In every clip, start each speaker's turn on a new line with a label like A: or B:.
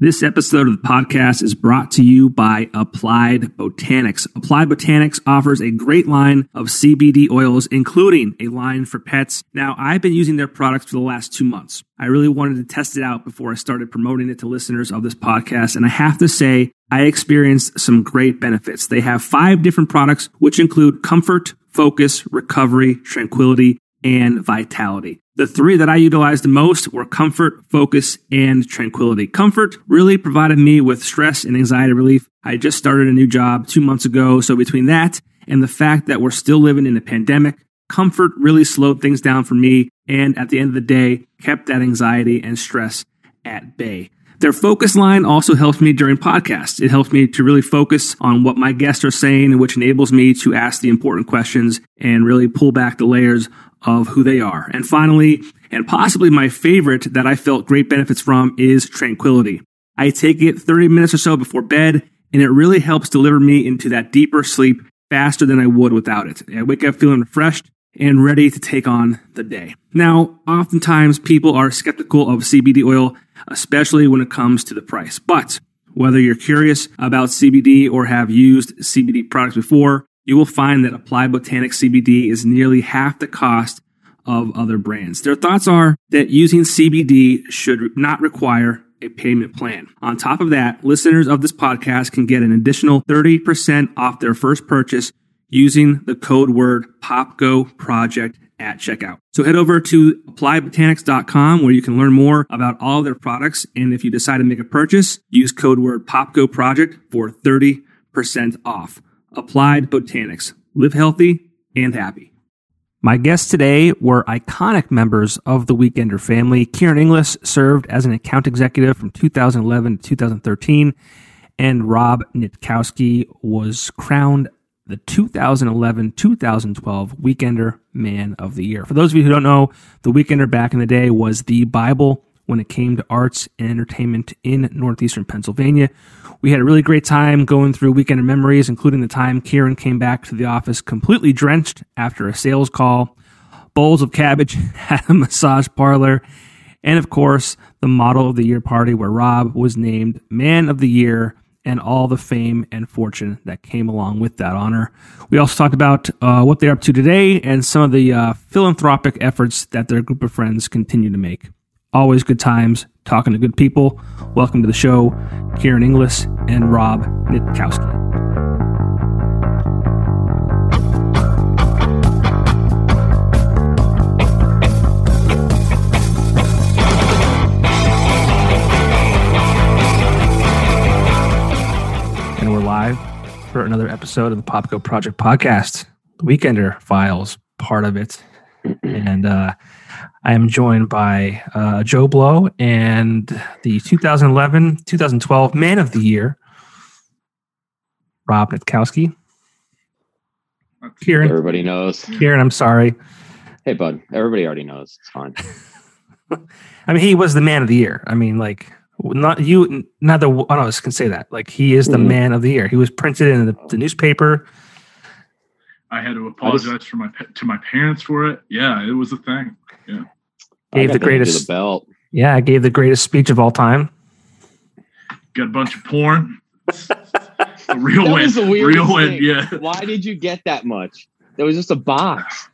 A: This episode of the podcast is brought to you by Applied Botanics. Applied Botanics offers a great line of CBD oils, including a line for pets. Now, I've been using their products for the last two months. I really wanted to test it out before I started promoting it to listeners of this podcast. And I have to say, I experienced some great benefits. They have five different products, which include comfort, focus, recovery, tranquility, and vitality. The three that I utilized the most were comfort, focus, and tranquility. Comfort really provided me with stress and anxiety relief. I just started a new job two months ago. So between that and the fact that we're still living in a pandemic, comfort really slowed things down for me. And at the end of the day, kept that anxiety and stress at bay. Their focus line also helps me during podcasts. It helps me to really focus on what my guests are saying, which enables me to ask the important questions and really pull back the layers of who they are. And finally, and possibly my favorite that I felt great benefits from is tranquility. I take it 30 minutes or so before bed, and it really helps deliver me into that deeper sleep faster than I would without it. I wake up feeling refreshed and ready to take on the day. Now, oftentimes people are skeptical of CBD oil, especially when it comes to the price. But whether you're curious about CBD or have used CBD products before, you will find that Applied Botanics CBD is nearly half the cost of other brands. Their thoughts are that using CBD should not require a payment plan. On top of that, listeners of this podcast can get an additional 30% off their first purchase using the code word POPGO project at checkout. So head over to applybotanics.com where you can learn more about all their products. And if you decide to make a purchase, use code word POPGO project for 30% off. Applied Botanics. Live healthy and happy. My guests today were iconic members of the Weekender family. Kieran Inglis served as an account executive from 2011 to 2013, and Rob Nitkowski was crowned the 2011 2012 Weekender Man of the Year. For those of you who don't know, the Weekender back in the day was the Bible when it came to arts and entertainment in northeastern Pennsylvania. We had a really great time going through weekend memories, including the time Kieran came back to the office completely drenched after a sales call, bowls of cabbage at a massage parlor, and of course, the Model of the Year party where Rob was named Man of the Year and all the fame and fortune that came along with that honor. We also talked about uh, what they're up to today and some of the uh, philanthropic efforts that their group of friends continue to make always good times talking to good people. Welcome to the show, Kieran Inglis and Rob Nitkowski. And we're live for another episode of the Popco Project podcast, the Weekender Files part of it. And uh, I am joined by uh, Joe Blow and the 2011 2012 Man of the Year, Rob Nitkowski. Kieran,
B: Everybody knows.
A: Kieran, I'm sorry.
B: Hey, bud. Everybody already knows. It's fine.
A: I mean, he was the man of the year. I mean, like, not you, not the, oh, no, I was going to say that. Like, he is the
B: Mhm.
A: man of the year. He was printed in the, the newspaper.
C: I had to apologize for my pa- to my parents for it. Yeah, it was a thing.
B: I
A: Gave the
B: got to do
A: greatest-
B: the belt.
A: Yeah, gave the greatest speech of all time.
C: Got a bunch of porn. A real
B: That
C: win.
B: was the weirdest
C: real win.
B: thing.
C: Yeah.
B: Why did you get that much? That was just a box.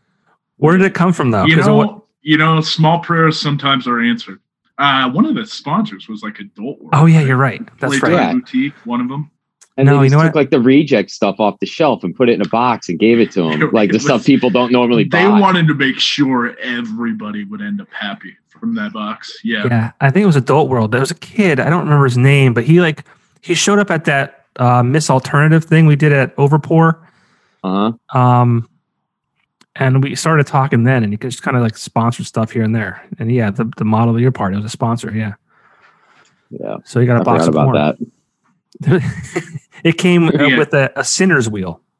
A: Where did it come from, though?
C: you
A: 'Cause it
C: know,
A: wa-
C: you know, small prayers sometimes are answered. Uh, one of the sponsors was like Adult World.
A: oh, yeah, you're right. That's
C: Playboy
A: right.
B: right.
C: Boutique, one of them.
B: And
A: No, you
B: they just
A: know
B: took
A: what?
B: like the reject stuff off the shelf and put it in a box and gave it to him. Like the
C: It
B: stuff
C: was-
B: people don't normally buy.
C: they wanted to make sure everybody would end up happy from that box. Yeah.
A: Yeah, I think it was Adult World. There was a kid. I don't remember his name, but he like he showed up at that uh, Miss Alternative thing we did at Overpour,
B: uh-huh.
A: um, and we started talking then, and he just kind of like sponsored stuff here and there. And yeah, the, the model of your party was a sponsor. Yeah,
B: Yeah.
A: so he got a
B: I
A: box
B: forgot
A: of
B: about
A: porn.
B: that.
A: it came uh,
C: Yeah.
A: with a, a sinner's wheel.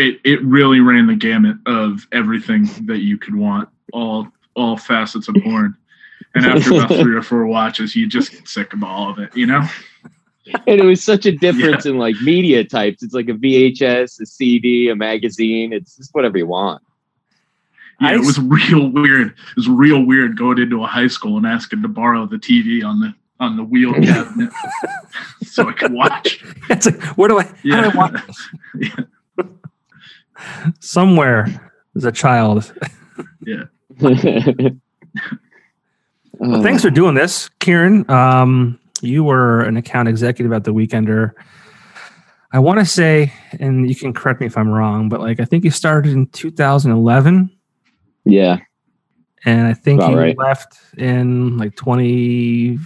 C: It it really ran the gamut of everything that you could want. All all facets of porn. And after about three or four watches, you just get sick of all of it, you know?
B: And it was such a difference in like media types. It's like a VHS, a CD, a magazine. It's just whatever you want.
C: Yeah,
A: I-
C: it was real weird. It was real weird going into a high school and asking to borrow the TV on the on the wheel cabinet so I could watch.
A: It's like, where do I? How do I watch?
C: yeah.
A: Somewhere there's a child. Well,
B: Uh,
A: thanks for doing this, Kieran. Um, you were an account executive at The Weekender. I want to say, and you can correct me if I'm wrong, but like I think you started in 2011,
B: yeah.
A: and I think
B: About
A: you
B: right.
A: left in like 2014.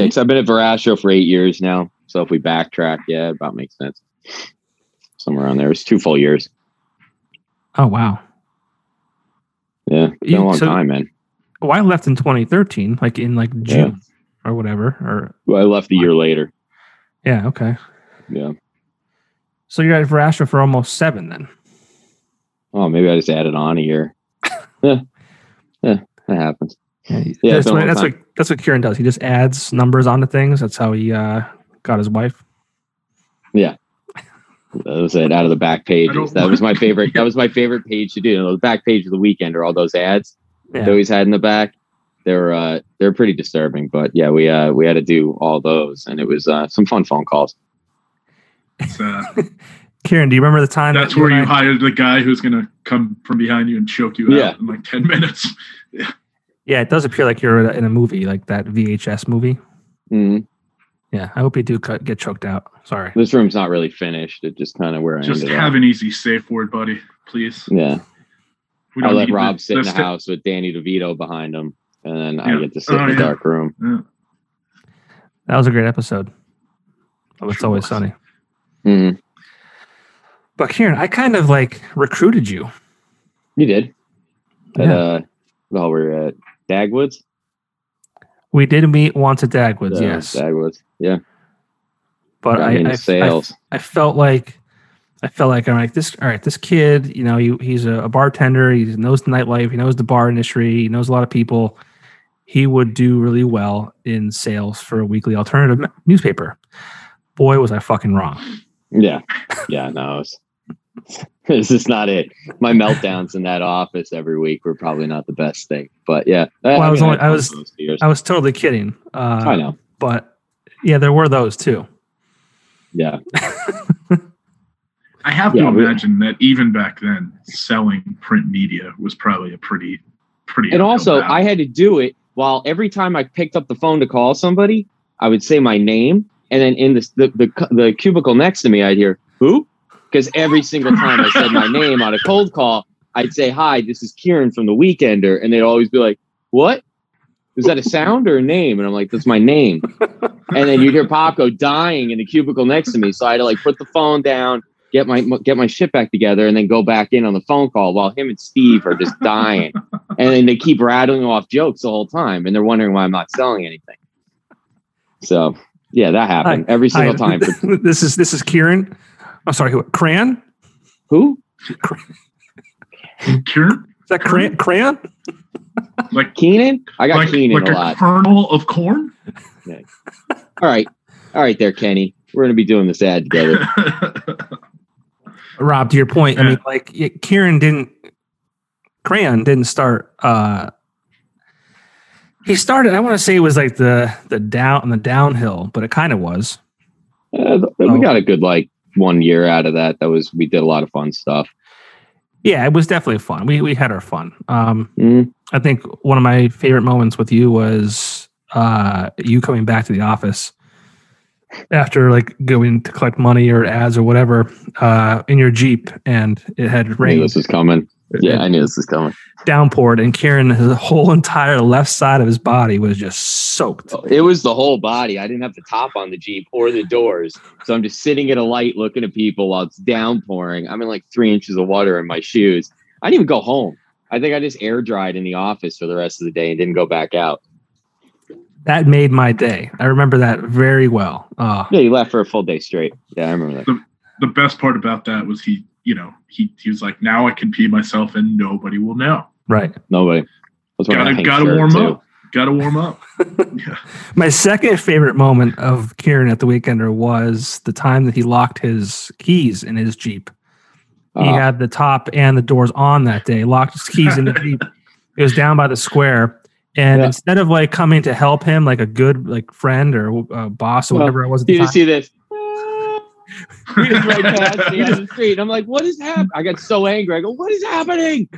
B: Yeah, because I've been at Verastro for eight years now. So if we backtrack, yeah, it about makes sense. Somewhere on there. It's two full years.
A: Oh wow!
B: Yeah. It's been
A: You-
B: a long
A: so-
B: time, man.
A: Well, Oh, I left in 2013, like in like June or whatever. Or
B: Well, I left a year later.
A: yeah, okay.
B: Yeah.
A: So you're at Verastra for almost seven then.
B: Oh, maybe I just added on a year. yeah. Yeah. That happens. Yeah, it's
A: that's
B: been a
A: what
B: long
A: that's
B: time.
A: what that's what Kieran does. He just adds numbers onto things. That's how he uh, got his wife.
B: That was it out of the back pages. That was my favorite. That was my favorite page to do. You know, the back page of the weekend are all those ads
A: Yeah.
B: they always had in the back. They're uh they're pretty disturbing. But yeah, we uh we had to do all those and it was uh some fun phone calls.
C: It's, uh,
A: Kieran, do you remember the time?
C: that's
A: that
C: where
A: and
C: you
A: I-
C: hired the guy who's going to come from behind you and choke you
B: Yeah.
C: out in like 10 minutes.
A: Yeah, it does appear like you're in a movie, like that VHS movie.
B: hmm
A: Yeah, I hope you do cut, get choked out. Sorry.
B: This room's not really finished. It just kind of where I
C: Just
B: ended
C: have
B: up.
C: an easy safe word, buddy, please.
B: Yeah.
C: We
B: I
C: don't
B: let
C: need
B: Rob
C: the-
B: sit in the
C: that's the-
B: house with Danny DeVito behind him, and then I
C: Yeah.
B: get to sit
C: Oh,
B: in the
C: yeah.
B: dark room.
C: Yeah.
A: That was a great episode. Oh, it's
C: Sure
A: always
C: was.
A: sunny.
B: Mhm.
A: But Kieran, I kind of like recruited you.
B: You did. At,
A: Yeah.
B: uh, well, we we're at Dagwoods.
A: We did meet once at Dagwoods,
B: Uh,
A: yes.
B: Dagwoods. Yeah.
A: but
B: got
A: I,
B: me into
A: I, I,
B: sales.
A: I felt like I felt like I'm like this. All right, this kid, you know, he, he's a, a bartender. He knows the nightlife. He knows the bar industry. He knows a lot of people. He would do really well in sales for a weekly alternative newspaper. Boy, was I fucking wrong.
B: Yeah. Yeah. No. It's, this is not it. My meltdowns in that office every week were probably not the best thing, but yeah.
A: Well, I was only-
B: had
A: I
B: both
A: was-
B: of those years.
A: I was totally kidding. Uh,
B: I know.
A: But yeah, there were those too.
B: Yeah.
C: I have
B: Yeah,
C: to
B: we-
C: imagine that even back then, selling print media was probably a pretty, pretty.
B: and
C: uphill
B: also
C: battle.
B: I had to do it while every time I picked up the phone to call somebody, I would say my name, and then in the the, the, cu- the cubicle next to me, I'd hear who, because every single time I said my name on a cold call, I'd say hi, this is Kieran from the Weekender, and they'd always be like, what? Is that a sound or a name? And I'm like, that's my name. And then you'd hear Pop go dying in the cubicle next to me, so I had to like put the phone down. Get my get my shit back together and then go back in on the phone call while him and Steve are just dying and then they keep rattling off jokes the whole time, and they're wondering why I'm not selling anything. So yeah, that happened every single
A: Hi,
B: time. For,
A: this is this is Kieran. I'm sorry, who? Crayon?
B: who?
C: Kieran,
A: Is that Crayon? Crayon?
C: like
B: Keenan? I got
C: like,
B: Keenan
C: like
B: a
C: a,
B: lot.
C: kernel of corn.
B: all right, all right, there, Kenny. We're gonna be doing this ad together.
A: Rob, to your point, I
C: Yeah.
A: mean, like y- Kieran didn't, Crayon didn't start. uh He started. I want to say it was like the the down on the downhill, but it kind of was.
B: Uh,
A: Oh.
B: we got a good like one year out of that. That was we did a lot of fun stuff.
A: Yeah, it was definitely fun. We we had our fun. Um
B: Mhm.
A: I think one of my favorite moments with you was uh, you coming back to the office after like going to collect money or ads or whatever uh, in your Jeep and it had
B: I knew
A: rained,
B: this was coming. Yeah, I knew this was coming.
A: downpoured, and Kieran, his whole entire left side of his body was just soaked.
B: Oh, It was the whole body. I didn't have the top on the Jeep or the doors. So I'm just sitting at a light looking at people while it's downpouring. I'm in like three inches of water in my shoes. I didn't even go home. I think I just air dried in the office for the rest of the day and didn't go back out.
A: That made my day. I remember that very well. Uh,
B: Yeah, you left for a full day straight. Yeah, I remember that.
C: the best part about that was he, you know, he he was like, now I can pee myself and nobody will know.
A: right.
B: Nobody. That's why I
C: Gotta
B: pink
C: gotta
B: shirt,
C: warm
B: too.
C: up. Gotta warm up. yeah.
A: My second favorite moment of Kieran at the Weekender was the time that he locked his keys in his Jeep. He
B: Uh,
A: had the top and the doors on that day, locked his keys in the Jeep. It was down by the square. And
B: Yeah.
A: instead of like coming to help him, like a good like friend or uh, boss or
B: Well,
A: whatever it was at the
B: You
A: time,
B: see this. We just like passed me on the street. And I'm like, what is happening? I got so angry. I go, what is happening?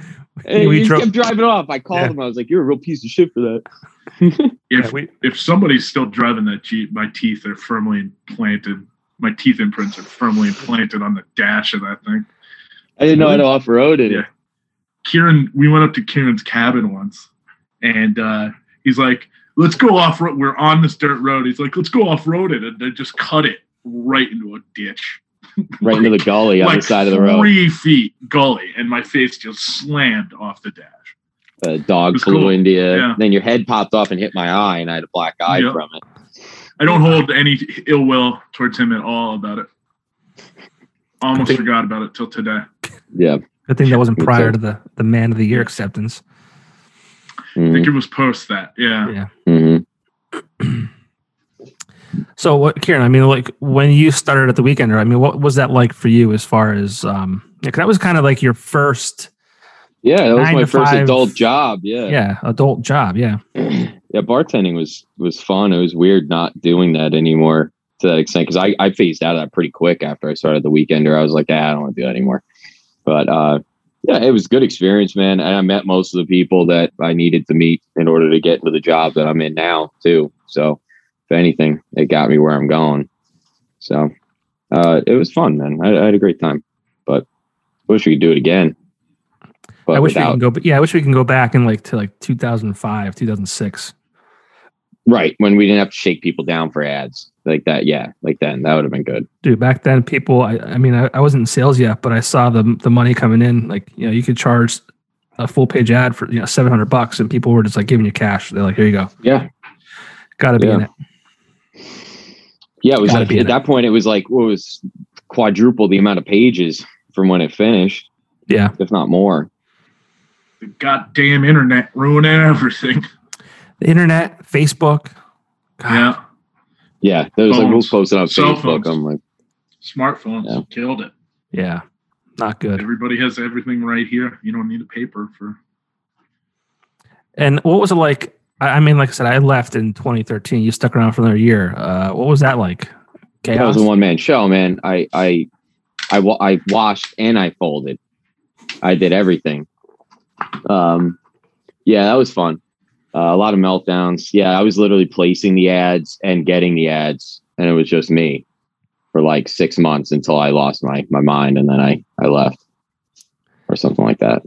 B: And
A: We
B: he just
A: drove-
B: kept driving off. I called
A: Yeah.
B: him. I was like, you're a real piece of shit for that.
A: yeah,
C: if
A: we,
C: if somebody's still driving that Jeep, my teeth are firmly implanted. My teeth imprints are firmly implanted on the dash of that thing.
B: I didn't
A: Mm-hmm.
B: know how to off road it.
C: Yeah. Kieran, we went up to Kieran's cabin once, and uh, he's like, "Let's go off road. We're on this dirt road." He's like, "Let's go off road it," and I just cut it right into a ditch,
B: Right into the gully on
C: like
B: the side of the road.
C: three feet gully, and my face just slammed off the dash.
B: A dog
C: It's
B: flew
C: cool.
B: into you.
C: Yeah.
B: Then your head popped off and hit my eye, and I had a black eye
C: Yeah.
B: from it.
C: I don't hold any ill will towards him at all about it. Almost
A: think-
C: forgot about it till today.
B: Yeah.
A: good thing that wasn't
B: Me
A: prior to
B: too.
A: the the man of the year acceptance.
C: I
B: Mhm.
C: think it was post that. Yeah.
B: Mhm.
A: So what, Kieran? I mean, like when you started at the Weekender, I mean, what was that like for you as far as um? yeah, 'cause that was kind of like your first,
B: Yeah. That was
A: Nine
B: my
A: to
B: first
A: five.
B: adult job. Yeah.
A: yeah, adult job, yeah.
B: yeah, bartending was was fun. It was weird not doing that anymore to that extent because I, I phased out of that pretty quick after I started the weekender. I was like, ah, I don't want to do that anymore. But uh, yeah, it was a good experience, man. And I met most of the people that I needed to meet in order to get into the job that I'm in now too. So if anything, it got me where I'm going. So uh, it was fun, man. I, I had a great time, but I wish we could do it again. But
A: I wish we
B: without
A: can go. Yeah, I wish we can go back in like to like 2005, 2006.
B: Right. When we didn't have to shake people down for ads like that. Yeah. Like then that would have been good.
A: Dude, back then, people. I, I mean, I, I wasn't in sales yet, but I saw the the money coming in. Like, you know, you could charge a full page ad for you know seven hundred bucks, and people were just like giving you cash. They're like, "Here you go,
B: Yeah.
A: got to be in
B: Yeah.
A: it."
B: Yeah. It was
A: Gotta
B: at,
A: be
B: at
A: there.
B: that point, it was like, what was quadruple the amount of pages from when it finished,
A: Yeah,
B: if not more.
C: The goddamn internet ruining everything.
A: the internet, Facebook. God,
C: Yeah.
B: Yeah. There was like,
C: Phones.
B: who's posting on
C: Cell
B: Facebook?
C: phones.
B: I'm like,
C: Smartphones
B: Yeah.
C: killed it.
A: yeah, not good.
C: Everybody has everything right here. You don't need a paper for.
A: And what was it like? I I mean, like I said, I left in 2013. You stuck around for another year. Uh, what was that like?
B: that
A: Chaos.
B: was a one man show, man. I, I, I, wa- I washed and I folded. I did everything. Um, yeah, that was fun. Uh, a lot of meltdowns. Yeah, I was literally placing the ads and getting the ads, and it was just me for like six months until I lost my my mind, and then I I left or something like that.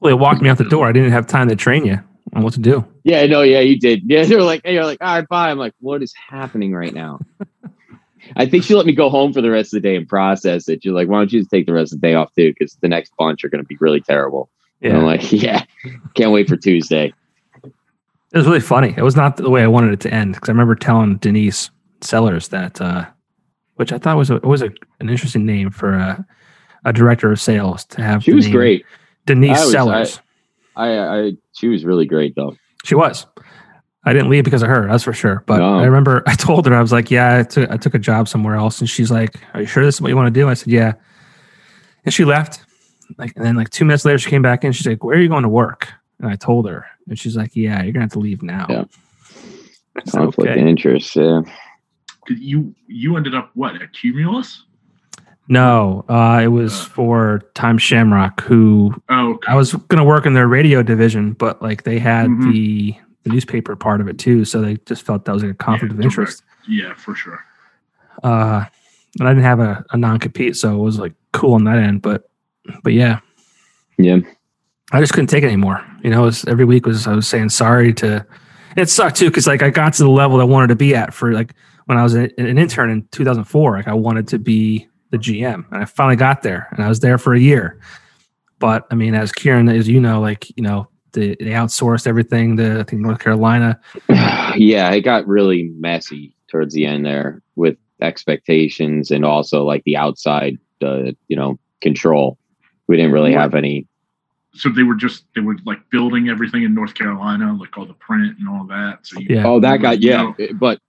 A: Well, they walked me out the door. I didn't have time to train you on what to do.
B: Yeah, no, yeah, you did. Yeah, they were like, hey, you're like, all right, bye. I'm like, what is happening right now? I think she let me go home for the rest of the day and process it. You're like, why don't you just take the rest of the day off too? Because the next bunch are going to be really terrible. And I'm like, yeah, can't wait for Tuesday.
A: It was really funny. It was not the way I wanted it to end because I remember telling Denise Sellers that, uh, which I thought was a, was a, an interesting name for a, a director of sales to have.
B: She
A: the
B: was
A: name
B: great.
A: Denise
B: I was-
A: Sellers.
B: I, I, she was really great though.
A: She was. I didn't leave because of her, that's for sure. But
B: No.
A: I remember I told her I was like, "Yeah, I took, I took a job somewhere else," and she's like, "Are you sure this is what you want to do?" I said, "Yeah," and she left. Like, and then like two minutes later, she came back in. She's like, "Where are you going to work?" And I told her, and she's like, "Yeah, you're gonna have to leave now."
B: Yeah.
A: I said,
B: Conflict eh?
A: okay.
B: of interest. Yeah.
C: 'cause You you ended up what at Cumulus?
A: No, uh, it was for Time Shamrock, who
C: Oh, okay.
A: I was gonna work in their radio division, but like they had
B: Mm-hmm.
C: Mhm.
A: the the newspaper part of it too, so they just felt that was like a conflict of
C: direct.
A: interest.
C: yeah, for sure.
A: uh and I didn't have a, a non compete, so it was like cool on that end. But but yeah,
B: Yeah.
A: I just couldn't take it anymore. You know, it was, every week was I was saying sorry to. And it sucked too because like I got to the level I wanted to be at for like when I was a, an intern in 2004. Like I wanted to be the GM, and I finally got there, and I was there for a year. But I mean, as Kieran, as you know, like you know, they, they outsourced everything to I think North Carolina.
B: yeah, it got really messy towards the end there with expectations and also like the outside, uh, you know, control. We didn't really have any
C: So they were just they were like building everything in North Carolina, like all the print and all that. So you,
A: Yeah.
B: Oh, that got yeah,
C: No.
B: it- but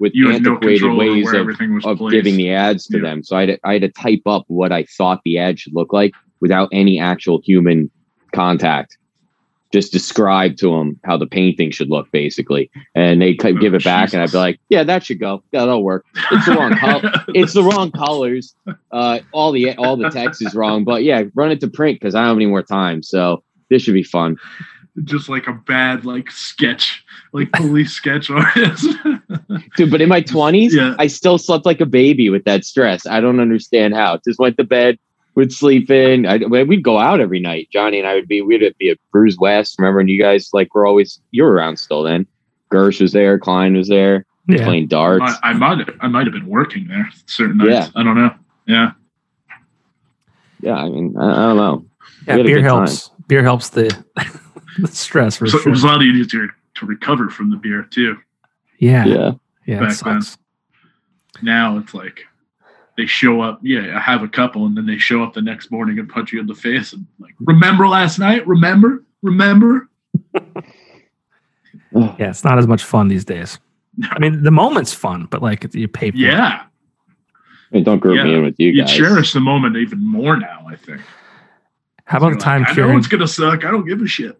B: with
C: you had no
B: antiquated
C: control over
B: ways
C: where
B: of,
C: everything was
B: of
C: placed.
B: giving the ads to
C: Yeah.
B: them. So I had, to, I had to type up what I thought the ad should look like without any actual human contact. just describe to them how the painting should look, basically. And they could
C: Oh,
B: give it back, and I'd be like, "Yeah, that should go. Yeah, that'll work. It's the wrong color. It's the wrong colors. Uh, all the all the text is wrong. But yeah, run it to print because I don't have any more time. So this should be fun.
C: just like a bad like sketch, like police sketch artist.
B: Dude, but in my 20s,
C: Yeah.
B: I still slept like a baby with that stress. I don't understand how. Just went to bed, would sleep in. I, we'd go out every night. Johnny and I would be, we'd be at Bruce West. Remember, and you guys, like, were always, you were around still then. Gersh was there, Klein was there,
A: Yeah.
B: playing darts.
C: I, I might I might have been working there certain
B: Yeah.
C: nights. I don't know. Yeah.
B: yeah, I mean, I, I don't know.
A: Yeah,
B: We had a
A: beer
B: good
A: helps. Beer helps the, the stress for
C: So it
A: sure.
C: was a lot easier to recover from the beer too.
A: Yeah, yeah,
B: yeah.
A: it
C: back then.
A: sucks.
C: Now it's like they show up, yeah, I have a couple, and then they show up the next morning and punch you in the face and like, remember last night? Remember? Remember?
B: Ugh.
A: Yeah, it's not as much fun these days.
C: No.
A: I mean, the moment's fun, but like you pay for it.
C: Yeah.
B: Hey, don't group me
C: Yeah.
B: in with you
C: You
B: guys.
C: cherish the moment even more now, I think.
A: How about the
C: Like,
A: time,
C: I know
A: Kieran?
C: it's gonna suck. I don't give a shit.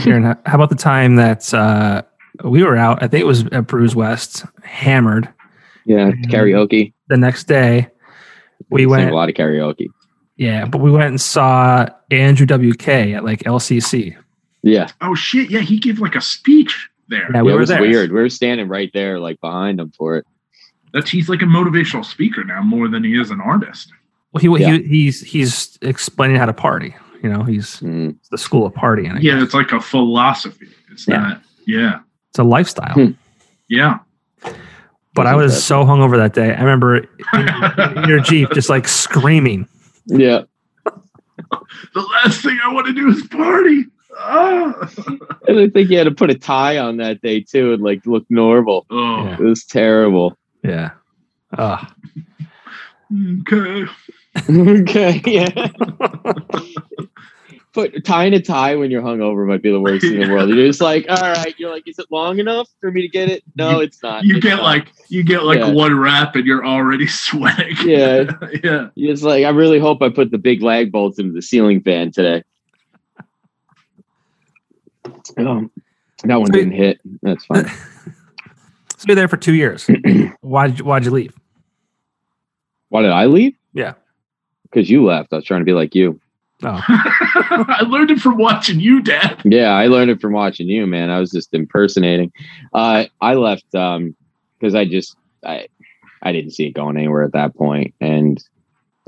A: Kieran, how how about the time that uh, we were out? I think it was at Brews West, hammered.
B: yeah, karaoke.
A: The next day, we
B: Sang
A: went.
B: a lot of karaoke.
A: Yeah, but we went and saw Andrew WK at like LCC.
B: Yeah,
C: Oh shit, yeah, he gave like a speech there.
A: Yeah, we
B: Yeah, it
A: were
B: was
A: there.
B: weird. We were standing right there, like behind them for it.
C: That's he's like a motivational speaker now more than he is an artist.
A: Well, he,
B: Yeah.
A: he he's he's explaining how to party. You know, he's
B: Mm.
A: the school of partying. I
C: Yeah,
A: guess.
C: it's like a philosophy. It's
A: Yeah.
C: not yeah.
A: it's a lifestyle.
B: Hmm.
C: Yeah.
A: But I was so hungover that day. I remember in- in your jeep just like screaming.
B: Yeah.
C: The last thing I want to do is party. Ah.
B: And I think you had to put a tie on that day too and like look normal.
C: Oh,
A: Yeah.
B: It was terrible.
A: Yeah. Ugh.
C: okay.
B: okay, yeah. But tying a tie when you're hungover might be the worst in the world. You're just like, all right. You're like, is it long enough for me to get it? No, it's not.
C: You
B: It's
C: get
B: not.
C: like you get like
B: Yeah.
C: one rap and you're already sweating.
B: Yeah.
C: yeah.
B: it's like I really hope I put the big lag bolts into the ceiling fan today. Um, that one didn't hit. That's fine.
A: So you're there for two years. why did you, why'd you leave?
B: Why did I leave?
A: Yeah.
B: Because you left. I was trying to be like you.
A: Oh,
C: I learned it from watching you, Dad.
B: Yeah, I learned it from watching you, man. I was just impersonating. Uh, I left um because I just I I didn't see it going anywhere at that point, and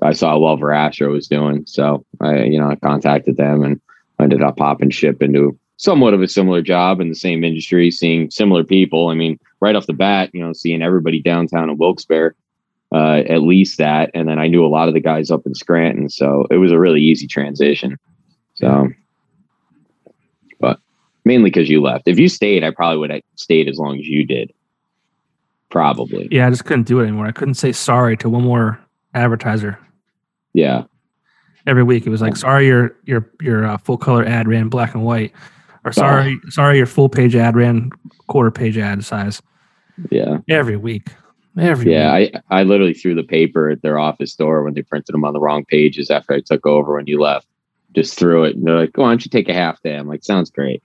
B: I saw what Verastro was doing, so I you know I contacted them and ended up hopping ship into somewhat of a similar job in the same industry, seeing similar people. I mean, right off the bat, you know, seeing everybody downtown in Wilkes-Barre, uh, at least that, and then I knew a lot of the guys up in Scranton, so it was a really easy transition. So mainly because you left. If you stayed, I probably would have stayed as long as you did. Probably.
A: yeah. I just couldn't do it anymore. I couldn't say sorry to one more advertiser
B: Yeah.
A: every week. It was like, sorry, your your your uh, full color ad ran black and white, or sorry,
B: Uh-huh.
A: sorry, your full page ad ran quarter page ad size
B: Yeah.
A: every week. Every
B: Yeah.
A: week.
B: I, I literally threw the paper at their office door when they printed them on the wrong pages after I took over when you left. Just threw it. And they're like, "Oh, why don't you take a half day? I'm like, sounds great.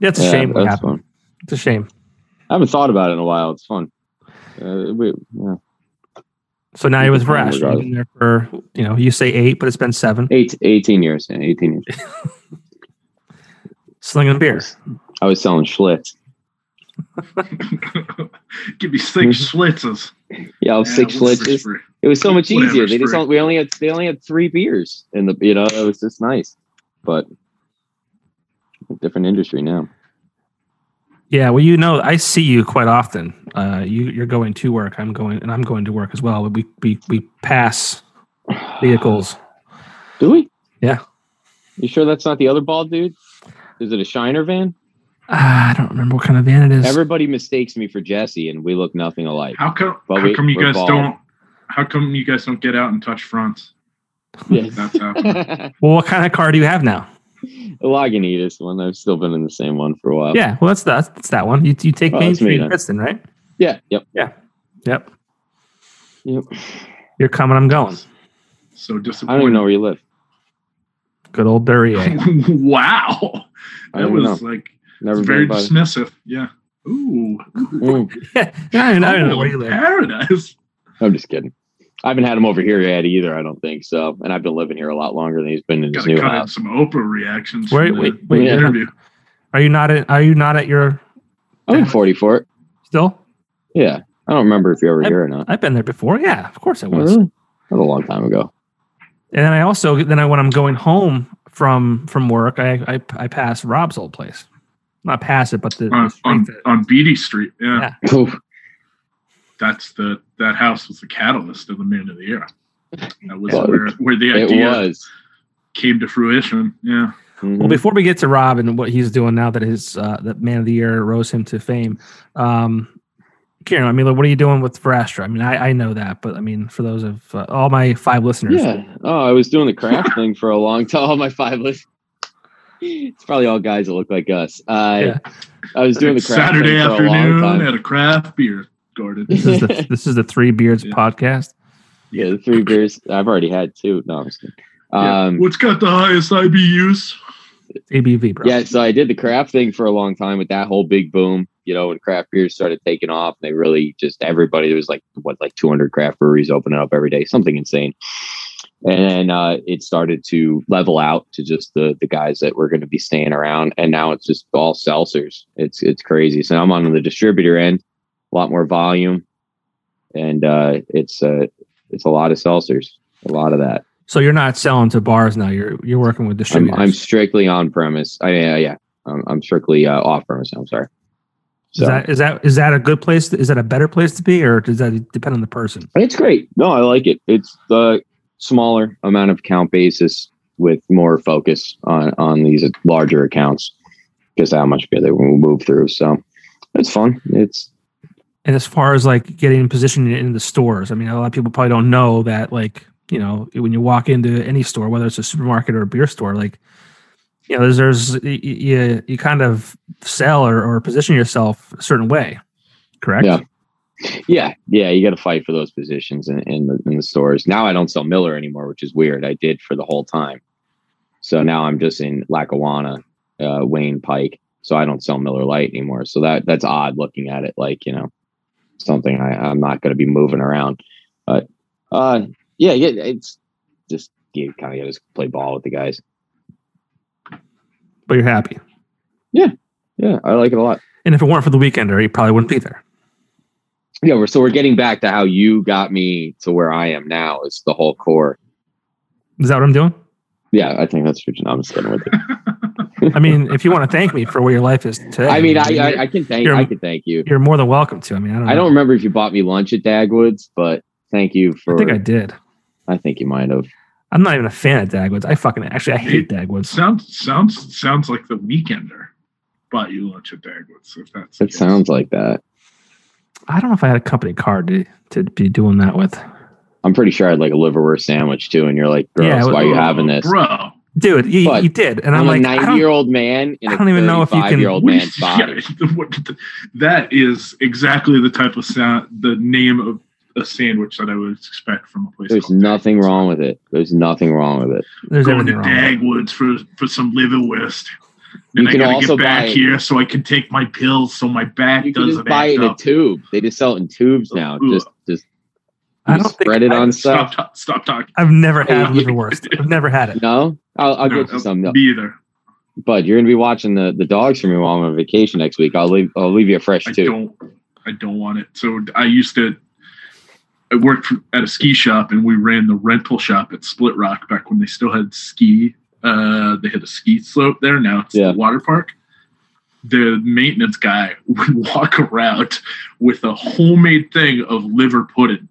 A: That's a
B: Yeah,
A: shame. What
B: that's
A: happened?
B: fun.
A: It's a shame.
B: I haven't thought about it in a while. It's fun. Uh, we, yeah.
A: So now
B: Keep
A: you're
B: it
A: with
B: calm
A: Rash. You've
B: regardless.
A: been there for you know you say eight, but it's been seven.
B: Eight, 18 years. Yeah, 18 years.
A: Slinging beer.
B: I was selling Schlitz.
C: Give me six schlitzes.
B: Yeah, I was Mm-hmm. Oh, six
C: Yeah, what's this
B: Schlitzes.
C: for?
B: It was so much
C: Whatever,
B: easier. They
C: it's
B: just
C: free.
B: all, we only had they only had three beers in the you know it was just nice, but a different industry now.
A: Yeah, well, you know, I see you quite often. Uh, you, you're going to work. I'm going, and I'm going to work as well. We we we pass vehicles.
B: Do we?
A: Yeah.
B: You sure that's not the other bald dude? Is it a Shiner van?
A: Ah, I don't remember what kind of van it is.
B: Everybody mistakes me for Jesse, and we look nothing alike.
C: How come?
B: But
C: how
B: we-
C: come you
B: we're
C: guys
B: bald.
C: don't? How come you guys don't get out and touch fronts?
B: Yes.
C: That's how.
A: well, what kind of car do you have now?
B: Lagunitas one. I've still been in the same one for a while.
A: Yeah, well, that's that. That's that one. You you take
B: Oh,
A: Main
B: that's me
A: Street,
B: then.
A: Princeton, right?
B: Yeah. Yep.
A: Yep.
B: Yep.
A: You're coming. I'm going.
C: so
B: I don't
C: disappointed.
B: even know where you live.
A: Good old Duryea.
C: wow.
B: I
C: That
B: don't
C: was
B: know.
C: like
B: Never
C: it's
B: been
C: very
B: by-
C: dismissive. Yeah. Ooh.
B: Mm,
A: yeah, I don't, I don't know
C: Oh,
A: where you live.
C: Paradise.
B: I'm just kidding. I haven't had him over here yet either. I don't think so. And I've been living here a lot longer than he's been in his
C: Gotta
B: new
C: cut in
B: house.
C: some Oprah reactions.
A: Wait,
C: from the-
A: wait, wait,
C: the
B: yeah.
C: interview.
A: Are you not at? Are you not at your
B: I'm in 40 for it.
A: still?
B: Yeah. I don't remember if you're over
A: I-
B: here or not.
A: I've been there before. Yeah, of course I
B: Oh,
A: was.
B: really? That was a long time ago.
A: And then I also then I when I'm going home from from work, I I, I pass Rob's old place. Not pass it, but the, the
C: On, on,
A: street that-
C: on Beatty Street. Yeah.
A: Yeah.
B: Oof.
C: That's the that house was the catalyst of the man of the year. That was
B: Well,
C: where, where the
B: it
C: idea
B: was.
C: came to fruition. Yeah.
B: Mhm.
A: Well, before we get to Rob and what he's doing now that his uh, that Man of the Year rose him to fame, um, Kieran, I mean, like, what are you doing with Verastra? I mean, I, I know that, but I mean, for those of uh, all my five listeners,
B: Yeah. Oh, I was doing the craft thing for a long time. All my five list. It's probably all guys that look like us. I
A: Yeah.
B: I was doing the craft
C: Saturday
B: thing for a long
C: afternoon
B: time.
C: at a craft beer garden.
A: this is the this is the Three Beards
C: Yeah.
A: podcast.
B: Yeah, the three beers. I've already had two. No, I'm just kidding.
C: Yeah.
B: Um,
C: What's got the highest IBUs?
A: ABV, bro.
B: yeah, so I did the craft thing for a long time with that whole big boom. You know, when craft beers started taking off, they really just everybody. There was like what, like 200 craft breweries opening up every day, something insane. And then uh, it started to level out to just the the guys that were going to be staying around, and now it's just all seltzers. It's it's crazy. So I'm on the distributor end, a lot more volume, and uh, it's uh, it's a lot of seltzers, a lot of that.
A: So you're not selling to bars now. You're you're working with
B: I'm,
A: distributors.
B: I'm strictly on premise. I, yeah, yeah. I'm, I'm strictly uh, off premise. I'm sorry. So
A: Is that is that is that a good place? Is that a better place to be, or does that depend on the person?
B: it's great. No, I like it. It's the smaller amount of count basis with more focus on on these larger accounts because how much beer they will move through. So it's fun. It's
A: And as far as like getting positioned in the stores, I mean, a lot of people probably don't know that, like, you know, when you walk into any store, whether it's a supermarket or a beer store, like, you know, there's, there's y- y- you, you kind of sell or, or position yourself a certain way, correct?
B: Yeah. yeah, yeah. You got to fight for those positions in, in the in the stores. Now I don't sell Miller anymore, which is weird. I did for the whole time. So now I'm just in Lackawanna, uh, Wayne Pike. So I don't sell Miller Light anymore. So that that's odd looking at it like you know something I, I'm not going to be moving around. But uh, yeah, yeah. It's just you kind of got to play ball with the guys.
A: But you're happy.
B: Yeah, I like it a lot.
A: And if it weren't for the weekender, you probably wouldn't be there.
B: Yeah, we're, so we're getting back to how you got me to where I am now. It's the whole core.
A: Is that what I'm doing?
B: Yeah, I think that's true. No, I'm just kidding with you.
A: I mean, if you want to thank me for where your life is today,
B: I mean, I, I, I can thank
A: You're-
B: I can thank you.
A: you're more than welcome to. I mean, I don't,
B: I don't
A: know.
B: remember if you bought me lunch at Dagwood's, but thank you for.
A: I think I did.
B: you might have.
A: I'm not even a fan of Dagwoods. I fucking actually I hate Dagwoods.
C: Sounds sounds sounds like the Weekender bought you lunch at Dagwood's. If that's the
B: It
C: case.
B: sounds like that.
A: I don't know if I had a company card to, to be doing that with.
B: I'm pretty sure I had like a liverwurst sandwich too, and you're like, "Gross,
A: Yeah, it was-
B: why are you
C: Oh,
B: having this?"
C: bro?
A: Dude, you,
B: But
A: you did. And
B: I'm,
A: I'm, like,
B: a
A: I
B: 90
A: don't-
B: year old man. In
A: I don't even know if you can-
B: year old
C: What
B: man's
C: is-
B: body.
C: yeah, what- that is exactly the type of sound, the name of a sandwich that I would expect from a place.
B: There's
C: called
B: nothing
C: Dagwood's.
B: wrong with it. There's nothing wrong with it.
A: there's
C: Going to
A: everything wrong.
C: Dagwood's for for some liverwurst.
B: You
C: And I
B: can
C: gotta
B: also
C: get back
B: buy-
C: here so I can take my pills so my back
B: You can
C: doesn't
B: just buy
C: act
B: it in a
C: up.
B: tube. They just sell it in tubes now.
C: Ugh.
B: Just, just
A: I
B: you
A: don't think
B: spread it
A: I-
B: on
C: Stop,
B: stuff.
C: ta- stop talking.
A: I've never had
B: Hey, you-
A: liverwurst. I've never had it.
B: No, I'll, I'll
C: No,
B: get you some. No.
C: Me either.
B: Bud, you're gonna be watching the, the dogs for me while I'm on vacation next week. I'll leave. I'll leave you a fresh
C: I
B: too.
C: don't. I don't want it. So I used to. I worked for, at a ski shop, and we ran the rental shop at Split Rock back when they still had ski. Uh, they had a ski slope there. Now it's
B: Yeah.
C: the water park. The maintenance guy would walk around with a homemade thing of liver pudding,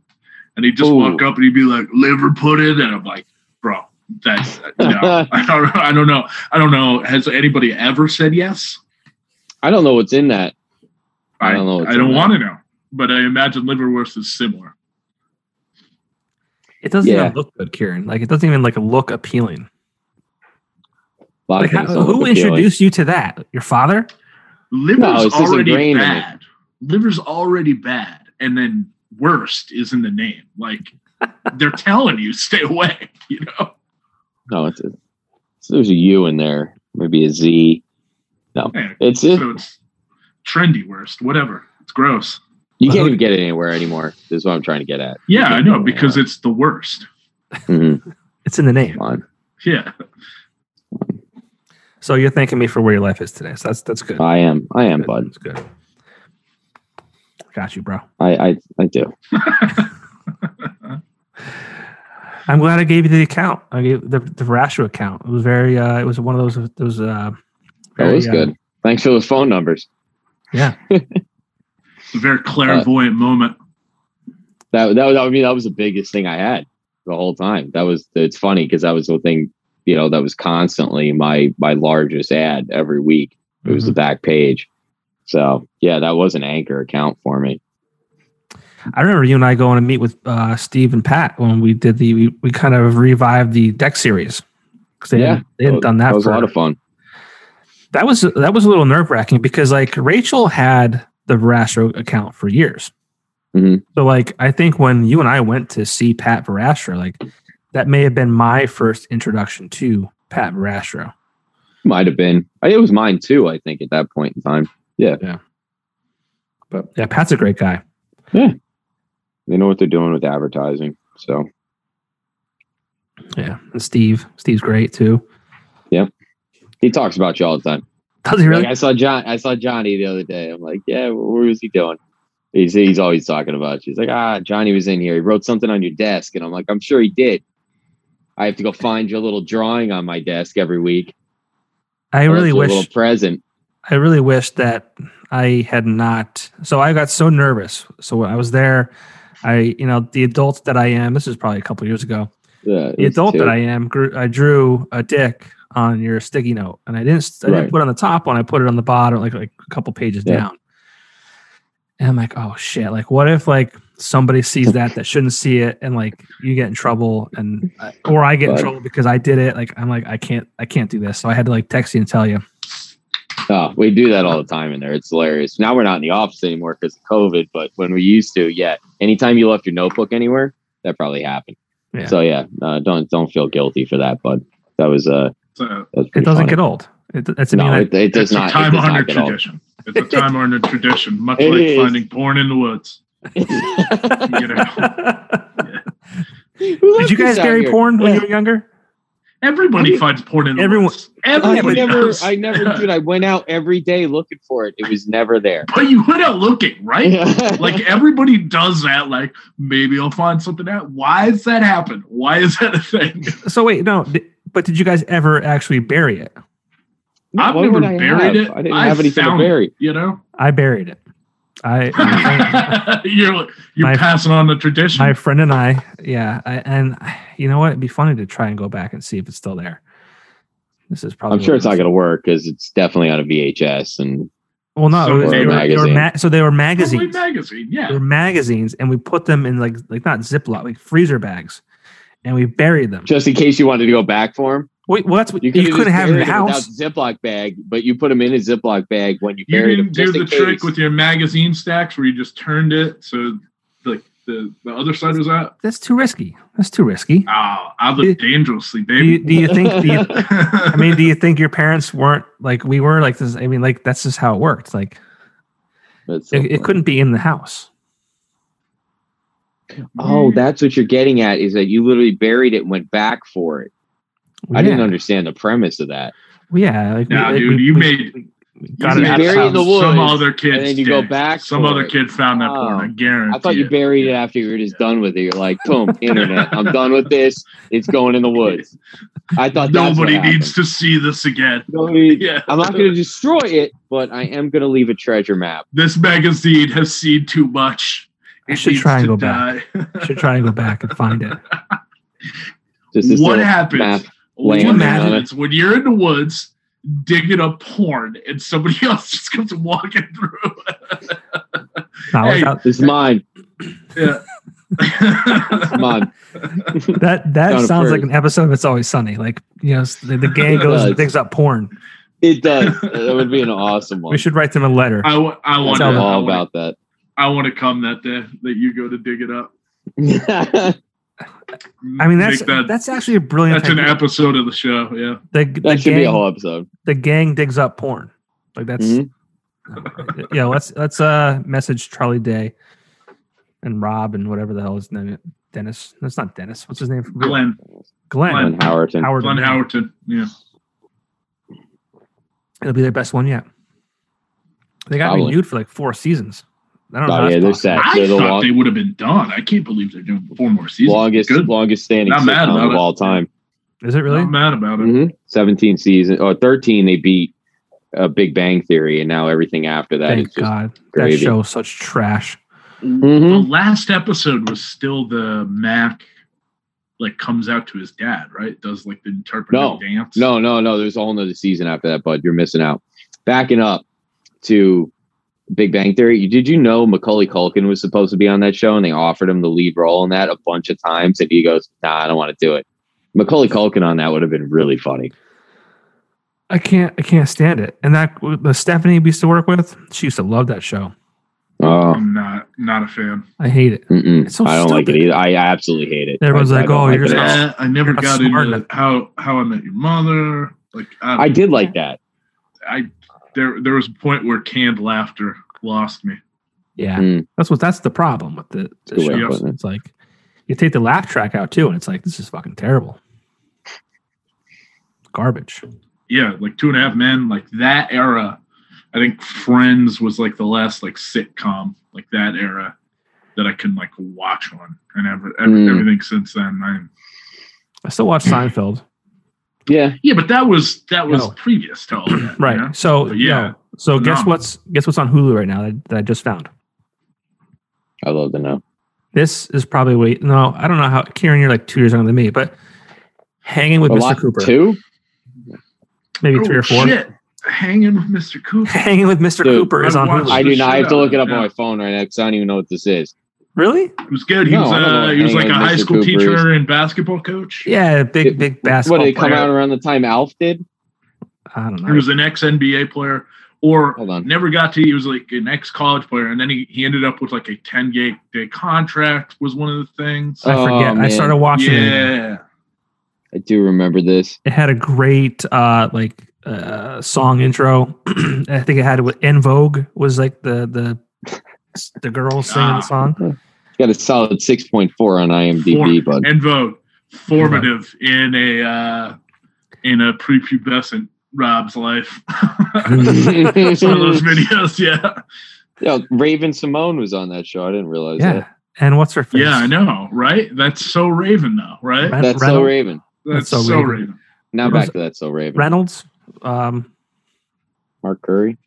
C: and he'd just
B: Ooh.
C: walk up and he'd be like, "Liver pudding," and I'm like, "Bro, that's no. I don't. I don't know. I don't know. Has anybody ever said yes?"
B: I don't know what's in that. I
C: I
B: don't
C: don't
B: know what's
C: I
B: in
C: don't
B: that.
C: want to know, but I imagine liverwurst is similar.
A: It doesn't
B: Yeah.
A: even look good, Kieran. Like it doesn't even like look appealing.
B: A lot
A: Like
B: of
A: how,
B: things don't
A: who
B: look appealing.
A: introduced you to that? Your father?
C: Liver's
B: it's just a grain
C: already
B: in it.
C: bad. Liver's already bad, and then worst is in the name. Like they're telling you, stay away. You know,
B: No, it's, it's So there's a U in there, maybe a Z. No,
C: Yeah.
B: it's it.
C: So it's trendy worst, whatever. It's gross.
B: You can't even get it anywhere anymore. Is what I'm trying to get at.
C: Yeah, I know because it's the worst.
B: Mhm.
A: It's in the name.
B: Come on,
C: Yeah.
A: So you're thanking me for where your life is today. So that's that's good.
B: I am. I am,
A: Good.
B: bud.
A: That's good. Got you, bro.
B: I I, I do.
A: I'm glad I gave you the account. I gave the the Verashu account. It was very. Uh, it was one of those those. Uh,
B: That was
A: uh,
B: good. Thanks for those phone numbers.
C: It's a very
B: Uh,
C: clairvoyant moment.
B: That that was, I mean that was the biggest thing I had the whole time. That was it's funny because that was the thing you know that was constantly my my largest ad every week. It was the
A: Mm-hmm.
B: back page. So yeah, that was an anchor account for me.
A: I remember you and I going to meet with uh, Steve and Pat when we did the we, we kind of revived the deck series because they
B: Yeah.
A: hadn't, they hadn't done that.
B: That was
A: for,
B: a lot of fun.
A: that was that was a little nerve wracking because like Rachel had the Verastro account for years.
B: Mhm.
A: So like I think when you and I went to see Pat Verastro, like that may have been my first introduction to Pat Verastro.
B: Might have been. It was mine too. I think at that point in time.
A: But yeah, Pat's a great guy.
B: They know what they're doing with advertising. So
A: Yeah, and Steve, Steve's great too.
B: he talks about you all the time.
A: Does he really?
B: Like I saw John. I saw Johnny the other day. I'm like, yeah, where was he doing? He's he's always talking about you. He's like, ah, Johnny was in here. He wrote something on your desk, and I'm like, I'm sure he did. I have to go find your little drawing on my desk every week.
A: I really
B: Your
A: wish.
B: little present.
A: I really wish that I had not. So I got so nervous. So when I was there, I, you know, the adult that I am, this is probably a couple years ago,
B: Yeah,
A: the adult that I am, grew, I drew a dick on your sticky note and I didn't, I
B: Right.
A: didn't put it on the top one. I put it on the bottom, like, like a couple pages
B: Yeah.
A: down. And I'm like, oh shit. Like, what if like somebody sees that that shouldn't see it and like you get in trouble and, or I get in
B: Right.
A: trouble because I did it. Like, I'm like, I can't, I can't do this. So I had to like text you and tell you.
B: Oh, we do that all the time in there. It's hilarious. Now we're not in the office anymore because of COVID, but when we used to, yeah. Anytime you left your notebook anywhere, that probably happened.
A: Yeah.
B: So yeah, uh, don't don't feel guilty for that, bud. That was uh,
C: So
B: that was
A: It
B: pretty
A: doesn't
B: funny.
A: get old. It, it's, I mean,
B: no,
A: I-
B: it, it does
C: it's
B: not.
C: a
B: It
C: time
B: does not
C: honored
B: get old.
C: tradition. It's a time honored tradition, much
B: It
C: like
B: is.
C: finding porn in the woods. You know,
B: Who
A: Did
B: left
A: you guys
B: this out
A: carry
B: here?
A: porn when
B: Yeah.
A: you were younger?
C: everybody finds porn in the
A: Everyone-
C: woods.
B: I
C: Everybody
B: never,
C: does.
B: I never, dude. I went out every day looking for it. It was never there.
C: but you went out looking, right? like
B: like,
C: everybody does that. Like maybe I'll find something out. Why does that happen? Why is that a thing?
A: So wait, no. di- but did you guys ever actually bury it?
C: I've
B: What
C: never
B: would I
C: buried
B: have?
C: it.
B: I didn't
C: I
B: have anything to
C: found it.
B: bury.
C: You know,
A: I buried it. I
C: you're you're
A: My-
C: passing on the tradition.
A: my friend and I, yeah, I, and you know what? It'd be funny to try and go back and see if it's still there. This is probably
B: I'm sure it's not going to work because it's definitely on a VHS and
A: Well, no, it was-
C: Or a
A: they, were, they were
B: magazine.
A: ma- so they were
C: magazine.
A: magazines.
C: magazine. Yeah.
A: They were magazines, and we put them in like like not Ziploc, like freezer bags, and we buried them.
B: just in case you wanted to go back for him.
A: Wait, well, that's what you,
B: could've
A: couldn't
B: just
A: have in the
B: buried it
A: house.
B: without Ziploc bag, but you put them in a Ziploc bag when you
C: you
B: buried them.
C: didn't do
B: Just
C: the
B: in
C: trick
B: case.
C: with your magazine stacks where you just turned it so like the, the other side was out.
A: That's too risky. That's too risky.
C: Oh, I
A: You-
C: look dangerously,
A: Do you,
C: baby.
A: do you think? Do you, I
C: I
A: mean, do you think your parents weren't like we were like this? I mean, like that's just how it worked. Like
B: That's so
A: it, it
B: funny.
A: couldn't be in the house.
B: Oh, that's what you're getting at is that you literally buried it and went back for it.
A: Well,
B: I didn't
A: yeah.
B: understand the premise of that.
A: Well, yeah, like,
C: Nah,
A: like,
C: dude, you made-
A: we got
B: you
A: it out of
B: buried
A: the
B: it in the
A: house.
B: woods,
C: Some other kid.
B: and then you go back
C: Some
B: for
C: other
B: it.
C: kid found that porn. I
B: Oh.
C: guarantee.
B: I thought you buried it after you were just done with it. You're like, boom, internet. I'm done with this. It's going in the woods. I thought that's
C: Nobody
B: what
C: needs
B: happened.
C: to see this again.
B: Nobody-
C: Yeah.
B: I'm not going to destroy it, but I am going to leave a treasure map.
C: This magazine has seen too much.
A: I should try and go back.
C: back.
A: Should try and go back and find it.
B: Just this
C: what
B: little
C: happens?
B: map.
C: What
B: laying
A: down.
C: happens when you're in the woods digging up porn and somebody else just comes walking through?
A: No,
C: Hey.
A: without-
B: It's mine.
C: Yeah.
B: It's mine.
A: that that
B: Sound of
A: sounds like
B: prairie.
A: an episode of It's Always Sunny. Like you know, the, the gang goes and
B: does.
A: digs up porn.
B: It does. That would be an awesome one.
A: We should write them a letter.
C: I, wa- I
B: It's
C: want to.
A: Tell them.
B: all about that.
C: I want to come that day that you go to dig it up.
A: I mean, that's
C: Make that-
A: that's actually a brilliant.
C: that's an
A: technique.
C: episode of the show. Yeah,
A: The, the
B: That should be a
A: gang-
B: whole episode.
A: the gang digs up porn. Like that's
B: Mhm.
A: yeah. Let's let's uh message Charlie Day and Rob and whatever the hell his name. is. Dennis. That's not Dennis. What's his name? for real?
C: Glenn
A: Glenn.
B: Glenn Howerton.
A: Howard.
C: Glenn Howerton. Yeah,
A: It'll be their best one yet. They got
B: Probably.
A: renewed for like four seasons. I don't know.
B: Oh
A: how
B: yeah,
A: that's
B: they're
A: possible.
B: sad.
C: I
B: They're the
C: thought
B: long,
C: they would have been done. I can't believe they're doing four more seasons.
B: longest
C: Good.
B: longest standing
C: Not mad
B: sitcom
C: about
B: of
C: it. Mm-hmm.
B: all time.
A: Is it really?
C: Not mad about it.
B: hmm 17 season or 13 they beat uh, Big Bang Theory and now everything after that is
A: Thank
B: just
A: God. That
B: gravy.
A: show is such trash.
C: The
B: Mhm.
C: last episode was still the Mac, like comes out to his dad, right? Does like the interpretive
B: No.
C: dance?
B: No, no, no. There's a whole nother season after that, bud. You're missing out. Backing up to Big Bang Theory, did you know Macaulay Culkin was supposed to be on that show and they offered him the lead role in that a bunch of times and he goes, nah, I don't want to do it. Macaulay Culkin on that would have been really funny.
A: I can't. I can't stand it. And that the Stephanie we used to work with, she used to love that show.
B: Oh,
C: I'm not not a fan.
A: I hate it.
B: mm-mm.
A: It's so
B: I don't like it
A: stupid.
B: either. I absolutely hate it.
A: Everyone's
B: I- I
A: like,
B: don't
A: "Oh, you're
B: it
A: just
B: at all."
A: Yeah.
C: Uh, I never
A: That's
C: got
A: smart
C: into
A: enough.
C: how how I met your mother. Like I,
B: I did like that.
C: I there there was a point where canned laughter lost me.
A: Yeah,
B: Mm.
A: that's what. That's the problem with the, the
B: Good way of
A: shows.
B: putting it.
A: It's like you take the laugh track out too, and it's like this is fucking terrible, garbage.
C: Yeah, like Two and a Half Men, like that era. I think Friends was like the last like sitcom like that era that I couldn't like watch on, and ever, ever
B: Mm.
C: everything since then. I'm
A: I still watch Seinfeld.
B: Yeah.
C: Yeah, but that was that was
A: No.
C: previous to all that,
A: Right.
C: you know?
A: So
C: But
A: yeah.
C: yeah,
A: So guess
C: phenomenal.
A: what's guess what's on Hulu right now that, that I just found.
B: I love to know.
A: This is probably wait. No, I don't know how. Kieran, you're like two years younger than me, but hanging with
B: A
A: Mr.
B: lot-
A: Cooper,
B: Two?
A: maybe three
C: Oh,
A: or four.
C: Shit. Hanging with Mr. Cooper.
A: Hanging with Mr.
B: Dude,
A: Cooper is
C: I
A: on
C: watched-
A: Hulu.
B: I do not. I have to look it up
C: Yeah.
B: on my phone right now because I don't even know what this is.
A: really?
C: It was good. He
B: No,
C: was
B: I don't know
C: uh,
B: what
C: he was like
B: hanging
C: a
B: with
C: high
B: Mr.
C: school
B: Cooper
C: teacher and basketball coach.
A: Yeah, big
B: It-
A: big
B: What
A: basketball
B: did it come
A: player.
B: out around the time Alf did?
A: I don't
C: He
A: know.
C: was an ex NBA player or
B: Hold on.
C: never got to he was like an ex college player and then he, he ended up with like a 10 day, day contract was one of the things.
A: I forget.
B: Oh,
A: I
B: man.
A: started watching it.
C: yeah.
B: I do remember this.
A: It had a great uh like uh song intro. I think it had with En Vogue was like the the the girl singing
C: Ah.
A: the song.
B: It's got a solid 6.4 on IMDb,
C: Form-
B: but
C: and vote formative in a uh, in a prepubescent Rob's life. It's one of those videos, yeah.
B: yeah, Raven Simone was on that show. I didn't realize
A: Yeah.
B: that.
A: And what's her face?
C: Yeah, I know, right? That's so Raven, though, right?
A: Right.
B: That's so
A: Reynolds?
B: Raven.
A: That's
C: That's,
A: So
C: so,
A: Raven.
C: Raven.
B: Now
A: Reynolds-
B: back to that so Raven.
A: Reynolds. Um
B: Mark Curry.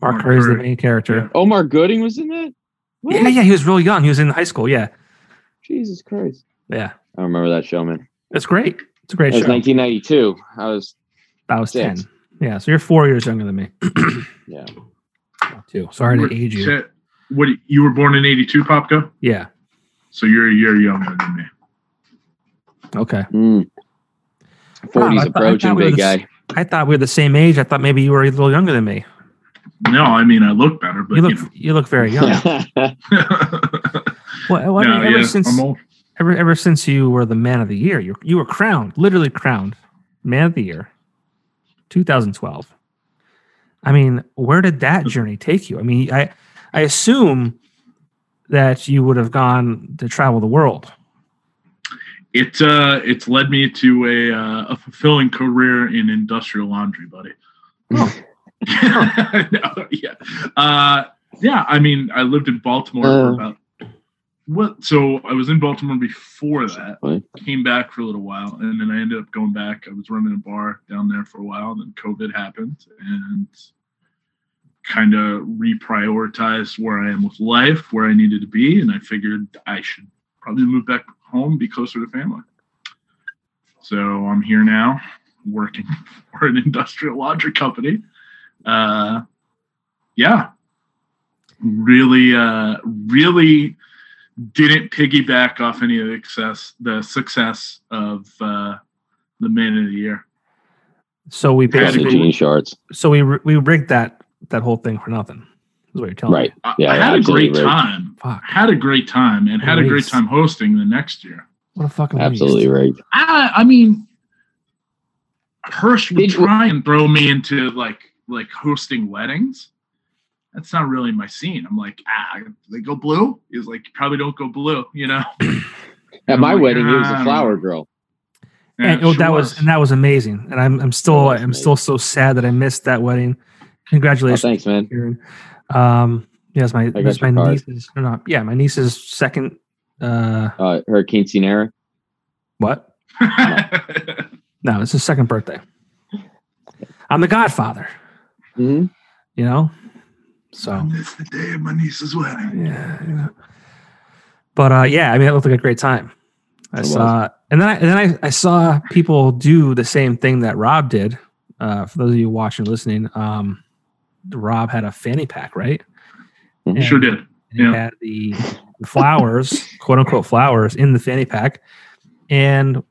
A: Mark
C: Mark
A: Curry's the
C: Curry.
A: main character.
B: Omar Gooding was in that. What?
A: Yeah, yeah, he was real young. He was in high school. Yeah.
B: Jesus Christ!
A: Yeah.
B: I don't remember that show, man.
A: It's great. It's a
B: It
A: great
B: was
A: show.
B: 1992. I was
A: I was ten.
B: six.
A: Yeah. So you're four years younger than me.
B: yeah.
A: Too. Sorry to age you.
C: Shit. What you were born in '82, Popko?
A: Yeah.
C: So you're a year younger than me.
A: Okay.
B: Mm. 40s
A: Wow, I thought- I
B: approaching,
A: thought we
B: big
A: were the s-
B: guy.
A: I thought we were the same age. I thought maybe you were a little younger than me.
C: No, I mean I look better, but
A: You
C: you,
A: look you look very young.
C: know.
A: Well, well, I
C: no,
A: mean, ever
C: yeah,
A: since
C: I'm old.
A: ever ever since you were the man of the year, you you were crowned, literally crowned, man of the year, 2012. I mean, where did that journey take you? I mean, I I assume that you would have gone to travel the world.
C: It uh, it's led me to a uh, a fulfilling career in industrial laundry, buddy.
B: Oh.
C: No, yeah, uh, yeah. I mean, I lived in Baltimore
B: Uh.
C: for about what? So I was in Baltimore before that.
B: Right.
C: Came back for a little while, and then I ended up going back. I was running a bar down there for a while, and then COVID happened, and kind of reprioritized where I am with life, where I needed to be, and I figured I should probably move back home, be closer to family. So I'm here now, working for an industrial laundry company. Uh, yeah, really, uh, really didn't piggyback off any of the success, the success of uh, the man of the year.
A: So we
C: Yeah,
B: Got the
C: Basically-
B: jean
A: basically,
B: shorts.
A: so we r- we rigged that that whole thing for nothing. Is what you're telling
B: Right.
A: me?
C: I,
B: Yeah,
C: I had a
B: absolutely
C: great
B: right.
C: time.
A: Fuck.
C: Had a great time and had a great
A: Nice.
C: time hosting the next year.
A: What a fucking waste.
B: Absolutely right.
C: I, I mean, Hirsch would
B: Did you-
C: try and throw me into like like hosting weddings. That's not really my scene. I'm like, ah, they go blue. He's like, you probably don't go blue, you know.
B: At my
C: Oh my
B: wedding, he was a
C: God.
B: flower girl. Oh,
A: And
C: Yeah,
A: oh,
C: sure
A: that was and that was amazing. And I'm I'm still
B: was
A: I'm still so sad that I missed that wedding.
B: Oh,
A: Congratulations,
B: thanks, man.
A: Karen. Um, yes, my
B: got
A: that's my
B: your card.
A: niece's or not. Yeah, my niece's second. Uh,
B: Uh, her quinceanera.
A: what? No, it's his second birthday. I'm the Godfather. Mm-hmm.
B: hmm
A: You know, so
C: It's the day of my niece's wedding.
A: yeah. you know. But uh, yeah, I mean, it looked like a great time. I
B: It was.
A: saw, and then I, and then I, I saw people do the same thing that Rob did. Uh, for those of you watching, listening, um, Rob had a fanny pack, right?
B: Mhm.
A: And-
C: Sure did.
A: and he
C: Yeah.
A: had the, the flowers, quote unquote flowers, in the fanny pack, and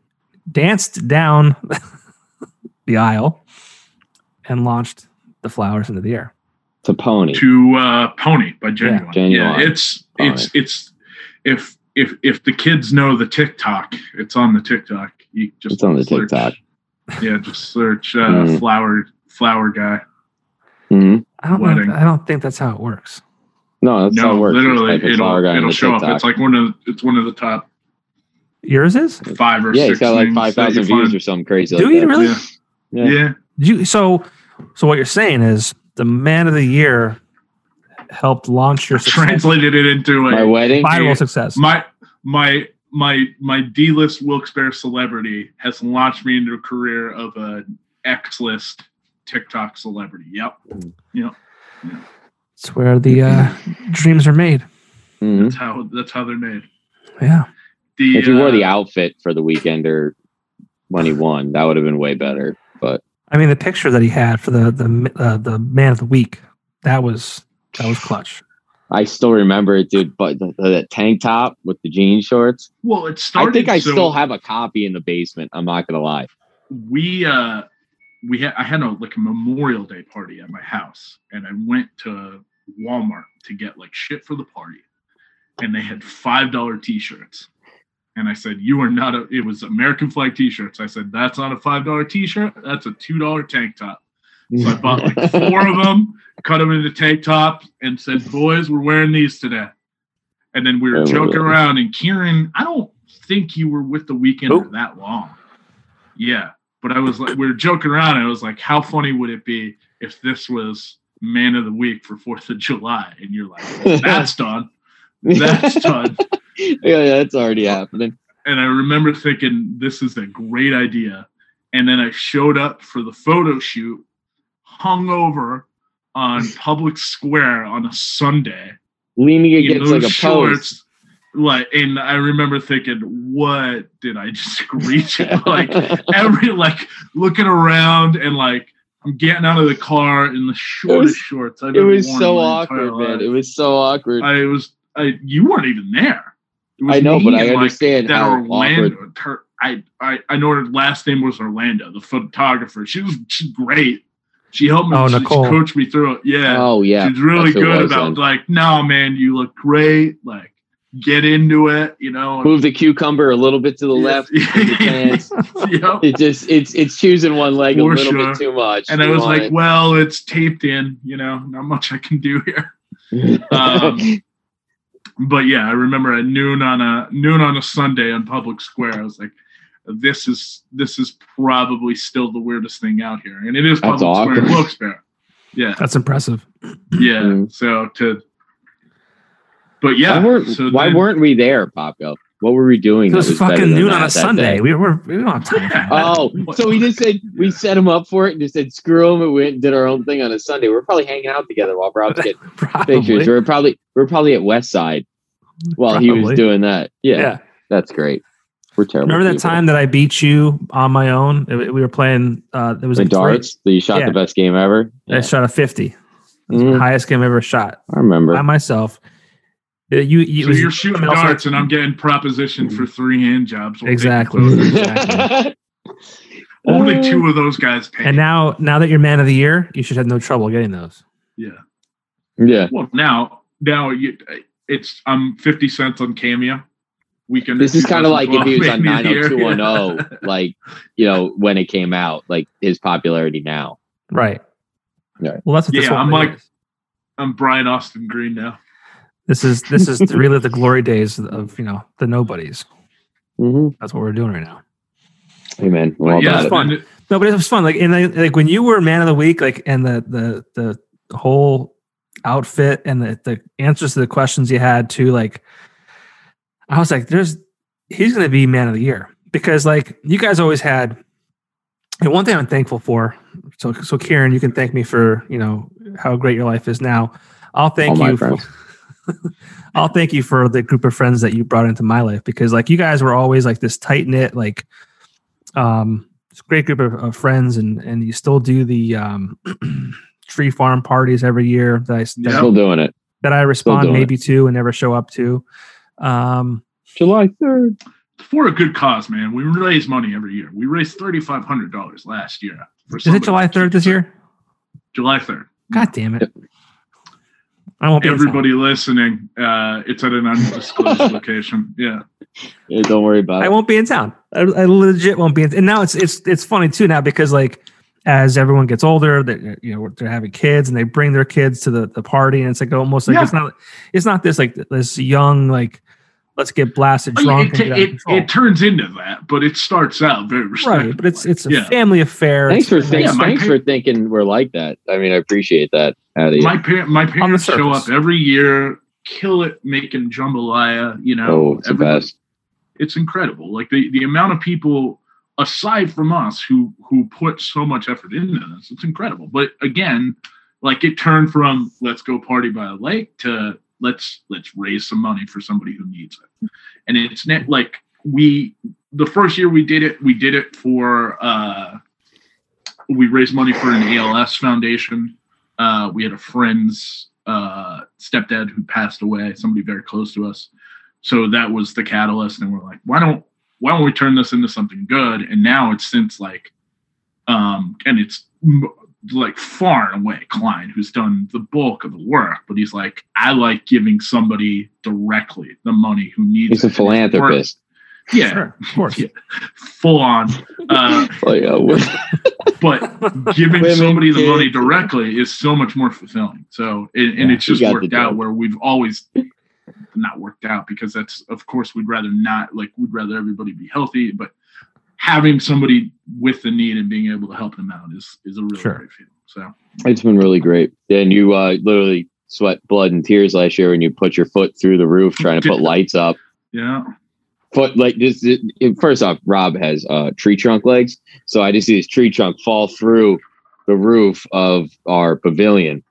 A: danced down the aisle and launched the flowers into the air.
B: To pony.
C: To uh, Pony by Genuine. Yeah,
B: Genuine.
C: it's it's
B: Pony.
C: it's if if if the kids know the TikTok, it's on the TikTok. You just
B: It's on the
C: search-
B: TikTok.
C: Yeah, just search uh,
B: Mhm.
C: flower flower guy.
B: hmm
A: I don't know,
C: Wedding.
A: I don't think that's how it works.
B: No, that's how it
C: no,
B: works.
C: literally,
B: Just type in flower
C: it'll,
B: guy on
C: it'll
B: the
C: show up.
B: TikTok.
C: It's like one of it's one of the top
A: Yours is?
C: five or
B: yeah,
C: six.
B: he's got like
C: things
B: five
C: that you
B: thousand views
C: find.
B: or something crazy.
A: Do
B: like
A: you
B: that.
A: really?
C: Yeah.
B: Yeah.
C: Yeah.
A: You so so what you're saying is the man of the year helped launch your success,
C: Translated it into
B: My
C: a
B: wedding.
A: viral success.
C: my my my my D list Wilkes-Barre celebrity has launched me into a career of a X list TikTok celebrity. Yep.
A: It's where the uh, dreams are made.
B: Mhm.
C: That's how that's how they're made.
A: Yeah.
C: The,
B: If you wore the
C: uh,
B: outfit for the weekend or when he won, that would have been way better. But
A: I mean the picture that he had for the the uh, the man of the week, that was that was clutch.
B: I still remember it, dude. But the, the, the tank top with the jean shorts.
C: well, it started.
B: I think I
C: so
B: still have a copy in the basement. I'm not gonna lie.
C: we uh we had I had a like a Memorial Day party at my house, and I went to Walmart to get like shit for the party, and they had five dollar T-shirts, and I said, "You are not a." It was American flag T-shirts. I said, "That's not a five dollar T-shirt. That's a two dollar tank top." So I bought like four of them, cut them into tank tops, and said, "Boys, we're wearing these today." And then we
B: I
C: were
B: remember
C: joking
B: that.
C: around, and Kieran, I don't think you were with the weekend
A: Nope.
C: that long. Yeah, but I was like, we were joking around. And I was like, how funny would it be if this was Man of the Week for Fourth of July? And you're like, that's done. That's done.
B: yeah, that's already happening.
C: And I remember thinking, this is a great idea. And then I showed up for the photo shoot, hungover on public square on a Sunday
B: Leaning
C: in
B: against like a
C: those
B: post.
C: Like, and I remember thinking, what did I just screech? at?" like, every like looking around and like I'm getting out of the car in the shortest
B: was-
C: shorts. I've
B: it
C: ever
B: was
C: worn
B: so
C: in my entire
B: awkward, man.
C: life.
B: It was so awkward. I,
C: I was, I you weren't even there. It was
B: know,
C: me
B: but I
C: and, like,
B: understand
C: that
B: how awkward.
C: Orlando. Her, I, I I know her last name was Orlando, the photographer. She was she's great. She helped me.
A: Oh,
C: she, she
A: Nicole.
C: coached me through it. Yeah.
B: Oh yeah,
C: She's really
B: that's who it
C: good
B: was
C: about
B: then.
C: like, no, man, you look great. Like, get into it. You know,
B: move the cucumber a little bit to the left. move your pants.
C: yep.
B: It just it's it's choosing one leg a
C: For
B: little
C: sure.
B: bit too much.
C: And I
B: You
C: was
B: want
C: like, well, it's taped in. You know, not much I can do here.
B: it.
C: um, But yeah, I remember at noon on a noon on a Sunday on public square, I was like, this is this is probably still the weirdest thing out here, and it is
B: That's
C: public square,
B: awkward.
C: looks fair. Yeah,
A: That's impressive.
C: yeah.
B: Mm.
C: So to, but yeah,
B: why weren't,
C: so
B: why
C: then-
B: weren't we there, Popko? What were we doing?
A: It
B: that
A: was,
B: better
A: fucking
B: than
A: noon
B: that
A: on a
B: that
A: Sunday.
B: day?
A: We were we don't have time. For that.
B: Oh, so we just said we set him up for it and just said screw him. And went and did our own thing on a Sunday. We're probably hanging out together while Rob's getting
A: Probably.
B: pictures. We're probably we're probably at West Side while he was
A: Probably.
B: doing that. Yeah,
A: yeah.
B: that's great. We're terrible.
A: Remember that
B: people.
A: time that I beat you on my own? It- we were playing. Uh, it was
B: the
A: like
B: darts that you shot
A: Yeah.
B: the best game ever.
A: three- I
B: Yeah.
A: shot a fifty,
B: Mhm.
A: highest game I ever shot
B: I remember.
A: by myself. Uh, You, you it
C: So
A: was-
C: you're shooting
A: I mean, also-
C: darts, and I'm getting proposition
B: Mm-hmm.
C: for three hand jobs. We'll take
A: Exactly.
C: those.
A: Exactly.
B: Oh.
C: Only two of those guys paid.
A: And now, now that you're man of the year, you should have no trouble getting those.
C: yeah.
B: Uh, yeah.
C: Well, now, now you, it's I'm fifty cents on Cameo. weekend.
B: This is kind of like if he was on
C: nine hundred two one zero.
B: 90210, like, you know, when it came out, like his popularity now.
A: Right.
B: Right.
A: Well, that's what this
C: Yeah,
A: whole
C: I'm
A: thing
C: like-
A: is.
C: I'm Brian Austin Green now.
A: this is this is to relive the glory days of you know the nobodies.
B: Mm-hmm.
A: That's what we're doing right now.
B: Hey, man. we're all
C: yeah,
B: about
A: it's
B: it.
A: fun.
C: and
A: No, but it was fun. Like and I, like when you were man of the week, like and the the the whole outfit and the the answers to the questions you had too. Like I was like, there's he's gonna be man of the year because like you guys always had. And one thing I'm thankful for, so so Kieran, you can thank me for you know how great your life is now. I'll thank
B: All my
A: you. For,
B: friends.
A: I'll thank you for the group of friends that you brought into my life because like you guys were always like this tight knit like um it's a great group of, of friends and and you still do the um tree farm parties every year that I that,
C: Yeah.
B: Still doing it.
A: that I respond
B: doing
A: maybe to and never show up to. Um
B: July 3rd.
C: for a good cause, man. We raise money every year. We raised thirty five hundred dollars last year. For
A: is it July 3rd this year?
C: July third.
A: God damn it. I won't be in town.
C: Everybody listening, uh, it's at an undisclosed location. Yeah,
B: Yeah, don't worry about
A: I
B: it.
A: won't be in town. I, I legit won't be in. And now it's it's it's funny too now because like as everyone gets older, that you know they're having kids and they bring their kids to the, the party and it's like almost like
C: Yeah.
A: it's not it's not this like this young like let's get blasted drunk
C: Oh, it,
A: and get out of
C: it,
A: control.
C: it turns into that, but it starts out very respectful.
A: right, but it's it's a
C: Yeah.
A: family affair.
B: Thanks for,
A: It's-
B: thanks,
C: Yeah, my
B: thanks for thinking we're like that. I mean, I appreciate that. Out of you.
C: My par- my parents show
A: surface.
C: up every year, kill it making jambalaya. You know,
B: Oh, it's the
C: everybody-
B: best.
C: it's incredible. Like the, the amount of people aside from us who who put so much effort into this, it's incredible. But again, like it turned from let's go party by a lake to let's let's raise some money for somebody who needs it. And it's net like we the first year we did it, we did it for uh we raised money for an ALS foundation. Uh we had a friend's uh stepdad who passed away, somebody very close to us so that was the catalyst and we're like why don't why don't we turn this into something good and now it's since like um and it's m- like far and away klein who's done the bulk of the work but he's like i like giving somebody directly the money who needs
B: He's a
C: it. And it's worked-
B: philanthropist.
C: yeah
A: sure, of course.
C: Yeah. full on uh
B: Like, uh, what-
C: but giving
B: Women,
C: somebody the
B: kids.
C: money directly is so much more fulfilling. So, and, and
B: Yeah,
C: it's
B: you
C: just
B: got
C: worked
B: the
C: out
B: joke.
C: where we've always not worked out because that's, of course, we'd rather not, like, we'd rather everybody be healthy, but having somebody with the need and being able to help them out is, is a really
A: Sure.
C: great feeling. So,
B: It's been really great. And you uh, literally sweat blood and tears last year when you put your foot through the roof trying to put lights up.
C: yeah.
B: Foot like this. It, it- first off, Rob has uh, tree trunk legs, so I just see his tree trunk fall through the roof of our pavilion.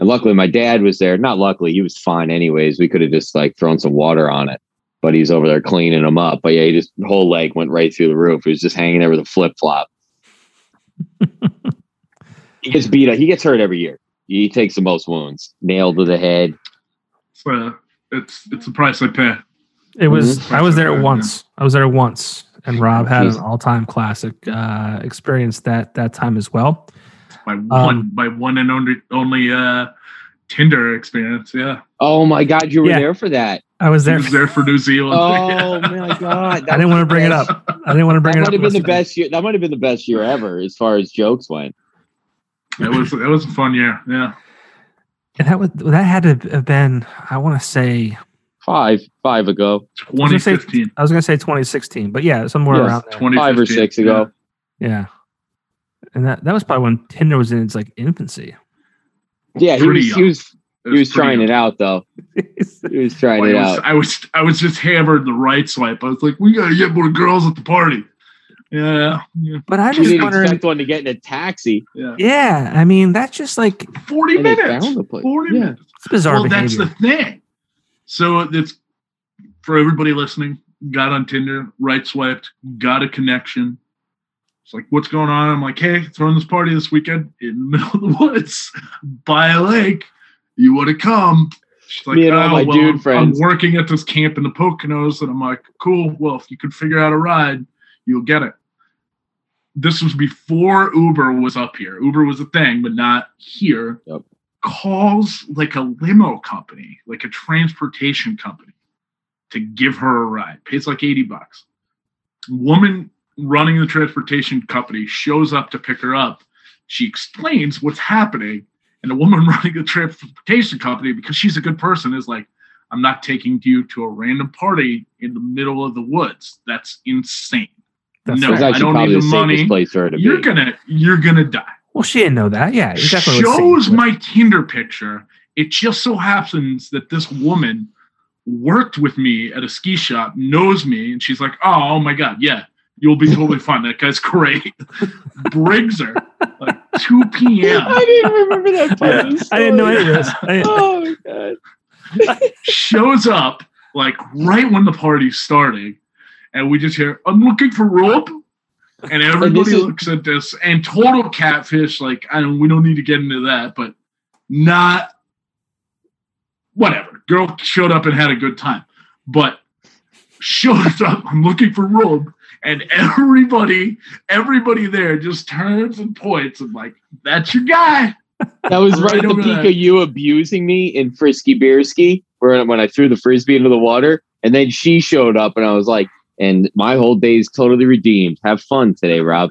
B: And luckily, my dad was there. Not luckily, he was fine anyways. We could have just like thrown some water on it, but he's over there cleaning them up. But yeah, he just whole leg went right through the roof. He was just hanging there with a flip flop. he gets beat up. He gets hurt every year. He takes the most wounds. Nailed to the head.
C: So uh, it's, it's the price I pay.
A: It was.
C: Mhm.
A: I was there once. I was there once, and Rob had an
B: Mm-hmm. Jeez.
A: all-time classic uh, experience that that time as well.
C: My
A: Um,
C: one, my one and only, only, uh, Tinder experience. Yeah.
B: Oh my God, you were
A: Yeah.
B: there for that.
A: I was
C: I
A: there.
C: was there for New Zealand.
B: Oh my God.
A: I didn't want to bring it up. I didn't want to bring
B: That
A: it up.
B: might have been the
A: unless-
B: best year. That might have been the best year ever as far as jokes went.
C: it was, it was a fun year. Yeah.
A: And that was that had to have been. I want to say.
B: Five, five ago,
C: 2015.
A: I was going to say 2016, but yeah, somewhere
B: Yes,
A: around there.
C: 2015.
B: five or six ago.
A: Yeah. And that, that was probably when Tinder was in its like infancy.
B: Yeah, he
C: Pretty
B: was, he
C: young.
B: was he was trying it out though. He was trying
C: I
B: it
C: was,
B: out.
C: I was I was just hammered the right swipe. I was like, we gotta get more girls at the party. Yeah, yeah,
A: But I'm
B: She
A: just
B: didn't
A: wondering.
B: expect one to get in a taxi,
C: yeah.
A: Yeah, I mean that's just like
C: Forty
B: and they
C: minutes.
B: found the place.
C: Forty
B: Yeah.
C: minutes.
A: it's bizarre
C: Well, that's
A: behavior.
C: the thing. So it's for everybody listening. Got on Tinder, right swiped, got a connection. It's like, what's going on? I'm like, hey, throwing this party this weekend in the middle of the woods by a lake. You want to come? She's like,
B: Me and all
C: oh,
B: my
C: well,
B: dude
C: I'm-
B: friends."
C: I'm working at this camp in the Poconos. And I'm like, cool. Well, if you could figure out a ride, you'll get it. This was before Uber was up here. Uber was a thing, but not here.
B: Yep.
C: Calls like a limo company, like a transportation company to give her a ride. Pays like 80 bucks. Woman running the transportation company shows up to pick her up. She explains what's happening. And the woman running the transportation company, because she's a good person, is like, I'm not taking you to a random party in the middle of the woods. That's insane.
A: That's
C: no,
B: It's
A: right.
C: I
B: actually
C: don't
B: probably
C: need
B: the
C: the
B: safest
C: money.
B: place for her to
C: You're
B: be.
C: gonna you're gonna die.
A: Well, she didn't know that. Yeah, it definitely was
C: shows
A: safe, but-
C: my Tinder picture. It just so happens that this woman worked with me at a ski shop, knows me, and she's like, "Oh, oh my god, yeah, you'll be totally fine. That guy's great." Briggs her like 2 p.m.
B: I didn't remember that part. of the
A: I didn't know
B: story.
A: any of this. I didn't-
B: Oh my god!
C: shows up like right when the party's starting, and we just hear, "I'm looking for rope," and everybody
B: is-
C: looks at this and total catfish. Like I don't, we don't need to get into that, but not whatever. Girl showed up and had a good time, but shows up. I'm looking for rope, and everybody, everybody there just turns and points and like, "That's your guy."
B: That was right,
C: Right
B: at the
C: over
B: peak
C: there.
B: of you abusing me in Frisky Beerski, where when I threw the frisbee into the water, and then she showed up, and I was like, "And my whole day is totally redeemed. Have fun today, Rob."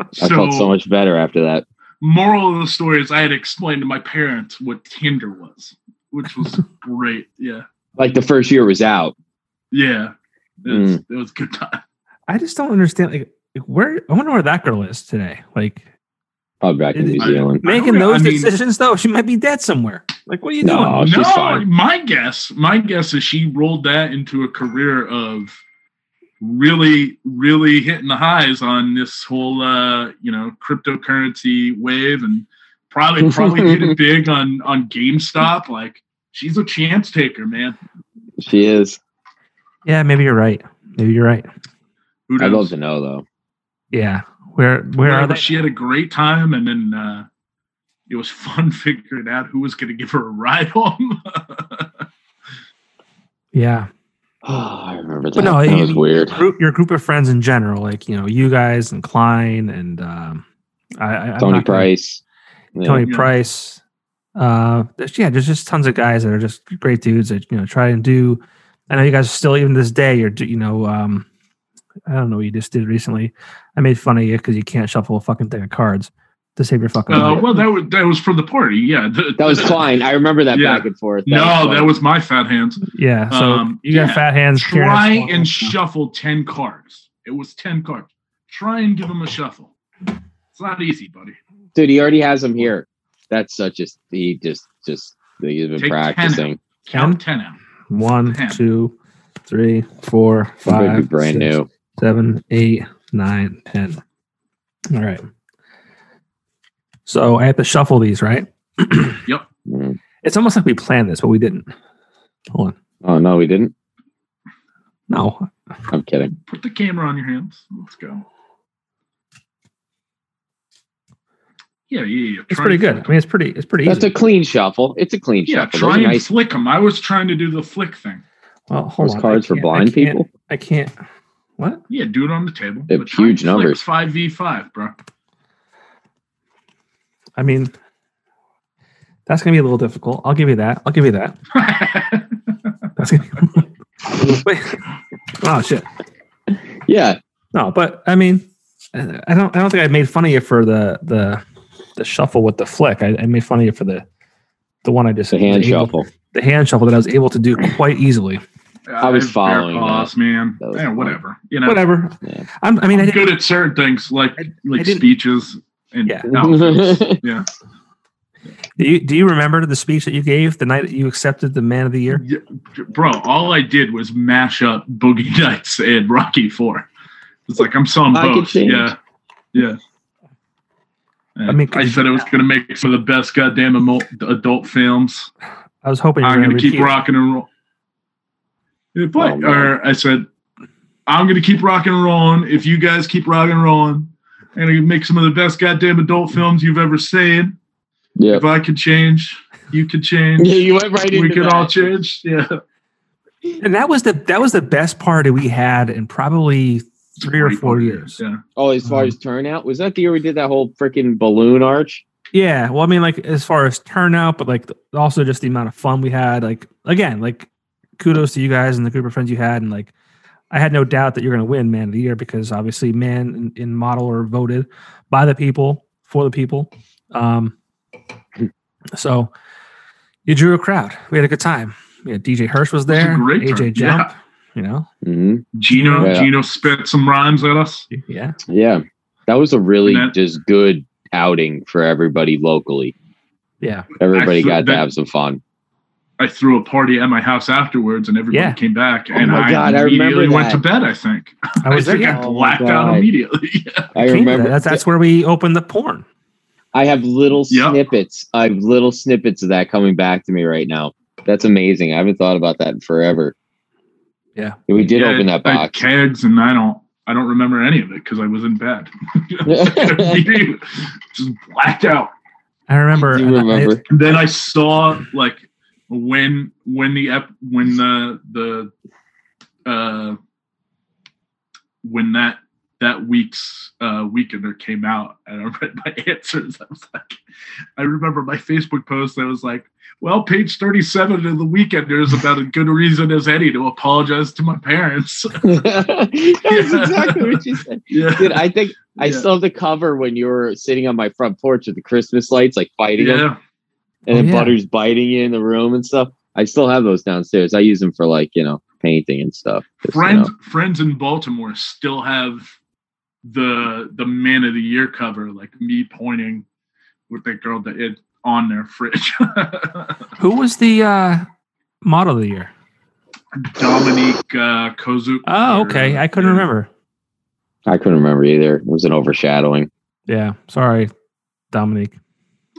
B: I felt so much better after that.
C: moral of the story is I had explained to my parents what Tinder was, which was great. Yeah.
B: Like the first year was out.
C: Yeah. It was, it was a good time.
A: I just don't understand. Like, like, where I wonder where that girl is today. Like
B: Probably back in New
C: I-
B: Zealand.
A: making
C: I
A: those
C: mean-
A: decisions though, she might be dead somewhere. Like, what are you
B: No.
A: doing?
B: Oh, she's
C: no,
B: fine.
C: my guess, my guess is she rolled that into a career of really, really hitting the highs on this whole uh, you know, cryptocurrency wave and probably probably hit it big on on GameStop. Like she's a chance taker, man.
B: She is.
A: Yeah, maybe you're right. Maybe you're right.
C: Who
B: I'd
C: knows?
B: love to know though.
A: Yeah. Where where
C: Yeah,
A: are
C: but
A: they?
C: She had a great time, and then uh, it was fun figuring out who was going to give her a ride home.
A: Yeah.
B: Oh, I remember that.
A: But no,
B: that
A: you-
B: was weird.
A: Group your group of friends in general, like you know, you guys and Klein and um I, I I'm
B: Tony
A: not gonna-
B: Price. Yeah.
A: Tony
C: Yeah.
A: Price. Uh, there's, yeah, there's just tons of guys that are just great dudes that you know try and do. I know you guys still even to this day. You're do- you know, um, I don't know what you just did recently. I made fun of you because you can't shuffle a fucking thing of cards to save your fucking.
C: uh,
A: life.
C: well, that was that was from the party. Yeah,
B: That was Klein. I remember that
C: Yeah.
B: back and forth.
C: No,
B: Klein.
C: that was my fat hands.
A: yeah. So
C: um,
A: you got
C: yeah.
A: fat hands. Karen
C: Try
A: has-
C: and shuffle ten cards. It was ten cards. Try and give them a shuffle. It's not easy, buddy.
B: dude. He already has him here. That's such a he just just he's been
C: Take
B: practicing.
C: Count ten out.
A: one,
C: Damn.
A: two, three, four,
B: He's gonna be
A: five,
B: brand
A: six,
B: new.
A: seven, eight, nine, ten. All right. So I have to shuffle these, right?
B: Mm.
A: It's almost like we planned this, but we didn't. Hold on.
B: Oh no, we didn't.
A: No.
B: I'm kidding.
C: Put the camera on your hands. Let's go. Yeah, yeah, yeah.
A: It's
C: Try
A: pretty
C: and
A: good.
C: flip
A: I mean, it's pretty, it's pretty
B: That's
A: easy.
B: a clean shuffle. It's a clean
C: Yeah,
B: shuffle. Those
C: try
B: are
C: and
B: nice
C: flick them. I was trying to do the flick thing.
A: well, hold
B: those
A: on. I
B: cards for
A: can't- I
B: blind
A: can't-
B: people.
A: I can't. What?
C: Yeah, do it on the table.
B: They have
C: But try and
B: huge
C: flick
B: numbers.
C: Five v five, bro.
A: I mean, that's going to be a little difficult. I'll give you that. I'll give you that. That's gonna be- Wait. Oh, shit.
B: Yeah,
A: No, but I mean, I I don't, I don't think I made fun of you for the, the, the shuffle with the flick. I, I made fun of you for the, the one I just
B: it's a hand
A: was able-
B: shuffle.
A: The hand shuffle that I was able to do quite easily.
C: I
B: was following that.
C: Boss, man.
B: That was
C: Yeah,
B: fun.
C: whatever. You know,
A: Whatever.
B: Yeah.
A: I'm, I mean, I
C: I'm
A: didn't,
C: good at certain things like like
A: didn't-
C: speeches and
A: Yeah.
C: outfits. yeah.
A: Do you do you remember the speech that you gave the night that you accepted the Man of the Year?
C: Yeah, Bro, all I did was mash up Boogie Nights and Rocky Four. It's like I'm selling
B: I could
C: both.
B: change.
C: Yeah. Yeah. I,
A: mean,
C: mean, I said it was going to make for the best goddamn emo- adult films.
A: I was hoping you
C: I'm
A: were
C: gonna
A: gonna
C: keep
A: repeat-
C: rocking and roll. If I,
B: Oh, man.
C: or I said, I'm gonna keep rocking and rolling. If you guys keep rocking and rolling, I'm gonna make some of the best goddamn adult films you've ever seen.
B: yeah.
C: If I could change, you could change.
B: Yeah, you went right into
C: we could
B: that.
C: all change. Yeah.
A: and that was the that was the best party we had in probably three or four years.
C: Yeah.
B: Oh, as far
A: Um,
B: as turnout, was that the year we did that whole freaking balloon arch?
A: Yeah, well, I mean, like as far as turnout, but like also just the amount of fun we had. Like again, like kudos to you guys and the group of friends you had. And like, I had no doubt that you're going to win Man of the Year because obviously Man in, in model are voted by the people for the people. Um, so you drew a crowd. We had a good time. Yeah, DJ Hirsch was
C: was a
A: there.
C: great
A: AJ
C: turn.
A: Jump. You know,
B: hmm
C: Gino
B: Yeah.
C: Gino spit some rhymes at us.
A: yeah,
B: Yeah, that was a really
C: And that-
B: just good outing for everybody locally.
A: yeah.
B: Everybody
C: Actually,
B: got to
C: that-
B: have some fun.
C: I threw a party at my house afterwards, and everybody
A: Yeah.
C: came back.
B: Oh
C: and
B: my God, I remember
C: immediately went to
B: that.
C: bed. I think
A: I was
C: I
A: there.
C: think
A: Yeah.
C: I
B: Oh my
C: blacked out
B: God.
C: immediately.
A: Came
B: I
A: to
B: remember
A: that. That's that's where we opened the porn.
B: I have little
C: Yeah.
B: snippets. I have little snippets of that coming back to me right now. That's amazing. I haven't thought about that in forever.
A: Yeah.
B: We did
C: Yeah,
B: open that
C: I had
B: box.
C: kegs, and I don't. I don't remember any of it because I was in bed. Just blacked out.
A: I remember.
B: Do
A: and
B: you
A: I-
B: remember?
C: And then I saw like when when the ep- when the the uh when that that week's uh weekender came out and I read my answers. I was like I remember my Facebook post that was like, well, page 37 of the weekender is about as good a reason as any to apologize to my parents.
B: That's exactly what you said.
C: yeah.
B: Dude, I think I
C: Yeah.
B: still have the cover when you were sitting on my front porch with the Christmas lights, like fighting them,
C: yeah.
B: and
A: Oh,
B: then
A: yeah.
B: Butter's biting you in the room and stuff. I still have those downstairs. I use them for like you know painting and stuff. Just, you
C: friends
B: know.
C: friends in baltimore still have the the man of the year cover like me pointing with that girl that it on their fridge
A: Who was the uh, model of the year?
C: dominique uh kozuk
A: Oh, okay. I couldn't
C: Yeah.
A: remember.
B: I couldn't remember either. It was an overshadowing.
A: Yeah. Sorry, Dominique.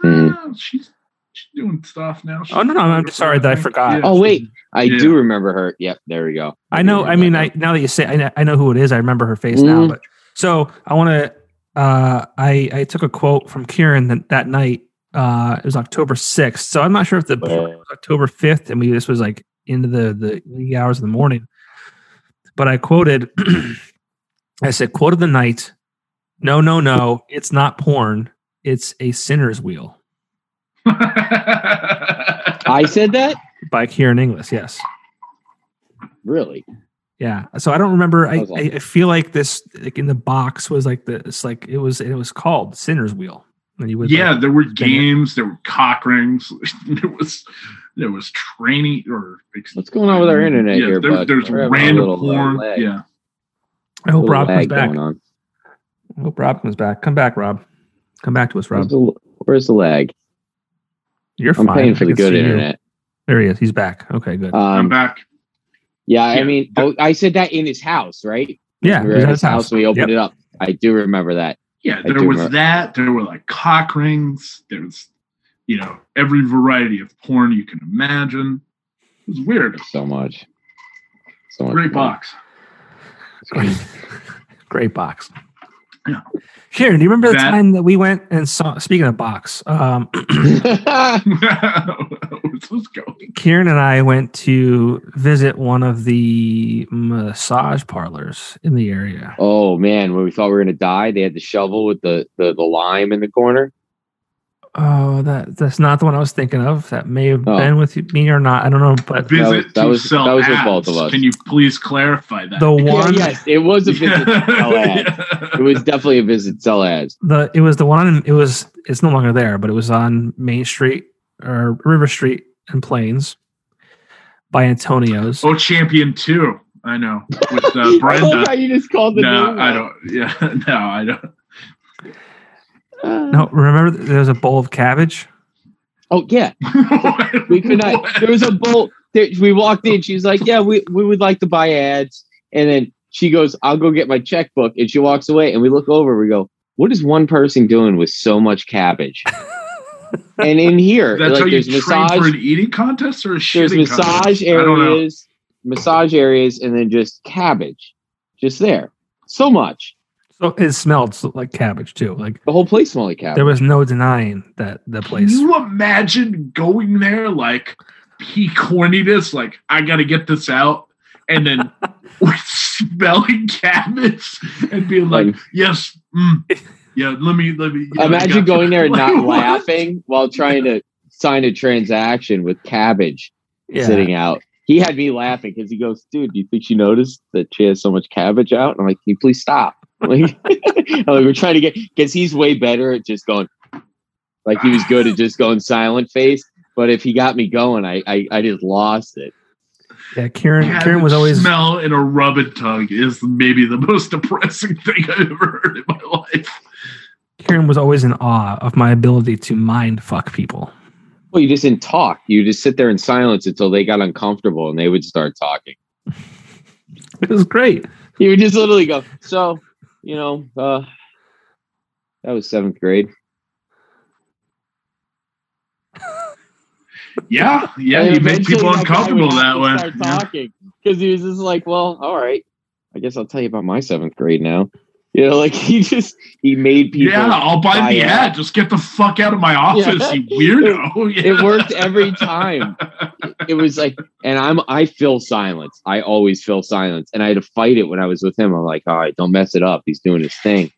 B: Mm.
C: Ah, she's she's doing stuff now
A: Oh, no, no, I'm just sorry that I forgot.
B: Oh, wait. I
C: Yeah.
B: do remember her. Yep, there we go.
A: I know. I mean, I now that you say, I know, I know who it is. I remember her face now.
B: Mhm.
A: But so I want to. Uh, I I took a quote from Kieran that, that night. Uh, it was October sixth. So I'm not sure if the
B: Yeah.
A: it was October fifth, and we this was like into the the wee hours of the morning. But I quoted. I said, "Quote of the night." No, no, no. It's not porn. It's a sinner's wheel
B: I said that
A: by Kieran Inglis. Yes.
B: really.
A: Oh, Yeah. So I don't remember. I,
B: Okay.
A: I, I feel like this like in the box was like this like it was it was called Sinner's Wheel. And you would like-
C: yeah there were
A: Bang it.
C: games there were cock rings there was there was training or
B: What's going on with our internet
C: yeah,
B: here?
C: there-
B: bud?
C: there's
B: We're having a
C: random
B: little, uh,
C: porn
B: lag-
C: yeah
A: I hope
B: little
A: Rob comes
B: lag
A: back.
B: going on.
A: I hope Rob comes back. Come back, Rob. Come back to us,
B: Where's
A: Rob.
B: the, where's the lag?
A: You're
B: I'm
A: fine.
B: paying
A: I
B: for the
A: can
B: good
A: see you.
B: internet.
A: There he is. He's back. Okay, good.
C: i'm
B: Um,
C: back
B: yeah, I
C: Yeah,
B: mean,
C: the-
B: oh, I said that in his house, right?
A: yeah,
B: we were
A: he's
B: at
A: at
B: his house. we opened it up. I do remember that.
C: Yeah,
B: I
C: there
B: do
C: was
B: remember-
C: that. There were like cock rings. There was, you know, every variety of porn you can imagine. It was weird.
B: So much. So much
C: Great
B: fun.
C: box.
A: Great, great box.
C: Yeah.
A: Kieran, do you remember the
C: That-
A: time that we went and saw? Speaking of box, um,
C: Where's this going?
A: Kieran and I went to visit one of the massage parlors in the area.
B: oh man, when we thought we were gonna die, they had the shovel with the the, the lime in the corner.
A: Oh, that that's not the one I was thinking of. That may have
B: Oh.
A: been with you- me or not. I don't know, but
C: Visit
B: was- that
C: to
B: was-
C: sell
B: that was with
C: abs.
B: both of us.
C: Can you please clarify that?
A: the
B: Yeah,
A: one
B: yes, it was a visit to sell ads. It was definitely a visit to sell ads.
A: the it was the one on it was it's no longer there, but it was on Main Street or River Street and Plains by Antonio's.
C: oh, Champion Two. I know with uh,
B: I love how
C: Brenda.
B: Oh, you just called the
C: No,
B: name
C: I
B: out.
C: don't. Yeah, no, I don't.
B: Uh,
A: No, remember th- there was a bowl of cabbage.
B: Oh yeah, we could not. There was a bolt. There, we walked in. She's like, "Yeah, we we would like to buy ads." And then she goes, "I'll go get my checkbook," and she walks away. And we look over. We go, "What is one person doing with so much cabbage?" and in here,
C: That's
B: like
C: how you
B: there's
C: train for
B: massage,
C: an eating contest or a
B: there's
C: shitting
B: massage
C: contest? I don't know.
B: areas, massage areas, and then just cabbage, just there. So much.
A: So it smelled so- like cabbage too. Like
B: The whole place smelled like cabbage.
A: there was no denying that the place.
C: Can you imagine going there like he corniness, like I gotta get this out, and then with smelling cabbage and being like,
B: Like-
C: yes, mm, yeah, let me let me you know, I
B: Imagine
C: got
B: going
C: you."
B: there and
C: Like,
B: not
C: what?
B: laughing while trying to sign a transaction with cabbage
A: Yeah.
B: sitting out. he had me laughing because he goes, "Dude, do you think she noticed that she has so much cabbage out?" And I'm like, "Can you please stop?" Like, I'm like we're trying to get because he's way better at just going. Like he was good at just going silent face, but if he got me going, I I, I just lost it.
A: Yeah, Karen. Karen was
C: Cabbage
A: always
C: smell in a rub and tug is maybe the most depressing thing I've ever heard in my life.
A: Karen was always in awe of my ability to mind fuck people.
B: Well, you just didn't talk. You just sit there in silence until they got uncomfortable and they would start talking.
A: It was great.
B: You would just literally go, so, you know, uh, that was seventh grade.
C: Yeah, yeah,
B: And
C: you make
B: eventually
C: people
B: that guy
C: uncomfortable
B: would have
C: that
B: to
C: way.
B: Start
C: Yeah.
B: talking because he was just like, well, all right, I guess I'll tell you about my seventh grade now. You know, like he just he made people.
C: Yeah, I'll buy
B: buy
C: the
B: it.
C: ad. Just get the fuck out of my office,
B: Yeah.
C: you weirdo. Yeah.
B: It worked every time. It- It was like, and I'm I fill silence. I always fill silence, and I had to fight it when I was with him. I'm like, all right, don't mess it up. He's doing his thing.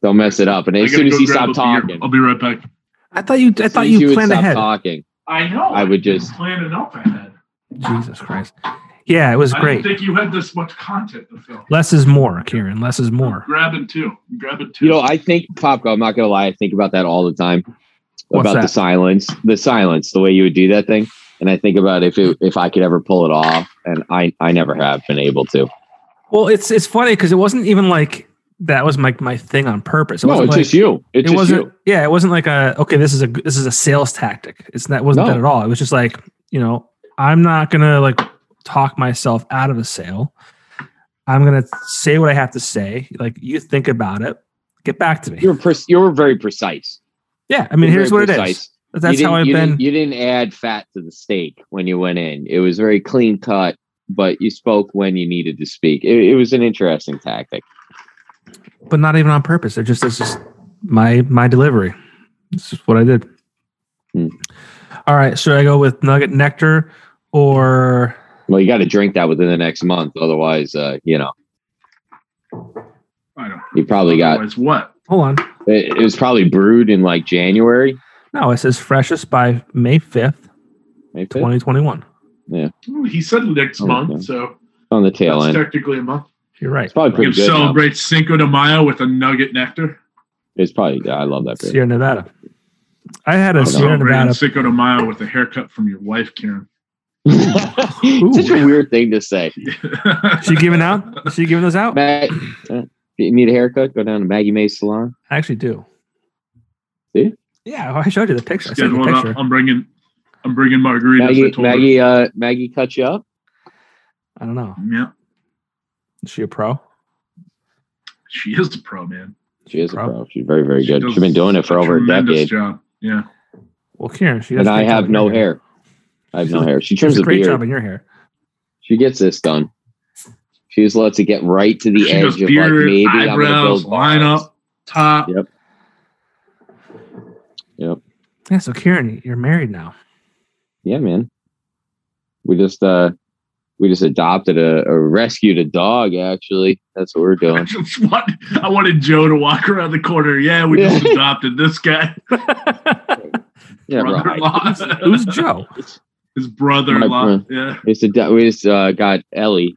B: Don't mess it up. And
C: I
B: as
C: gotta
B: soon as
C: go
B: he
C: grab
B: stopped
C: a beer.
B: talking,
C: I'll be right back.
A: I thought you. I
B: as soon
A: thought
B: as he
A: you
B: would
A: planned
B: stop
A: ahead.
B: talking.
C: I know.
B: I would just-
C: plan it up ahead.
A: Jesus Christ. Yeah, it was
C: I
A: great.
C: didn't think you had this much content to film.
A: Less is more, Karen. Less is more.
C: Grabbing two. Grabbing two.
B: You know, I think Popco. I'm not gonna lie. I think about that all the time.
A: What's
B: about the
A: that?
B: silence, the silence, the way you would do that thing, and I think about if it, if I could ever pull it off, and I I never have been able to.
A: Well, it's it's funny because it wasn't even like that was my my thing on purpose. It
B: no,
A: wasn't
B: it's
A: like,
B: just you. It's
A: it
B: just
A: wasn't.
B: you.
A: Yeah, it wasn't like a okay. This is a this is a sales tactic. It's not wasn't
B: No.
A: that at all. It was just like you know I'm not gonna like talk myself out of a sale. I'm gonna say what I have to say. Like you think about it, get back to me.
B: You were pres- you were very precise.
A: yeah, I mean here's what it is. That's how I've
B: you
A: been.
B: Didn't, you didn't add fat to the steak when you went in. It was very clean cut, but you spoke when you needed to speak. It, it was an interesting tactic.
A: but not even on purpose. They're just it's just my my delivery. This is what I did.
B: Hmm.
A: All right, should I go with nugget nectar or
B: Well, you got to drink that within the next month, otherwise, uh, you know,
C: I don't.
B: you probably got.
C: Otherwise, what?
A: hold on?
B: It, it was probably brewed in like January.
A: No, it says freshest by May fifth,
B: Maybe
A: twenty twenty one.
C: Ooh, He said next
B: Oh,
C: month,
B: okay.
C: so
B: on the tail
C: that's
B: end.
C: technically a month.
A: You're right.
B: It's probably pretty
C: You can
B: good. now.
C: celebrate Cinco de Mayo with a nugget nectar.
B: It's probably yeah, I love that beer.
A: Sierra Nevada. I had a
B: I'll
A: Sierra
C: Celebrating
A: Nevada.
C: Cinco de Mayo with a haircut from your wife, Karen.
B: Such a weird thing to say.
A: She giving out? She giving those out? I
B: Mag- uh, you need a haircut? Go down to Maggie Mae's salon.
A: actually do.
B: See?
A: Yeah, I showed you the picture. I sent you
C: Schedule
A: the
C: it up.
A: picture.
C: I'm bringing. I'm bringing margaritas. I
B: Maggie,
C: told her.
B: Maggie, uh, Maggie cut you up.
A: I don't know.
C: Yeah,
A: Is she a pro?
C: she is the pro man.
B: She is
A: Pro.
B: a pro. She's very, very
C: She
B: good.
C: does
B: She's been doing it for over a
C: tremendous
B: decade,
C: Job. Yeah.
A: Well, Karen, she does
B: and I
A: great job
B: have
A: in
B: no
A: your
B: hair. I have
A: She
B: no
A: does-
B: hair.
A: She
B: She
A: does
B: trims
A: a
B: a
A: great job
B: beard.
A: in your hair.
B: She gets this done. She just lets it get right to the
C: She
B: edge
C: does
B: of like
C: beard,
B: maybe I'm gonna
C: eyebrows,
B: build
C: line
B: bars.
C: up, top.
B: Yeah.
A: Yeah, so Karen, you're married now.
B: Yeah, man. We just uh we just adopted a, a rescued a dog. Actually, that's what we're
C: I
B: doing.
C: just want, I wanted Joe to walk around the corner. Yeah, we just
B: Yeah.
C: adopted this guy.
B: Yeah, right.
C: brother-in-law.
A: Who's Joe? Oh,
C: His brother-in-law.
B: My
C: Yeah.
B: It's a, do- we just uh, got Ellie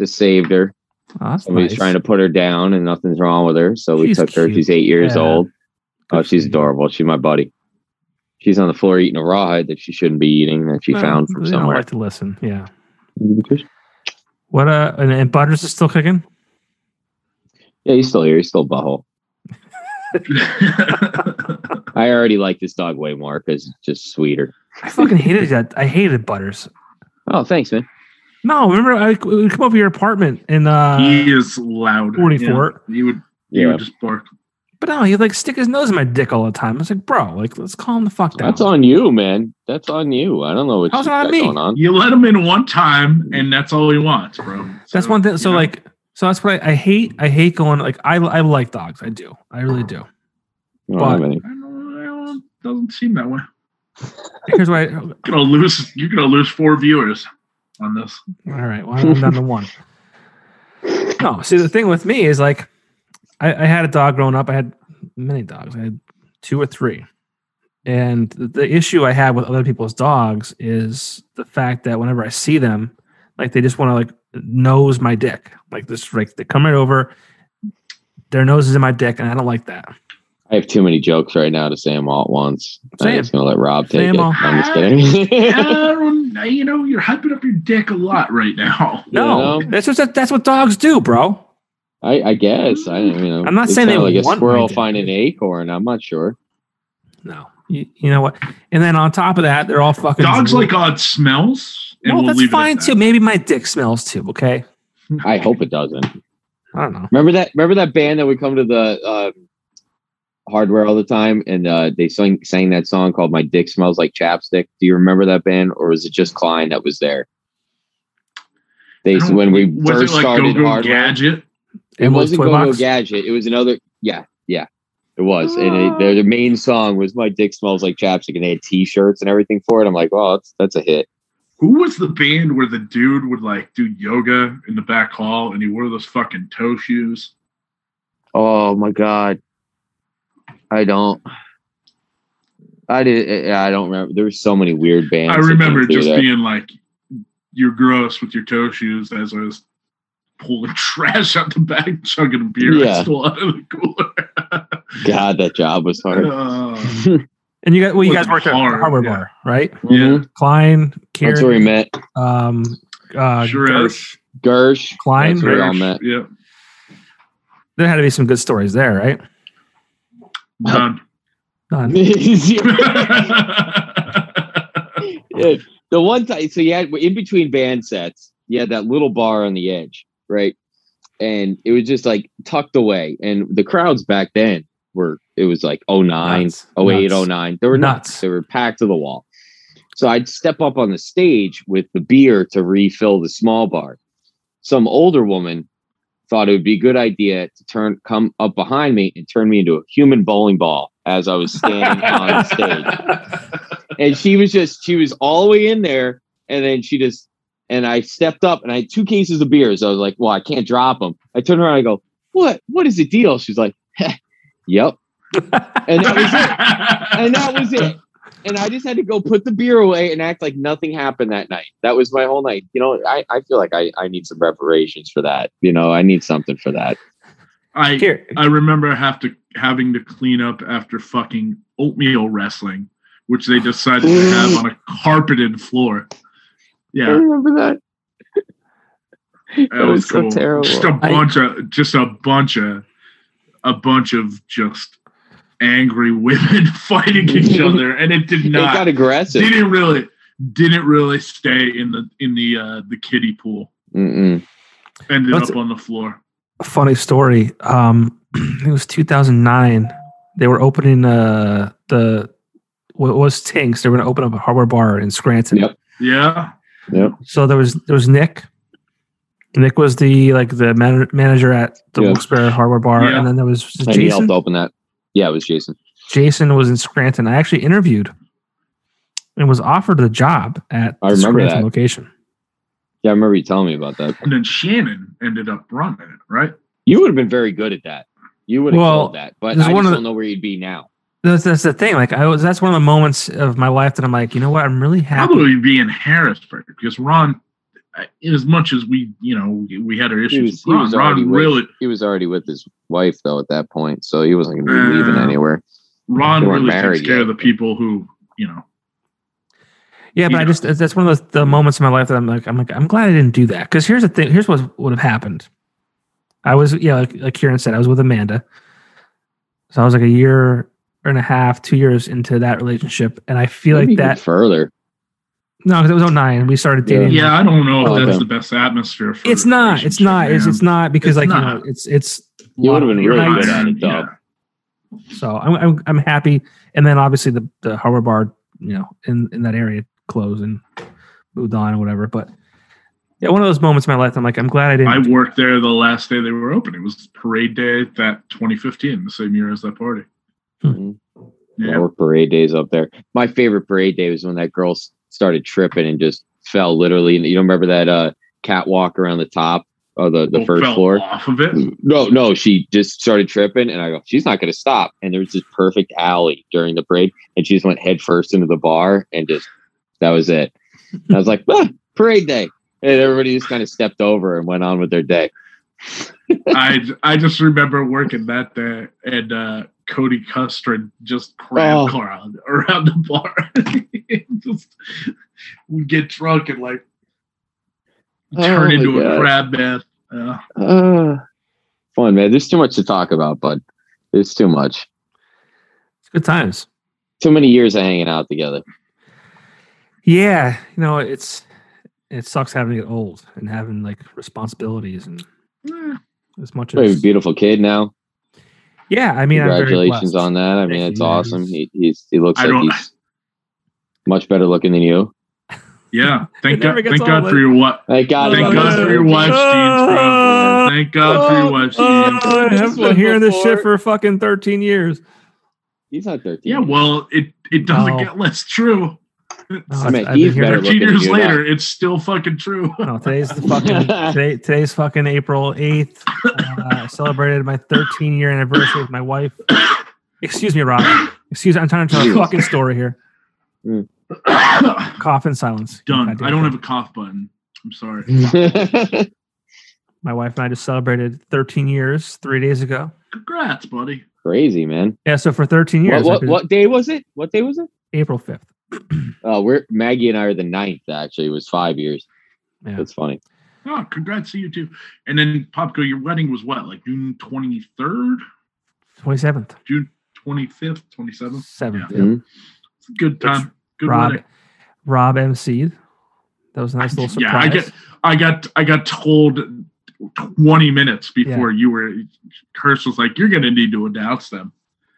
B: just saved her.
A: Oh, that's
B: Somebody's
A: nice.
B: trying to put her down, and nothing's wrong with her. So we
A: She's
B: took her.
A: cute.
B: She's eight years
A: Yeah.
B: old.
A: Good
B: oh, she's
A: for you.
B: adorable. She's my buddy. She's on the floor eating a rawhide that she shouldn't be eating that she
A: Well,
B: found from
A: they don't
B: somewhere.
A: like to listen. Yeah. What? Uh, and, and Butters is still cooking.
B: Yeah, he's still here. He's still butthole. I already like this dog way more because it's just sweeter.
A: I fucking hated that. I hated Butters.
B: Oh, thanks, man.
A: No, remember I we would come over to your apartment in uh,
C: he is loud.
A: 44.
C: Yeah. He would. He
B: Yeah,
C: would just bark.
A: but no, he'd like stick his nose in my dick all the time. I was like, bro, like let's calm the fuck down.
B: that's on you, man. That's on you. I don't know what
A: How's
B: you
A: it on
B: got
A: me?
B: going on.
C: You let him in one time, and that's all he wants, bro.
A: That's
C: So,
A: one thing. So
C: you know,
A: like, so that's what I, I hate. I hate going like I I like dogs. I do. I really do.
B: You don't have
A: But-
B: any.
C: I don't, I don't, doesn't seem that way.
A: Here's why. I,
C: You're gonna lose. You're gonna lose four viewers on this.
A: All right. Well, I'm down to one. No, see, the thing with me is like, I, I had a dog growing up. I had many dogs. I had two or three. And the issue I have with other people's dogs is the fact that whenever I see them, like they just want to like nose my dick. Like this, like they come right over, their nose is in my dick, and I don't like that.
B: I have too many jokes right now to say them all at once.
A: Say
B: I'm just gonna let Rob
A: Say
B: take
A: 'em
B: it.
A: all.
B: I'm just kidding.
C: Aaron, you know, you're hyping up your dick a lot right now.
A: No,
B: Yeah.
A: that's what that's what dogs do, bro.
B: I, I guess. I you know.
A: I'm not
B: it's
A: saying they
B: kinda like a
A: want
B: squirrel
A: my dick.
B: find an acorn. I'm not sure.
A: No, you, you know what? And then on top of that, they're all fucking
C: Dogs like odd smells.
A: No, that's
C: leave it at
A: fine
C: that.
A: too. Maybe my dick smells too. Okay,
B: I hope it doesn't.
A: I don't know.
B: Remember that? Remember that band that would come to the uh, hardware all the time, and uh, they sang, sang that song called "My Dick Smells Like Chapstick." Do you remember that band, or was it just Klein that was there? They
C: I don't-
B: when we
C: Was
B: first
C: it like
B: started
C: Go Go
B: hardware,
C: Gadget?
B: it wasn't
A: Toy
B: Go Go
A: Box?
B: Gadget. It was another. Yeah, yeah, it was. And it, their, their main song was "My Dick Smells Like Chapstick," and they had T-shirts and everything for it. I'm like, oh, that's that's a hit.
C: Who was the band where the dude would like do yoga in the back hall and he wore those fucking toe shoes?
B: Oh my god, I don't. I did. I don't remember. There were so many weird bands.
C: I
B: that came
C: remember it
B: through
C: just
B: there.
C: being like, "You're gross with your toe shoes." As I was pulling trash out the bag, chugging beer,
B: Yeah.
C: I stole out of the cooler.
B: God, that job was hard.
C: Uh,
A: And you got well, you
C: Wasn't
A: guys worked at
C: hard,
A: the hardware
C: yeah.
A: bar, right?
B: Mm-hmm.
C: yeah,
A: Klein,
B: That's
A: Karen,
B: where we met.
A: um, uh,
C: Sure
A: Gersh,
B: Gersh.
A: Klein.
B: That's where we all
A: right?
B: met.
C: yeah,
A: There had to be some good stories there, right?
C: done.
A: None.
B: Yeah, the one time, so you had in between band sets, you had that little bar on the edge, right? And it was just like tucked away. And the crowds back then were, it was like 09,
A: Nuts.
B: 08,
A: Nuts.
B: 09. They were nuts.
A: Nuts.
B: They were packed to the wall. So I'd step up on the stage with the beer to refill the small bar. Some older woman thought it would be a good idea to turn come up behind me and turn me into a human bowling ball as I was standing on stage. And she was just she was all the way in there and then she just and I stepped up and I had two cases of beers. I was like, well, I can't drop them. I turned around and I go, what? What is the deal? She's like, yep. And that was it and that was it. And I just had to go put the beer away and act like nothing happened that night. That was my whole night. You know, I, I feel like I, I need some reparations for that. You know, I need something for that.
C: I
A: Here,
C: I remember have to having to clean up after fucking oatmeal wrestling, which they decided to have on a carpeted floor.
B: I
C: Yeah,
B: remember that.
C: that
B: was
C: was,
B: so
C: cool.
B: terrible.
C: Just a
A: I-
C: bunch of just a bunch of a bunch of just angry women fighting each other, and it did
B: It got
C: not.
B: aggressive.
C: didn't really didn't really stay in the in the uh the kiddie pool.
B: Mm-mm.
C: Ended
A: What's-
C: up on the floor.
A: a funny story. Um, it was 2009. They were opening uh, the what was Tinks. They were going to open up a hardware bar in Scranton.
B: Yep.
C: Yeah,
B: Yep.
A: So there was there was Nick. Nick was the like the man- manager at the
B: Yeah.
A: Wilkes-Barre Hardware Bar,
C: Yeah.
A: and then there was
B: And he helped
A: Jason.
B: open that. Yeah, it was Jason.
A: Jason was in Scranton. I actually interviewed and was offered the job at
B: I
A: the
B: remember
A: Scranton
B: that.
A: location.
B: Yeah, I remember you telling me about that.
C: and then Shannon ended up running it, right?
B: You would have been very good at that. You would have
A: Well,
B: killed that. But I
A: there's
B: just
A: one of
B: don't
A: the-
B: know where you'd be now.
A: That's that's the thing. Like I was, that's one of the moments of my life that I'm like, you know what? I'm really happy.
C: probably be in Harrisburg because Ron, uh, as much as we, you know, we had our
B: He
C: issues.
B: was, he
C: with Ron,
B: was already
C: Ron
B: with,
C: really,
B: he was already with his wife though at that point, so he wasn't gonna be leaving
C: Uh,
B: anywhere.
C: Ron
B: They weren't
C: really
B: married
C: takes care of the
B: yet.
C: people who, you know,
A: Yeah, but
C: you
A: I
C: know.
A: just uh, that's one of those the moments in my life that I'm like I'm like I'm glad I didn't do that because here's the thing here's what would have happened. I was yeah like, like Kieran said I was with Amanda, so I was like a year and a half two years into that relationship and I feel
B: Maybe
A: like
B: even
A: that
B: further.
A: no because it was 09 we started
B: Yeah.
A: dating
C: yeah, I don't know if
B: Oh,
C: that's
B: okay.
C: the best atmosphere. For
A: it's
C: a
A: not it's
C: relationship,
A: not it's,
C: man.
A: it's not because
C: It's
A: like you
C: not.
A: know it's it's
B: You would have been really
A: nights.
B: good at it though.
C: Yeah.
A: so I'm, I'm I'm happy and then obviously the the harbor bar you know in in that area closed and moved on or whatever but yeah one of those moments in my life I'm like I'm glad I didn't
C: I worked there the last day they were open. It was parade day that 2015, the same year as that party.
A: Hmm.
B: I
C: Yeah.
B: work parade days up there. My favorite parade day was when that girl s- started tripping and just fell literally. And you don't remember that uh, catwalk around the top of the, the
C: Well,
B: first
C: Oh, fell
B: floor. Hmm.
C: off of it.
B: No, no, she just started tripping, and I go, she's not going to stop. And there was this perfect alley during the parade, and she just went head first into the bar, and just that was it. And I was like, ah, parade day, and everybody just kind of stepped over and went on with their day.
C: I I just remember working that day and uh, Cody Custard just
B: Oh.
C: crab around around the bar. just would get drunk and like turn
B: Oh,
C: into
B: my
C: a
B: God.
C: crab man. Uh,
B: Uh, fun, man. There's too much to talk about, bud. There's too much.
A: It's good times.
B: Too many years of hanging out together.
A: Yeah, you know, it's it sucks having to get old and having like responsibilities and
C: eh,
A: as much
B: We have a
A: as
B: beautiful kid now.
A: yeah. I mean,
B: Congratulations
A: I'm very
B: on that. I mean,
A: Thank
B: it's
A: you, man.
B: awesome. He, he's he looks
C: I
B: like
C: don't-
B: he's much better looking than you.
C: yeah, thank
A: It never
C: God,
A: gets
C: thank God
A: old, eh?
C: for your wife.
B: Thank God.
C: Thank
B: for
C: God
B: that.
C: for your wife's genes,
A: Ah.
C: bro. Thank God for your wife's genes.
A: Oh, I have
B: This
A: been hearing this
B: one
A: shit for fucking 13 years.
B: He's not 13.
C: Yeah, well, it it doesn't
A: No.
C: get less true.
A: Oh,
B: I mean,
A: I've been
B: he's
A: hearing
B: Oh. better
A: it-
B: looking
C: Thirteen years
B: than you,
C: later, it's still fucking true.
A: No, today's the fucking today, today's fucking April 8th. Uh, I celebrated my 13 year anniversary with my wife. Excuse me, Rob. Excuse me, I'm trying to tell a
B: Jesus.
A: fucking story here.
C: Done.
A: Cough in silence. Goddamn
C: I don't
A: thing.
C: have a cough button. I'm sorry.
A: my wife and I just celebrated 13 years three days ago.
C: Congrats, buddy.
B: Crazy, man.
A: Yeah, so for 13
B: What,
A: years,
B: what,
A: I've been-
B: what day was it? What day was it?
A: April 5th.
B: Uh, we're Maggie and I are the ninth, actually. It was five years.
A: Yeah.
B: That's funny.
C: Oh, congrats to you too. And then Popko, your wedding was what, like June twenty third,
A: 27th.
C: June twenty fifth, twenty seventh.
A: 7th.
B: Mhm.
C: It's a good time. Good
A: Rob,
C: wedding.
A: Rob MC'd. That was a nice little surprise.
C: Yeah, I get, I got, I got told twenty minutes before you were. Curse was like, "You're gonna need to announce them."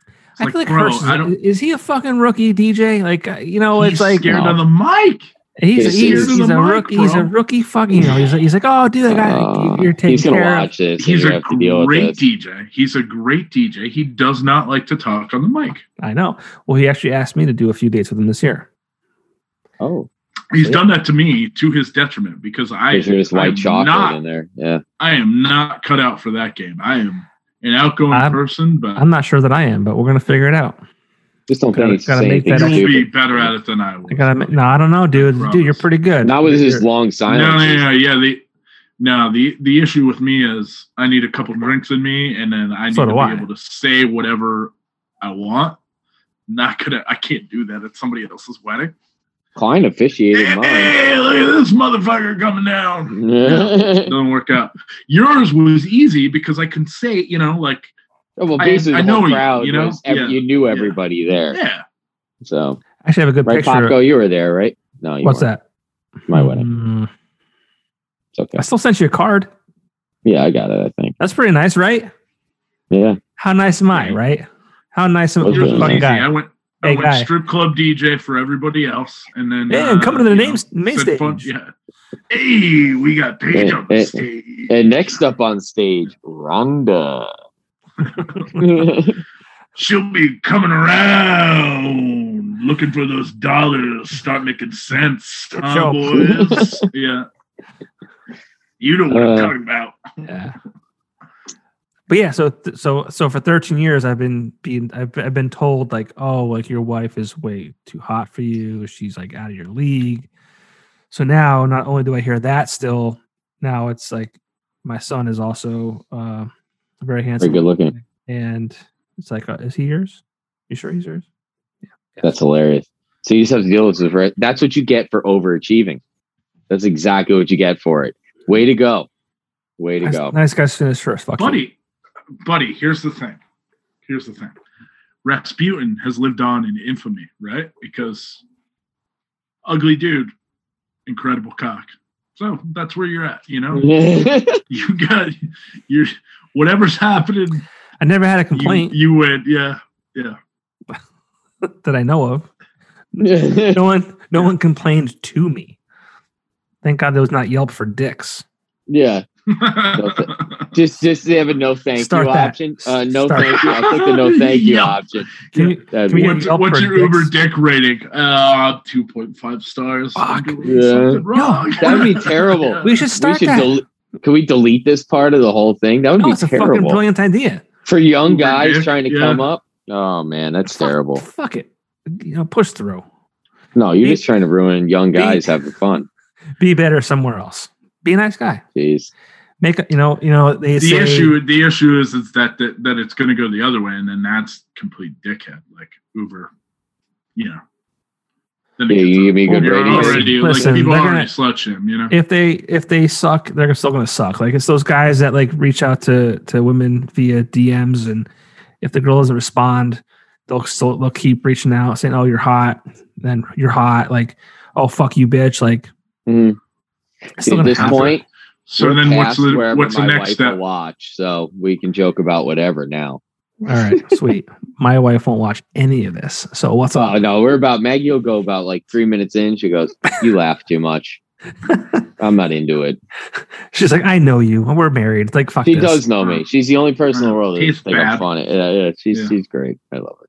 C: It's
A: I feel like
C: bro,
A: Hirsch
C: I don't.
A: is, is he a fucking rookie DJ? Like, uh, you know,
C: he's
A: it's like
C: scared
B: no.
C: on the mic.
A: he's,
B: He's
A: he's,
B: scared
A: he's,
C: of the
A: a
C: mic,
A: rookie. He's a
C: bro.
A: rookie fucking, you know, he's, he's like, oh, dude, I got
B: Uh,
A: you're taking
B: he's gonna
A: care of.
B: watch this.
C: He's
B: and you
C: a
B: have to deal with
C: great
B: this.
C: DJ. He's a great DJ. He does not like to talk on the mic.
A: I know. Well, he actually asked me to do a few dates with him this year.
B: Oh,
C: He's
B: Yeah.
C: done that to me to his detriment because I,
B: there's just white
C: I'm
B: chocolate
C: not
B: in there. Yeah.
C: I am not cut out for that game. I am an outgoing
A: I'm-
C: person, but
A: I'm not sure that I am, but we're gonna figure it out.
B: Just don't
A: Gotta-
B: think it's the
A: gotta
B: same
A: make
B: thing.
A: that
C: you'll be
B: stupid.
C: better at it than I will.
A: I gotta. ma- No, I don't know, dude. Dude, you're
C: promise.
A: pretty good.
B: Not with
A: You're-
B: his long
C: No, no,
B: silence.
C: no, yeah. The no, the the issue with me is I need a couple drinks in me, and then I need
A: So
C: to
A: do
C: be
A: I.
C: able to say whatever I want. Not gonna. I can't do that at somebody else's wedding.
B: Klein officiated
C: Hey, hey, look at this motherfucker coming down.
B: mine.
C: Doesn't work out. Yours was easy because I can say, you know, like,
B: Oh, well,
C: I-
B: basically,
C: I
B: the
C: know
B: whole
C: you,
B: crowd,
C: you know?
B: was every-
C: Yeah.
B: you knew everybody there.
C: yeah,
B: So,
A: I actually have a good
B: right,
A: picture.
B: Popko, you were there, right? No, you
A: What's
B: weren't.
A: that?
B: My wedding.
A: Mm,
B: It's okay.
A: I still sent you a card.
B: Yeah, I got it, I think.
A: That's pretty nice, right?
B: Yeah.
A: How nice am I, right? How nice am I?
B: Well,
C: yours
A: You're
B: yeah.
A: a
C: was
A: fucking
C: easy. I
A: guy.
C: went, I
A: Hey,
C: went
A: guy.
C: strip club DJ for everybody else, and then
A: Yeah,
C: uh,
A: and coming to the
C: you
A: names main
C: said
A: stage.
C: fun- yeah. Hey, we got Paige
B: Eh,
C: on the
B: eh,
C: stage.
B: And next up on stage, Rhonda.
C: She'll be coming around looking for those dollars. Start making sense,
A: Good
C: huh,
A: job.
C: boys. yeah. You know what
B: Uh,
C: I'm talking about.
A: Yeah. But yeah, so th- so so for 13 years, I've been being I've, I've been told like, oh, like your wife is way too hot for you. She's like out of your league. So now, not only do I hear that, still now it's like my son is also uh, very handsome,
B: Very good looking.
A: and it's like, uh, is he yours? You sure he's yours?
B: That's hilarious. So you just have to deal with this, right? That's what you get for overachieving. That's exactly what you get for it. Way to go. Way to
A: nice,
B: go.
A: nice guy's finished first. Fuck you.
C: buddy, buddy. Here's the thing. Here's the thing. Rasputin has lived on in infamy, right? Because ugly dude, incredible cock. So that's where you're at. You
A: Mm-hmm.
C: know, you got your whatever's happening.
A: I never had a
C: You,
A: complaint
C: you win. Yeah,
A: that I know of. No one, no one complained to me. Thank God there was not Yelp for dicks.
B: yeah. Just just they have a no thank
A: Start
B: you
A: that.
B: option. Uh, no
A: Start-
B: thank you. I'll take the no thank you
C: Yeah.
B: option.
A: Can you,
B: That'd
A: Can we
B: be-
A: get-
C: what's
A: Yelp
C: what's
A: for
C: your
A: dicks?
C: Uber dick rating? Uh, two point five stars.
A: Fuck.
C: I'm doing
B: Yeah.
C: something wrong.
B: That would be terrible.
A: we should
B: we
A: start
B: should
A: that.
B: del- Can we delete this part of the whole thing? That would
A: No,
B: be
A: it's a fucking
B: terrible
A: brilliant idea.
B: for young
C: Uber
B: guys
C: dick,
B: trying to
C: yeah.
B: come up. Oh man, that's
A: Fuck-
B: terrible.
A: Fuck it. You know, push through.
B: No, you're
A: Be-
B: just trying to ruin young
A: be-
B: guys having fun.
A: Be better somewhere else. Be a nice guy.
B: Jeez.
A: Make a, you know, you know, they
C: the
A: say
C: issue the issue is is that that, that it's going to go the other way, and then that's complete dickhead, like Uber, you know. Then it
B: Yeah,
C: gets
B: you
C: a-
B: give me good
C: you're
B: ratings.
C: Already,
A: Listen,
C: like people
A: they're
C: already
A: gonna-
C: slouch him, you know.
A: if they if they suck, they're still gonna suck. Like it's those guys that like reach out to to women via DMs, and if the girl doesn't respond, they'll still they'll keep reaching out saying, "Oh, you're hot," then you're hot. Like, "Oh, fuck you, bitch." Like,
B: Mhm.
A: it's
B: See,
A: still
B: At
A: gonna
B: this
A: happen.
B: point,
C: so
B: we're
C: then, what's
B: past
C: the
B: wherever
C: what's the
B: my
C: next
B: wife
C: step?
B: Will watch, so we can joke about whatever now.
A: All right, sweet. My wife won't watch any of this. So what's
B: Oh
A: up?
B: no, we're about Maggie will go about like three minutes in. She goes, You laugh too much. I'm not into it.
A: She's like, I know you. We're married. Like, fuck
B: She
A: this.
B: does know me. She's the only person in the world that
C: She's
B: think I'm
C: bad.
B: funny. Yeah, yeah, she's
C: Yeah.
B: she's great. I love her.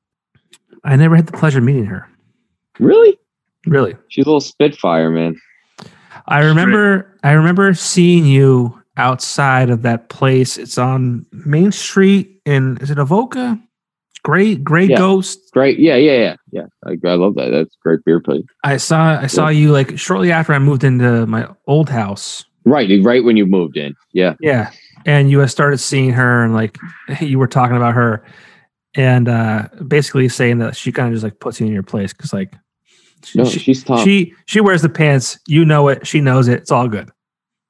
A: I never had the pleasure of meeting her.
B: Really?
A: Really.
B: She's a little spitfire, man.
A: I remember I remember seeing you outside of that place. It's on Main Street in is it Avoca? Gray Gray
B: Yeah.
A: Ghost.
B: Great. Yeah, yeah, yeah. Yeah. I, I love that. That's a great beer place.
A: I saw I saw you like shortly after I moved into my old house.
B: Right, right when you moved in. Yeah.
A: Yeah. And you had started seeing her and like you were talking about her and uh basically saying that she kind of just like puts you in your place because like
B: No,
A: she,
B: she's top.
A: she she wears the pants, you know it, she knows it, it's all good.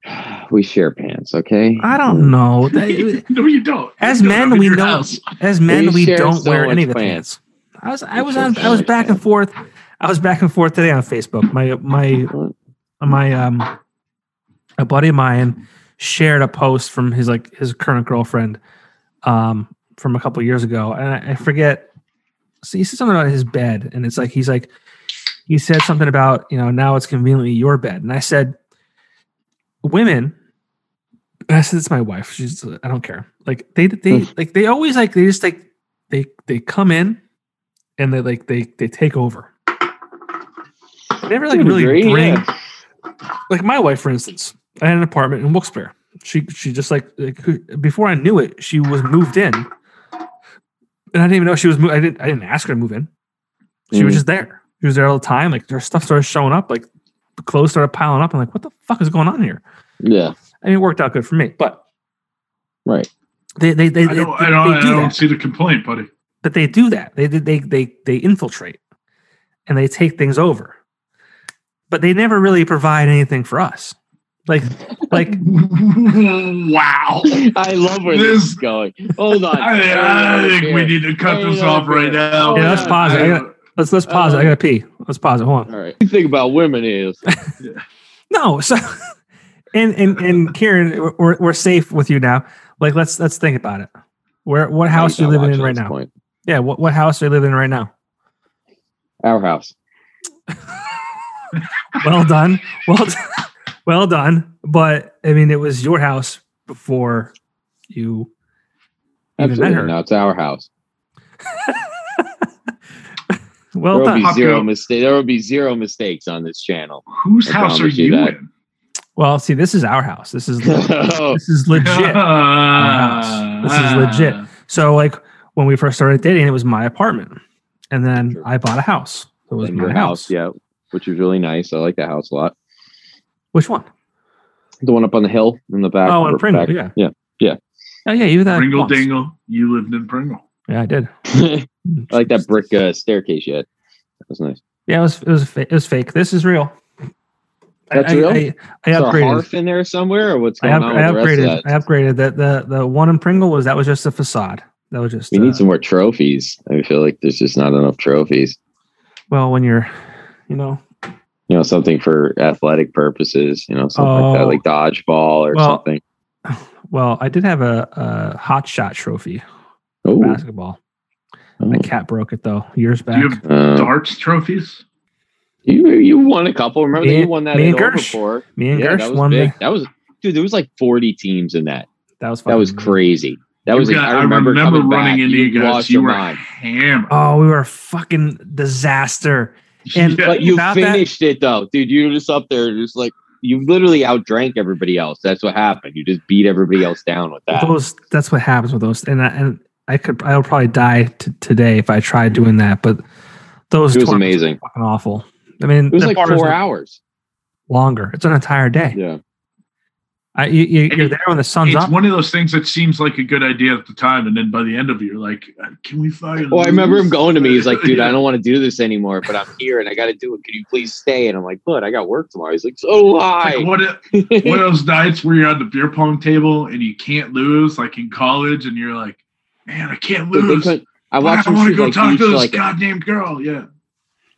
B: we share pants, okay?
A: I don't know. That-
C: no, you don't.
A: As
C: You don't
A: men,
C: live in
A: we
C: your
A: know-
C: house.
A: As men,
B: We
A: we,
B: share
A: don't
B: so
A: wear any
B: much
A: of the
B: pants.
A: pants. I was I
B: We
A: was
B: share
A: on
B: so
A: I was
B: much
A: back and
B: pants.
A: forth. I was back and forth today on Facebook. My my my um a buddy of mine shared a post from his like his current girlfriend um from a couple years ago, and I, I forget. So he said something about his bed, and it's like he's like he said something about you know now it's conveniently your bed, and I said women and I said it's my wife. She's I don't care. Like they they like they always like they just like they they come in and they like they they take over. They never like
B: To a
A: really
B: degree,
A: bring
B: yeah.
A: like my wife, for instance. I had an apartment in Wilkes-Barre. She she just like, like who- before I knew it, she was moved in, and I didn't even know she was. Mo- I didn't I didn't ask her to move in. She was
C: Mm.
B: Mhm.
A: just there. She was there all the time. Like her stuff started showing up. Like the clothes started piling up. I'm like, what the fuck is going on here?
B: Yeah.
A: I mean, it worked out good for me, but
B: Right.
A: they they they,
C: I
A: they,
C: don't, I
A: they
C: don't, I
A: do
C: don't
A: that.
C: see the complaint, buddy.
A: But they do that. They they they they, they infiltrate and they take things over. But they never really provide anything for us. Like like
C: wow.
B: I love where this,
C: This-
B: is going. Hold on.
C: I, I think we need to cut
B: Oh, Hang
C: this
B: on
C: off
B: here.
C: right now.
A: Yeah, let's pause it. I gotta- let's let's pause it. I gotta pee. Let's pause it. Hold on.
B: All right. The thing about women is
A: No, so and and and Kieran, we're- we're we're safe with you now. Like let's let's think about it. Where what house are you
B: He's not
A: living in
B: watching
A: right
B: this
A: now?
B: point.
A: Yeah, what, what house are you living in right now?
B: Our house.
A: Well done. Well done. well done. But I mean it was your house before you even met
B: Absolutely.
A: her.
B: No, it's our house.
A: Well
B: there will
A: done.
B: be
C: Pop
B: zero
C: go.
B: mistake. There will be zero mistakes on this channel.
C: Whose
B: I
C: house are
B: promise you
C: you
B: that.
C: in?
A: Well, see, this is our house. This is le-
B: Oh,
A: this is legit. house. This is legit. So like when we first started dating, it was my apartment. And then
B: Sure.
A: I bought a house. It was
B: and
A: my
B: your
A: house.
B: house, yeah, which is really nice. I like that house a lot.
A: Which one?
B: The one up on the hill in the back.
A: Oh, in Pringle,
B: back-
A: Oh yeah, you were that
C: Pringle
A: once.
C: Dingle. You lived in Pringle.
A: Yeah, I did.
B: yeah. I like that brick uh, staircase yet. That was nice.
A: Yeah, it was it was fa- it was fake. This is real. I-
B: That's
A: I,
B: real?
A: I, I,
B: Is there a
A: upgraded.
B: hearth in there somewhere, or what's
A: I,
B: going
A: up,
B: on
A: I
B: with the
A: upgraded.
B: rest of
A: I
B: that?
A: upgraded. That the the one in Pringle was that was just a facade. That was just.
B: We
A: uh,
B: need some more trophies. I feel like there's just not enough trophies.
A: Well, when you're, you know,
B: You know, something for athletic purposes. You know, something like that,
A: Oh.
B: like dodgeball or
A: Well,
B: something.
A: well, I did have a, a hot shot trophy
B: Oh,
A: basketball. My
B: Mm.
A: cat broke it though years
C: Do
A: back.
C: you have
B: Uh,
C: darts trophies?
B: you you won a couple. Remember that
A: Me-
B: you won that
A: me
B: at
A: and Gersh.
B: Overport.
A: Me and
B: yeah,
A: Gersh
B: that was
A: won.
B: big.
A: The,
B: That was dude. There was like forty teams in that.
A: that was
B: That was
A: fucking-
B: crazy. That was.
C: You
B: like,
C: got-
B: I remember, coming
C: running
B: back.
C: into you guys.
B: lost
C: You
B: your
C: were
B: mind.
C: hammered.
A: Oh, we were a fucking disaster. and-
C: Yeah.
B: But you
A: Without that-
B: finished it though, dude. You were just up there, just like you literally outdrank everybody else. That's what happened. You just beat everybody else down with that.
A: Those that's what happens with those. And I, and I could I would probably die t- today if I tried doing that. But those
B: Mm-hmm. It was
A: tournaments
B: amazing.
A: are fucking awful. I mean,
B: It was
A: that
B: like
A: bar is
B: four hours.
A: longer. It's an entire day.
B: Yeah.
A: I, you, you,
C: And
A: you're
C: it-
A: there when the sun's
C: It's
A: up.
C: one of those things that seems like a good idea at the time, and then by the end of it, you're like, "Uh, "Can we fire?"
B: Well, I remember him
C: these?
B: going to me. He's like, dude, I
C: Yeah.
B: don't want to do this anymore, but I'm here and I got to do it. Can you please stay? And I'm like, but I got work tomorrow. He's like, so
C: It's like,
B: why?
C: what, if- one of those nights where you're at the beer pong table and you can't lose, like in college, and you're like, "Man, I can't
B: Dude, they
C: lose."
B: couldn't- I
C: I,
B: watched them
C: want to
B: shoot,
C: go
B: like,
C: talk
B: each,
C: to this
B: like,
C: goddamn girl. Yeah,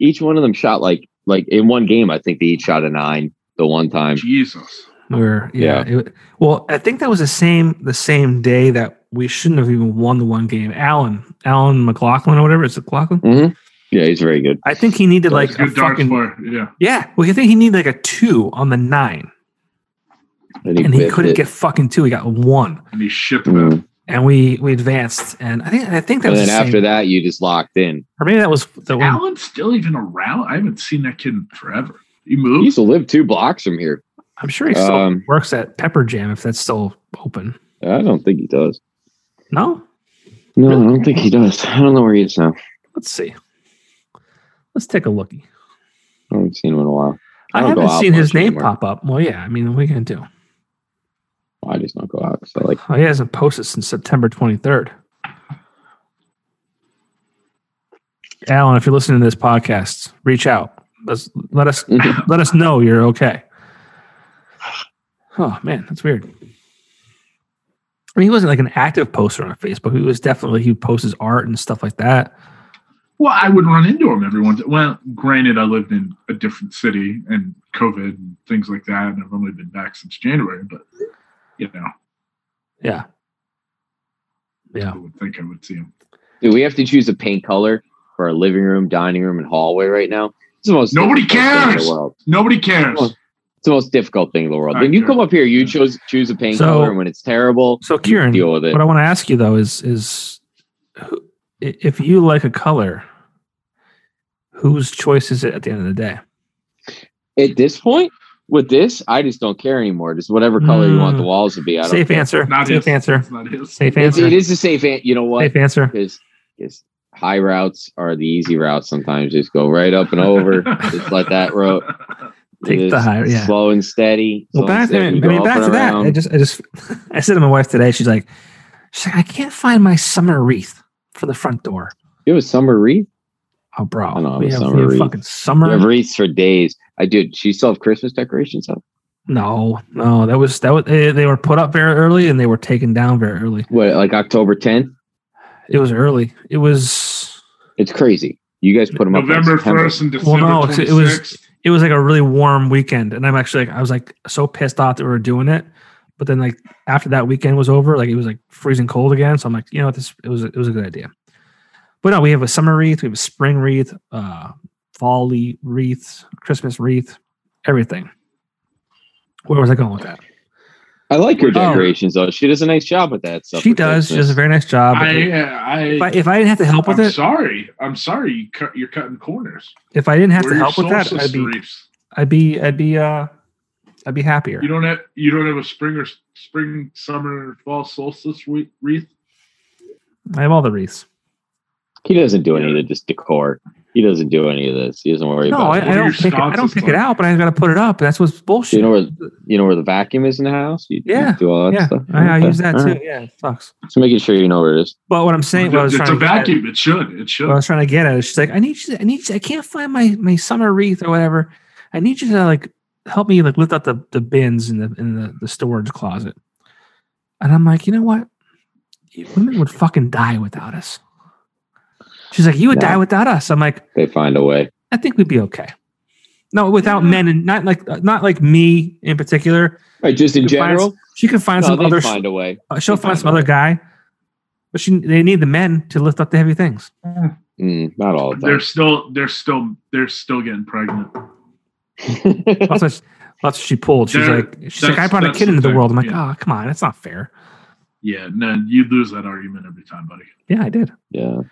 B: each one of them shot like like in one game. I think they each shot a nine the one time.
C: Jesus.
A: Or yeah, it- well, I think that was the same the same day that we shouldn't have even won the one game. Alan, Alan McLaughlin or whatever it's McLaughlin.
B: hmm Yeah, he's very good.
A: I think he needed
B: That
A: like
C: It's
A: a
C: good darts
A: fucking
C: player. Yeah,
A: yeah. Well, I think he needed like a two on the nine,
B: And he,
A: and he
B: biffed
A: couldn't
B: it.
A: get fucking two. He got one,
C: and he shipped it.
B: Mhm.
C: out.
A: and we we advanced. And I think I think that
B: And
A: was
B: then
A: the
B: after
A: same-
B: that, you just locked in.
A: or maybe that was the one.
C: Alan's still even around. I haven't seen that kid in forever. He moved.
B: He used to live two blocks from here.
A: I'm sure he still
B: Um,
A: works at Pepper Jam if that's still open.
B: I don't think he does.
A: No,
B: No, I don't think he does. I don't know where he is now.
A: let's see. Let's take a lookie.
B: I haven't seen him in a while. I
A: I,
B: don't go
A: haven't
B: out
A: seen his
B: much
A: name
B: anymore.
A: pop up. Well, yeah. I mean, what are you gonna do?
B: I just don't go out. So like,
A: Oh, he hasn't posted since September 23rd. Alan, if you're listening to this podcast, reach out. Let's, let us
B: Mm-hmm.
A: let us know you're okay. Oh man, that's weird. I mean, he wasn't like an active poster on Facebook. He was definitely he posts his art and stuff like that.
C: Well, I would run into him every once. Well, granted, I lived in a different city and COVID and things like that, and I've only been back since January. But you know,
A: Yeah, yeah.
C: I would think I would see him.
B: dude, we have to choose a paint color for our living room, dining room, and hallway right now. It's the most
C: Nobody
B: difficult thing in
C: cares!
B: The world.
C: Nobody cares.
B: Well, It's the most difficult thing in the world.
C: I
B: When you
C: care.
B: come up here, you chose choose a paint
A: So-
B: color, and when it's terrible,
A: so
B: you
A: Kieran,
B: deal with it.
A: What I want to ask you though is is who- i- if you like a color, whose choice is it at the end of the day?
B: At this point, with this, I just don't care anymore. Just whatever color you want the
A: Mm.
B: walls to be. I don't
A: Safe
B: care.
A: answer.
C: Not
A: Safe
C: his.
A: answer.
C: It's not his.
A: Safe
B: It,
A: answer.
B: it is a safe answer. You know what?
A: Safe answer.
B: Because because high routes are the easy routes. Sometimes just go right up and over. just let that road.
A: Take the
B: just
A: high- yeah.
B: Slow and steady.
A: Well,
B: slow
A: back
B: and
A: to, I mean,
B: steady, go up
A: back
B: and
A: to that.
B: around.
A: I just, I just, I said to my wife today. She's like, she's like, I can't find my summer wreath for the front door.
B: you have a summer wreath.
A: Oh, bro,
B: I know,
A: we
B: the
A: have, we
B: summer
A: have
B: wreath.
A: fucking
B: You
A: summer.
B: have wreaths for days. I did. She still have Christmas decorations up.
A: no, no, that was that was. They, they were put up very early and they were taken down very early.
B: What like October 10th?
A: It was early. It was
B: It's crazy. You guys put them up in
C: November
B: September.
C: first and December
A: no, it's-
C: twenty
A: it
C: sixth.
A: was- it was like a really warm weekend, and I'm actually like, I was like so pissed off that we were doing it. But then, like after that weekend was over, like it was like freezing cold again. So I'm like, you know what, this it was a- it was a good idea. But no, we have a summer wreath, we have a spring wreath, uh, fall le- wreath, Christmas wreath, everything. Where was I going with that?
B: I like her
C: Oh.
B: decorations though. She does a nice job with that stuff.
A: she
B: for
A: does. She does a
B: Christmas.
A: very nice job. but
C: I, uh,
A: if,
C: I,
A: I, if I didn't have to help with
C: I'm
A: it,
C: sorry. I'm sorry. You cut, you're cutting corners.
A: if I didn't have
C: We're
A: to
C: your
A: help with
C: soul
A: that, I'd be,
C: sisters.
A: I'd be, I'd be, uh, I'd be happier.
C: You don't have you don't have a spring or s- spring, summer, or fall solstice wreath. wreath?
A: I have all the wreaths.
B: He doesn't do any of the just decor. He doesn't do any of this. He doesn't worry
A: No,
B: about
A: I,
B: it.
A: I
C: What are
A: don't
C: your
A: pick it. I don't
C: sconces
A: pick it
C: like?
A: out, but I've got to put it up. That's what's bullshit.
B: You know where you know where the vacuum is in the house. You, you
A: Yeah.
B: do all that
A: yeah,
B: stuff.
A: I, I
B: Okay.
A: use that
B: All
A: too.
B: right.
A: Yeah, it sucks.
B: So making sure you know where it is.
A: But what I'm saying, what I was
C: it's
A: trying
C: a
A: to get at,
C: vacuum. It should. It should.
A: what I was trying to get at is she's like, I need you. To, I need. You, I can't find my my summer wreath or whatever. I need you to like help me like lift out the the bins in the in the, the storage closet. And I'm like, you know what? You- Women would fucking die without us. She's like, you would
B: Yeah.
A: die without us. I'm like,
B: They find a way.
A: I think we'd be okay. No, without
C: Yeah.
A: men and not like not like me in particular.
B: Right, just in
A: She finds-
B: general,
A: She could find
B: no,
A: some
B: they
A: other
B: find a way.
A: Uh, she'll
B: They
A: find
B: find
A: some
B: a
A: other
B: way.
A: guy, but she they need the men to lift up the heavy things.
B: Mm, not all the
C: They're still. They're still. They're still getting pregnant.
B: time.
A: That's what she, that's what she pulled. She's
C: There-
A: like, she's like, I
C: that's-
A: brought a
C: that's
A: kid into the
C: exact-
A: world. I'm like,
C: yeah.
A: oh, come on, that's not fair.
C: Yeah. No, you lose that argument every time, buddy.
A: Yeah, I did.
B: yeah.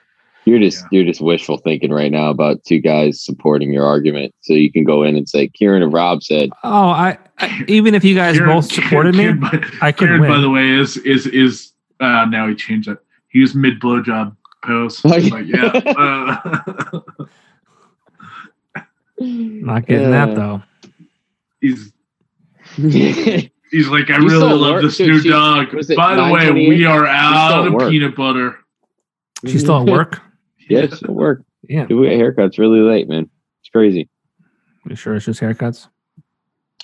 B: You're just you're just wishful thinking right now about two guys supporting your argument. So you can go in and say Kieran and Rob said
A: Oh, I, I even if you guys
C: Kieran-
A: both supported
C: Kieran-
A: me,
C: Kieran, by-
A: I couldn't
C: Kieran, by
A: win.
C: the way, is is is uh, now he changed it. He used mid blowjob post.
B: Oh,
C: Like, yeah, uh,
A: not getting that though.
C: he's
B: though.
C: he's like, I
B: You
C: really
B: still
C: love
B: work-
C: this
B: dude,
C: new
B: she-
C: dog.
B: was it
C: By the way,
B: 928?
C: we are
B: still
C: out
B: at
C: of
B: work.
C: peanut butter.
A: She's still at work.
B: yeah, she's at work.
A: Yeah,
B: People get haircuts really late, man. It's crazy.
A: you sure it's just haircuts?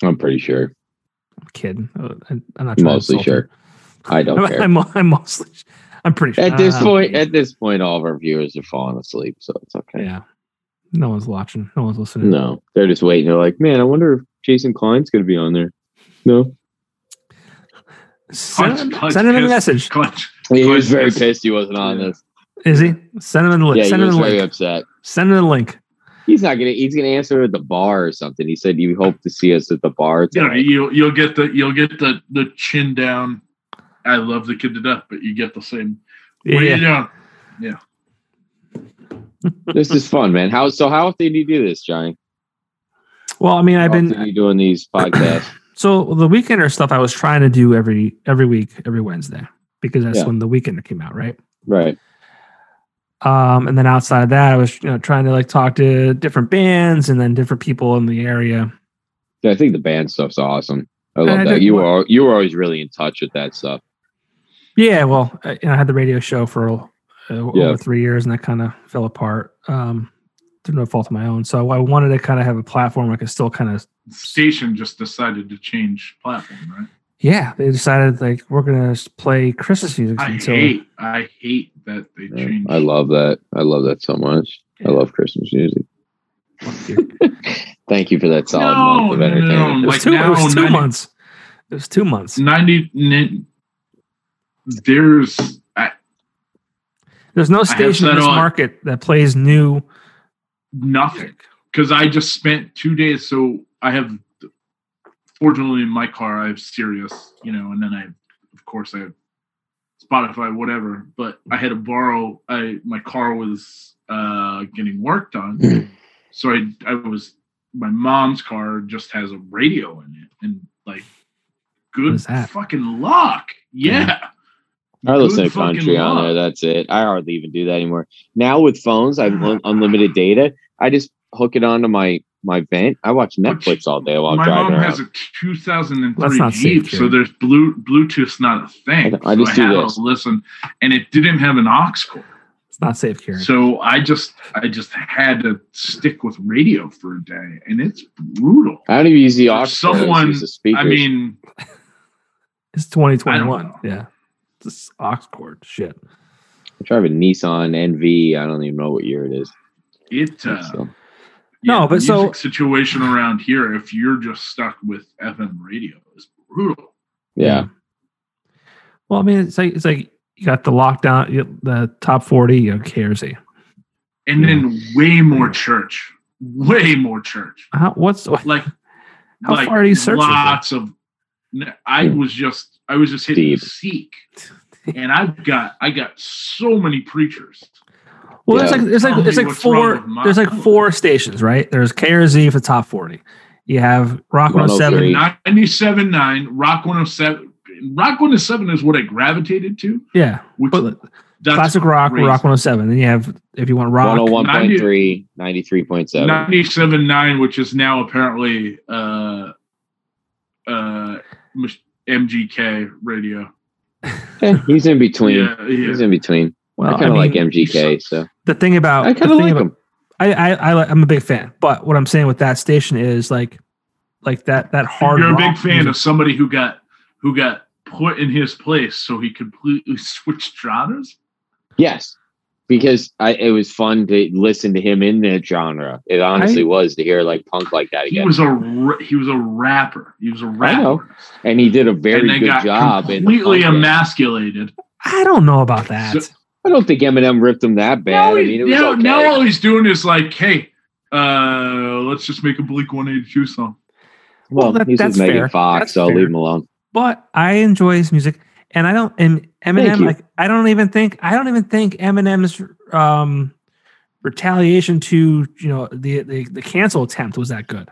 B: I'm pretty sure.
A: I'm kidding. Uh, I- I'm not trying to
B: Mostly
A: insult
B: sure.
A: her.
B: I don't care.
A: I'm, I'm mostly. I'm pretty sure
B: At this
A: Uh,
B: point, at this point, all of our viewers are falling asleep, so it's okay.
A: yeah, no one's watching. No one's listening.
B: No, they're just waiting. They're like, man, I wonder if Jason Klein's going to be on there. No,
A: Send,
C: Punch,
A: him-
C: punch,
A: send him a
C: kiss.
A: message.
C: Clutch.
B: he was very
C: Yes.
B: pissed he wasn't on
C: Yeah.
B: this.
A: Is he? Send him the link.
B: Yeah,
A: send him
B: he was
A: the
B: very
A: link.
B: upset.
A: Send him the link.
B: He's not gonna. He's gonna answer at the bar or something. He said you hope to see us at the bar.
C: You know,
B: tonight."
C: you you'll get the you'll get the the chin down. I love the kid to death, but you get the same. What are you
A: Yeah.
C: doing?
B: this is fun, man. How so? How often do you do this, Johnny?
A: Well, I mean,
B: How
A: I've
B: often
A: been
B: are you doing these podcasts.
A: So the weekender stuff I was trying to do every every week, every Wednesday, because that's
B: Yeah.
A: when the weekender came out, right?
B: right.
A: Um, and then outside of that, I was you know trying to like talk to different bands and then different people in the area.
B: Yeah, I think the band stuff's awesome. I
A: And
B: love
A: I
B: that.
A: did
B: You
A: one-
B: were you were always really in touch with that stuff.
A: Yeah, well, I, you know, I had the radio show for uh,
B: Yeah.
A: over three years, and that kind of fell apart um, through no fault of my own. So I wanted to kind of have a platform I could still kind of
C: Station just decided to change platform, right?
A: yeah. They decided like we're gonna play Christmas music
C: I
A: until
C: hate I hate that they
B: Yeah,
C: changed.
B: I love that. I love that so much. I love Christmas music. Thank you for that solid month of entertainment.
A: it was
C: Like
A: two, it
C: now,
A: was two
C: 90
A: months. It was two months.
C: ninety. nin- There's I,
A: There's no
C: have
A: station in
C: that
A: this
C: on.
A: market that plays new
C: nothing
A: music.
C: because I just spent two days. So I have, fortunately, in my car, I have Sirius, you know, and then I, of course, I have Spotify, whatever. But I had to borrow. I my car was uh, getting worked
A: Hmm.
C: on, so I I was my mom's car just has a radio in it, and like good
A: is that? Hmm.
C: fucking luck, yeah.
B: I listen
C: Good
B: to country
C: fucking
B: on there.
C: luck.
B: That's it. I hardly even do that anymore. Now with phones, I've un- unlimited data. I just hook it onto my my vent. I watch
C: But
B: Netflix all day while I'm
C: My mom
B: driving
C: has
B: around.
C: a 2003
A: That's not safe,
C: Jeep,
A: Jerry.
C: so there's blue, Bluetooth's not a thing.
B: I- I
C: So
B: just do
C: had to
B: this.
C: listen, and it didn't have an aux cord,
A: It's not safe, Kieran.
C: so I just I just had to stick with radio for a day, and it's brutal.
B: I don't even use the
C: If
B: aux
C: someone-
B: Someone, speakers.
C: I mean,
A: it's 2021.
C: know.
A: Yeah. This Oxcord shit.
B: I drive a Nissan NV. I don't even know what year it is.
C: it. Uh,
B: So,
A: No, but
C: the music
A: so-
C: situation around here, if you're just stuck with FM radio, is brutal.
B: yeah,
A: Well, I mean, it's like it's like you got the lockdown, you, the top 40, you know, KRZ.
C: And then way more church, way more church.
A: How, Uh-huh, what's
C: Like
A: How far do you search with Hmm.
C: Lots of. n- I
B: Yeah.
C: was just I was just hitting
B: Deep.
C: seek, and I've got I got so many preachers.
A: well?
B: Yeah.
A: There's like there's
C: Tell
A: like there's
C: me
A: like
C: what's wrong
A: four
C: with my-
A: there's like four stations, right? There's KRZ for top 40. You have Rock
B: 103.
A: 107.
C: Ninety-seven nine Rock one hundred seven. Rock one hundred seven is what I gravitated to.
A: Yeah,
C: Which
A: But
C: that's
A: classic rock,
C: crazy.
A: rock 107. Then you have if you want rock,
B: 101.3, 93.7.
C: ninety-seven nine, which is now apparently uh, uh, mis- MGK radio.
B: Eh, he's in between.
C: Yeah,
B: He's
C: yeah.
B: in between.
A: Well,
B: I kind of
A: I
B: like
A: mean,
B: MGK, so
A: the thing about
B: I
A: the
B: kind of
A: thing
B: like
A: about-
B: him.
A: I, I, I li- I'm a big fan, but what I'm saying with that station is like, like that that hard.
C: You're a big
A: rock
C: fan
A: music-
C: of somebody who got who got put in his place, so he completely switched genres.
B: Yes, because I, it was fun to listen to him in that genre. It honestly
A: I-
B: was to hear like punk like that
C: He
B: again,
C: was a ra- he was a rapper. He was a
B: know.
C: rapper,
B: and he did a very
C: and then
B: good
C: got
B: job. in the
C: completely
B: punk band.
C: emasculated.
A: I don't know about that.
C: So-
B: I don't think Eminem ripped him that bad.
C: Now,
B: I
C: he-
B: mean, it was
C: now,
B: okay.
C: now all he's doing is like, hey, uh, let's just make a Bleak One Eighty Two song.
A: Well,
B: well,
A: that-
B: he's
A: that's
B: with Megan
A: fair.
B: Fox,
A: That's
B: so I'll
A: fair.
B: leave him alone.
A: but I enjoy his music, and I don't. And
B: Thank
A: Eminem,
B: you.
A: like I don't even think I don't even think Eminem's um, retaliation to you know the, the the cancel attempt was that good.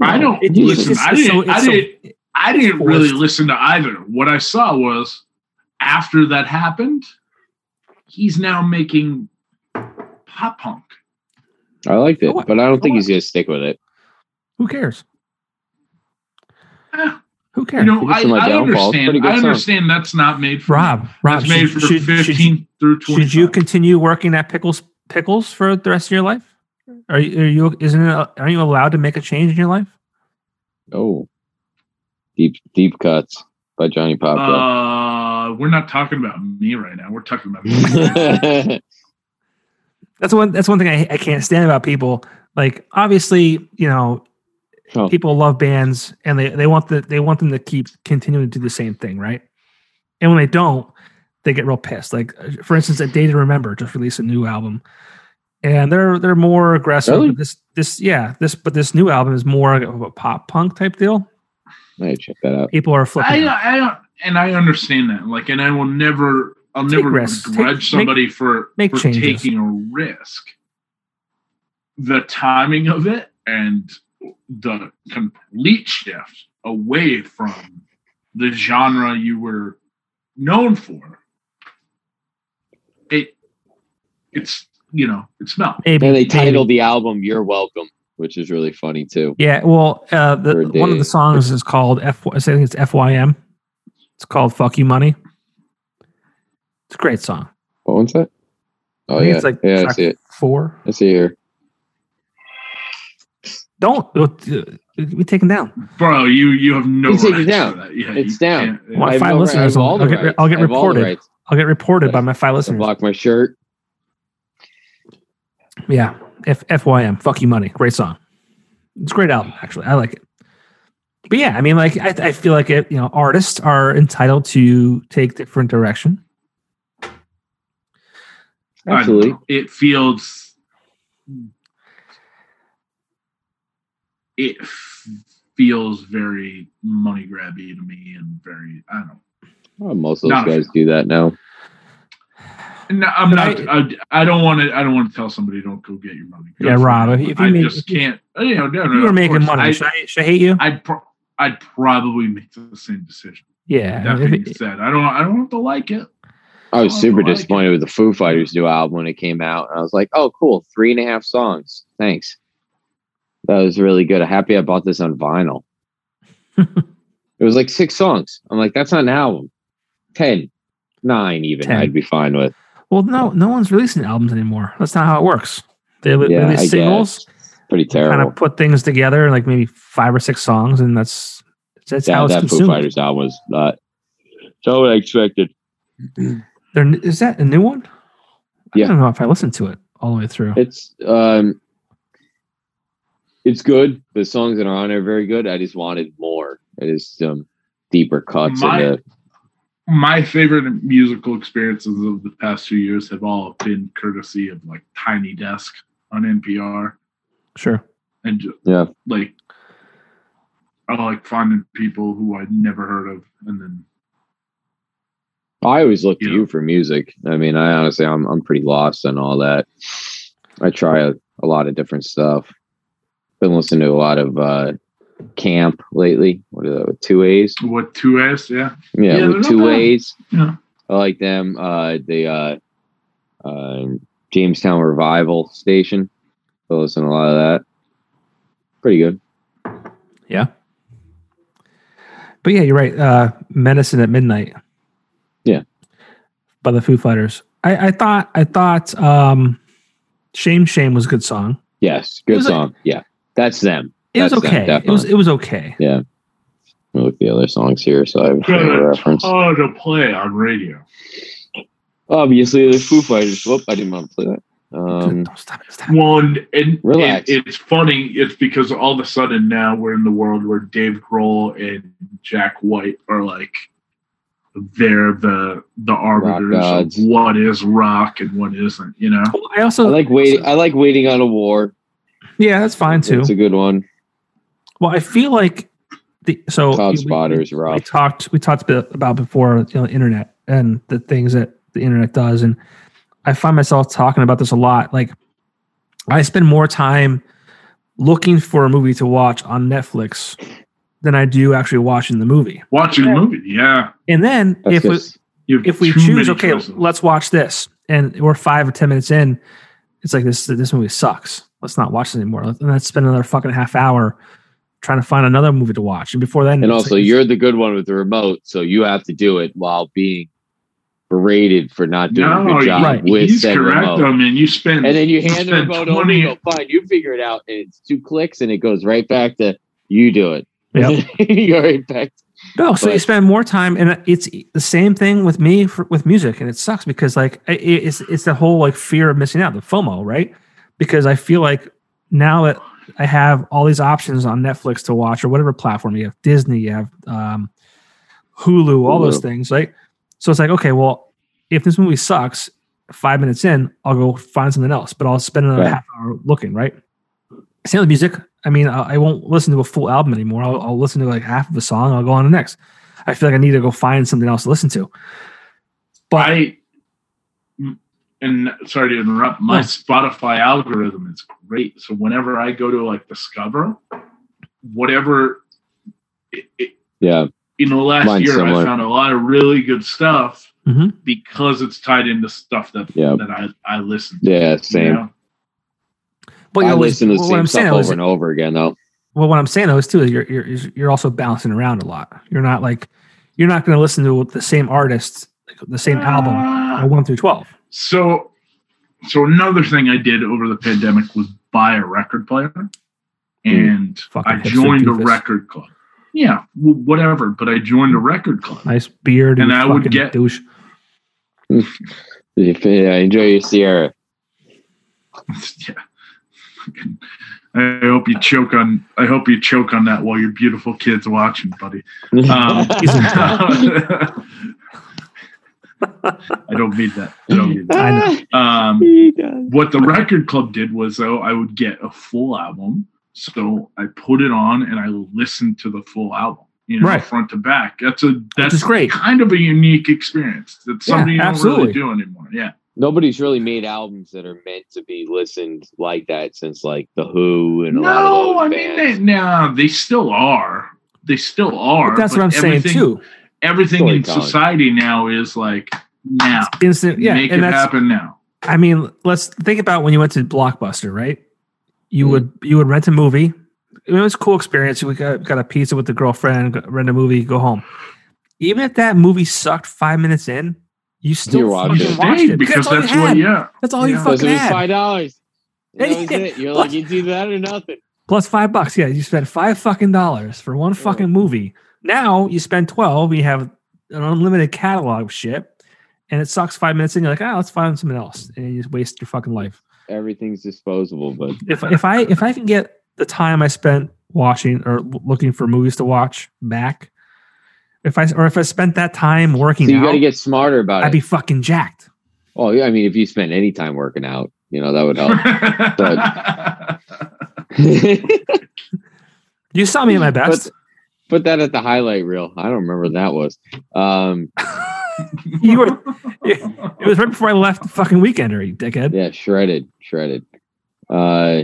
C: I don't
A: It-
C: listen.
A: it's-
C: I
A: it's
C: didn't.
A: so-
C: I
A: it's so-
C: didn't. I didn't
A: forced.
C: really listen to either. What I saw was after that happened, he's now making pop punk.
B: I liked it, but I don't think
A: What?
B: he's gonna stick with it.
A: who cares?
C: Eh,
A: Who cares?
C: you know,
B: Give it
C: I,
B: some, like,
C: I
B: downfall. It's pretty
C: understand.
B: good
C: I
B: song.
C: understand that's not made for
A: Rob, Rob,
C: That's made
A: should,
C: for
A: should- should-
C: fifteen through twenty.
A: should you continue working at pickles pickles for the rest of your life? Are you, are you isn't it, are you allowed to make a change in your life?
B: Oh, deep deep cuts by Johnny Popco.
C: Uh, we're not talking about me right now. We're talking about
A: That's one. That's one thing I, I can't stand about people. Like obviously, you know,
B: Oh.
A: people love bands and they they want the they want them to keep continuing to do the same thing, right? And when they don't, they get real pissed. Like uh, for instance, A Day to Remember just released a new album, and they're they're more aggressive.
B: Really?
A: But this this yeah this but this new album is more of a pop punk type deal.
B: I gotta check that out.
A: People are flipping.
C: I,
A: out.
C: I don't, and I understand that. Like, and I will never, I'll
A: Take
C: never
A: risks. Take-
C: begrudge
A: make-
C: somebody for
A: make
C: for
A: changes.
C: taking a risk. The timing of it and the complete shift away from the genre you were known for. It, it's you know, it's not.
A: Maybe-
B: And they
A: maybe.
B: titled the album "You're Welcome," which is really funny too.
A: Yeah, well, uh,
B: For
A: the,
B: a
A: one of
B: day.
A: the songs is called F. I think it's FYM. It's called "Fuck You Money." It's a great song.
B: What one's that? Oh
A: I think
B: yeah,
A: it's like
B: yeah, I
A: track
B: see it.
A: four.
B: I see it here.
A: Don't uh, be taken down.
C: Bro, you you have no.
B: It's- it's
C: rights to
B: down.
C: that. Yeah,
B: It's
C: you
B: down.
C: can't-
A: Well,
B: I
A: if
B: have
A: I
B: no
A: listen to
B: right- I have
A: some-
B: all the
A: I'll get-
B: rights.
A: I'll get
B: I have all the
A: reported.
B: rights.
A: I'll get reported by my five
B: I
A: listeners.
B: block my shirt.
A: Yeah, F- FYM, "Fuck You Money," great song. It's a great album, actually. I like it. But yeah, I mean, like I, I feel like it, you know, artists are entitled to take different direction.
C: I don't
B: Absolutely.
C: know. It feels. It f- feels very money grabby to me, and very I don't.
B: Oh, most of those
C: Not a
B: guys do that now.
C: No, I'm
A: But
C: not. I, I don't want to. I don't want to tell somebody don't go get your money. Good
A: Yeah,
C: for
A: Rob,
C: you,
A: if-
C: but
A: if you
C: I
A: make-
C: just can't. uh, You know, no,
A: If
C: no,
A: you were
C: of
A: making
C: course,
A: money,
C: I,
A: should, I, should I hate you?
C: I'd pro- I'd probably make the same decision.
A: yeah. I
C: That
A: mean, if
C: being
A: it-
C: said, I don't. I don't have to like it.
B: I was
C: Oh,
B: super
C: I like it.
B: disappointed with the Foo Fighters new album when it came out. And I was like, oh, cool. Three and a half songs. Thanks. That was really good. I'm happy I bought this on vinyl. it was like six songs. I'm like, that's not an album. Ten. Nine, even.
A: Ten.
B: I'd be fine with.
A: Well, no, no one's releasing albums anymore. That's not how it works. They li-
B: Yeah, I
A: release singles,
B: Pretty
A: kind
B: terrible.
A: of put things together, like maybe five or six songs, and that's that's how
B: yeah,
A: it's
B: that Foo
A: consumed.
B: Fighters album was not so what I expected.
A: There, is that a new one?
B: Yeah.
A: I don't know if I listened to it all the way through.
B: It's um it's good. The songs that are on it are very good. I just wanted more. It is um deeper cuts
C: My-
B: in it.
C: my favorite musical experiences of the past few years have all been courtesy of like Tiny Desk on NPR
A: Sure.
C: and just,
B: Yeah.
C: like I like finding people who I'd never heard of and then
B: I always look to
C: Yeah.
B: you for music. I mean, I honestly, I'm I'm pretty lost on all that. I try a, a lot of different stuff. Been listening to a lot of uh, camp lately. What are those? Two A's?
C: what two A's yeah
B: Yeah,
C: Yeah, they're
B: with
C: not
B: two
C: bad.
B: A's.
C: Yeah.
B: I like them. Uh, the uh, um Jamestown Revival Station. I listen to a lot of that. Pretty good.
A: Yeah. But yeah, you're right. Uh, Medicine at Midnight.
B: Yeah.
A: By the Foo Fighters. I, I thought I thought um, Shame Shame was a good song.
B: Yes,
A: It
B: good
A: was like-
B: song. yeah, that's them.
A: It was
B: That's not
A: okay. It was it was okay.
B: Let me look at the other songs here, so I have
C: Good.
B: a reference.
C: oh to play on radio
B: Obviously, the Foo Fighters. Whoop! I didn't want to play that. Um,
A: Don't stop it, stop it.
C: well and, and
B: Relax.
C: it- it's funny it's because all of a sudden now we're in the world where Dave Grohl and Jack White are like they're the the arbiters of
B: gods.
C: what is rock and what isn't you know
A: Well, I
B: I
A: also
B: like waiting. I like waiting on a war.
A: yeah, that's fine too.
B: It's a good one.
A: Well, I feel like the so
B: Cloud
A: Oh, we-
B: spotters,
A: We, we
B: Rob.
A: talked we talked a bit about before you know the internet and the things that the internet does, and I find myself talking about this a lot. Like, I spend more time looking for a movie to watch on Netflix than I do actually watching the movie.
C: Watching the movie, yeah.
A: And then
B: That's
A: if we,
B: just-
C: You have
A: if we
C: too
A: choose,
C: many
A: okay,
C: choices.
A: let's watch this, and we're five or ten minutes in, it's like this this movie sucks. Let's not watch it anymore. Let's, and let's spend another fucking half hour trying to find another movie to watch. And before then, it's
B: and also,
A: like-
B: you're the good one with the remote, so you have to do it while being berated for not doing a
C: no,
B: good job
A: right.
B: with
C: he's
B: said
C: correct
B: remote.
C: though, man. You spend
B: and then you hand the
C: spend
B: remote over and go, fine, you figure it out. And it's two clicks and it goes right back to you do it.
A: Yep.
B: You're right back.
A: No, so you
B: But-
A: spend more time, and it's the same thing with me for, with music, and it sucks because like i- i it's it's the whole like fear of missing out, the FOMO, right? Because I feel like now that I have all these options on Netflix to watch or whatever platform you have, Disney, you have um, Hulu, all those
B: Hulu.
A: things, right? So it's like, okay, well, if this movie sucks, five minutes in, I'll go find something else, but I'll spend another
B: Right.
A: half hour looking, right? Same with music. I mean, I, I won't listen to a full album anymore. I'll, I'll listen to like half of a song. I'll go on to the next. I feel like I need to go find something else to listen to. But
C: I and sorry to interrupt. My
A: No.
C: Spotify algorithm is great. So whenever I go to like discover, whatever, it, it,
B: Yeah.
C: in the last
B: Mine's
C: year,
B: similar.
C: I found a lot of really good stuff
A: Mhm.
C: because it's tied into stuff that
B: Yeah.
C: that I I listen. To,
B: Yeah. Same.
C: You know?
A: but
B: I
A: you're always-
B: listen to the
A: what
B: same
A: I'm
B: stuff
A: saying
B: over
A: is-
B: and over again, though.
A: well, what I'm saying though is too, is you're you're is you're also bouncing around a lot. You're not like you're not going to listen to the same artist, like the same album,
C: Ah.
A: uh, one through twelve.
C: So, so another thing I did over the pandemic was buy a record player, and
A: Fucking
C: I
A: hipster
C: joined a
A: doofus.
C: record club. Yeah, w- whatever. But I joined a record club.
A: Nice beard,
C: And
A: you
C: I would
A: fucking
C: get-
A: douche.
B: If- yeah, enjoy your Sierra.
C: yeah. I hope you choke on. I hope you choke on that while your beautiful kids watching, buddy. Um, I don't mean that. I don't mean that.
A: I know.
C: Um,
B: He does.
C: what the record club did was though I would get a full album, so I put it on and I listened to the full album, you know,
A: Right.
C: front to back. That's a that's
A: is great.
C: kind of a unique experience. That's
A: Yeah,
C: something you don't
A: absolutely.
C: really do anymore. Yeah,
B: Nobody's really made albums that are meant to be listened like that since like The Who and a lot of
C: no,
B: those
C: I mean,
B: bands.
C: they, nah, they still are. They still are.
A: But that's
C: but
A: what I'm saying
C: everything-
A: too.
C: Everything
B: Story
C: in
B: telling.
C: society now is like now.
A: It's instant, yeah,
C: make
A: and
C: it
A: that's
C: happen now.
A: I mean, let's think about when you went to Blockbuster, right? You
B: Mm.
A: would you would rent a movie. It was a cool experience. We got got a pizza with the girlfriend, got- rent a movie, go home. Even if that movie sucked five minutes in, you still
B: You
A: fucking
B: watched
C: You
B: it.
A: watched,
C: stayed
A: it
C: because
A: all you
C: that's
A: had.
C: what. Yeah,
A: That's all you
C: Yeah.
B: Because
A: fucking
B: it was
A: had.
B: five dollars. That was
A: Yeah.
B: it. You're like, you do that or nothing.
A: Plus five bucks. Yeah, you spent five fucking dollars for one fucking movie. Now you spend twelve. You have an unlimited catalog of shit, and it sucks five minutes in. You're like, ah, let's find something else, and you just waste your fucking life.
B: Everything's disposable, but
A: if if I if I can get the time I spent watching or l- looking for movies to watch back, if I or if I spent that time working
B: so you got
A: out,
B: to get smarter about
A: I'd
B: it.
A: be fucking jacked.
B: Well, yeah, I mean, if you spend any time working out, you know that would help.
A: You saw me at my
B: But-
A: best.
B: Put that at the highlight reel. I don't remember what that was. Um,
A: you were. It, it was right before I left the fucking weekender, you dickhead.
B: yeah, shredded, shredded. Uh,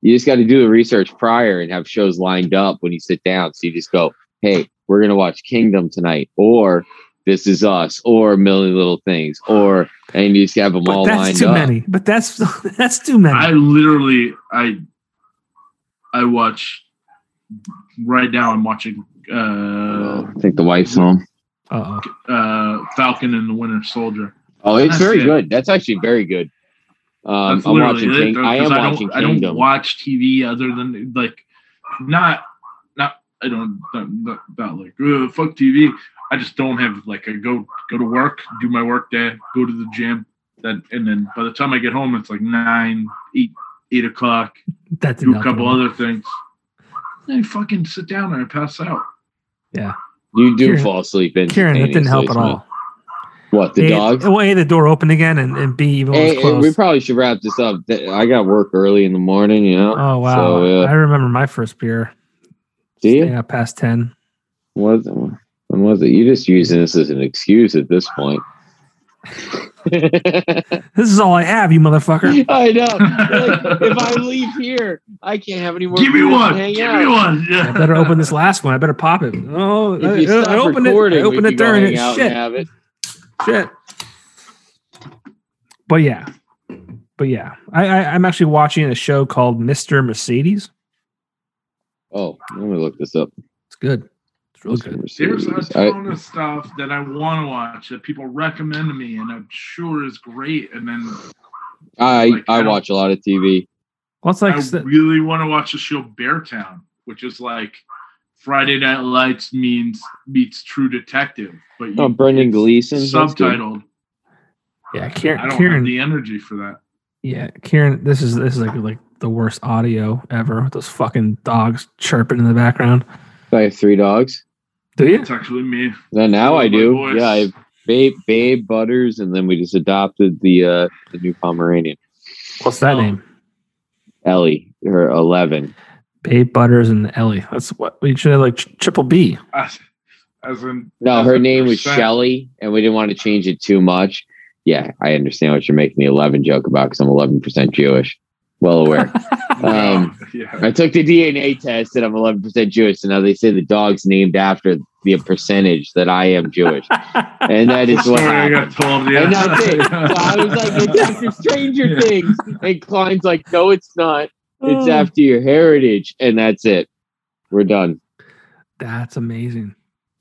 B: you just got to do the research prior and have shows lined up when you sit down. So you just go, "Hey, we're gonna watch Kingdom tonight," or "This Is Us," or "Million Little Things," or and you just have them
A: But
B: all lined
A: that's too
B: up.
A: many. But that's that's too many.
C: I literally I I watch right now I'm watching uh
B: I think the wife's home.
A: Uh-oh.
C: uh Falcon and the Winter Soldier.
B: Oh, it's
C: That's
B: very
C: it.
B: good. That's actually very good. Um,
C: That's
B: I'm watching.
C: literally it,
B: King-
C: though,
B: I
C: 'cause
B: am
C: don't-
B: watching
C: I don't
B: Kingdom.
C: watch TV other than like not not I don't not, not, not like "Ugh, fuck TV. I just don't have like I go go to work, do my work day, go to the gym, then and then by the time I get home it's like nine, eight, eight o'clock.
A: That did
C: do a
A: not
C: couple
A: go well.
C: other things. Then I fucking sit down and I pass out.
B: You do
A: Kieran-
B: fall asleep in
A: Kieran, that didn't help at all.
B: What the
A: A-
B: dog?
A: Well, a the door opened again, and, and b even when it
B: Hey,
A: was
B: hey,
A: closed.
B: we probably should wrap this up. Th- I got work early in the morning, you know.
A: oh wow!
B: So,
A: I
B: uh,
A: remember my first beer.
B: do you?
A: Yeah, past ten.
B: Was when was it? You're just using this as an excuse at this point.
A: This is all I have, you motherfucker.
B: I know. Like, if I leave here, I can't have any more.
C: Give me
B: people to
C: one.
B: hang
C: Give
B: out.
C: me one.
A: I better open this last one. I better pop it. Oh, I,
B: If you stop
A: I opened it.
B: recording,
A: I
B: we
A: opened
B: could
A: it
B: go
A: during
B: hang
A: it.
B: out and
A: Shit,
B: have it.
A: shit. But yeah, but yeah, I, I I'm actually watching a show called Mister Mercedes.
B: Oh, let me look this up.
A: It's good. It's real good.
C: There's a
B: Mercedes. I-
C: ton of stuff that I want to watch that people recommend to me, and I'm sure is great. And then
B: I
C: Like, I
B: I
C: don't-
B: watch a lot of TV.
A: Well, it's like
C: I really want to watch the show Beartown, which is like Friday Night Lights means meets True Detective, but you,
B: Oh, Brendan
C: it's
B: Gleeson. That's good.
C: subtitled.
A: yeah,
C: I
A: Karen.
C: don't
A: Karen
C: have the energy for that.
A: Yeah, Kieran, this is this is like like the worst audio ever. with Those fucking dogs chirping in the background.
B: I have three dogs.
A: Do you?
C: It's actually me.
B: Then now I
C: Oh, My
B: do.
C: voice.
B: Yeah, I have Babe, Babe, Butters, and then we just adopted the uh the new Pomeranian,
A: What's that
C: Oh.
A: name?
B: Ellie, her eleven.
A: Babe Butters and Ellie. That's what we should have like tr- triple B.
C: As, as in,
B: No,
C: as
B: her
C: in
B: name was
C: percent.
B: Shelly, and we didn't want to change it too much. Yeah, I understand what you're making the 11 joke about because I'm 11% Jewish. Well aware. um,
C: yeah.
B: I took the DNA test and I'm 11% Jewish, and now they say the dog's named after the percentage that I am Jewish. And that is what
C: Sorry, I
B: happened.
C: got told. Yeah.
B: And that's it. So I was like, it's after Stranger
C: Yeah.
B: Things. And Klein's like, no, it's not. It's
A: Oh,
B: after your heritage. And that's it. We're done.
A: that's amazing.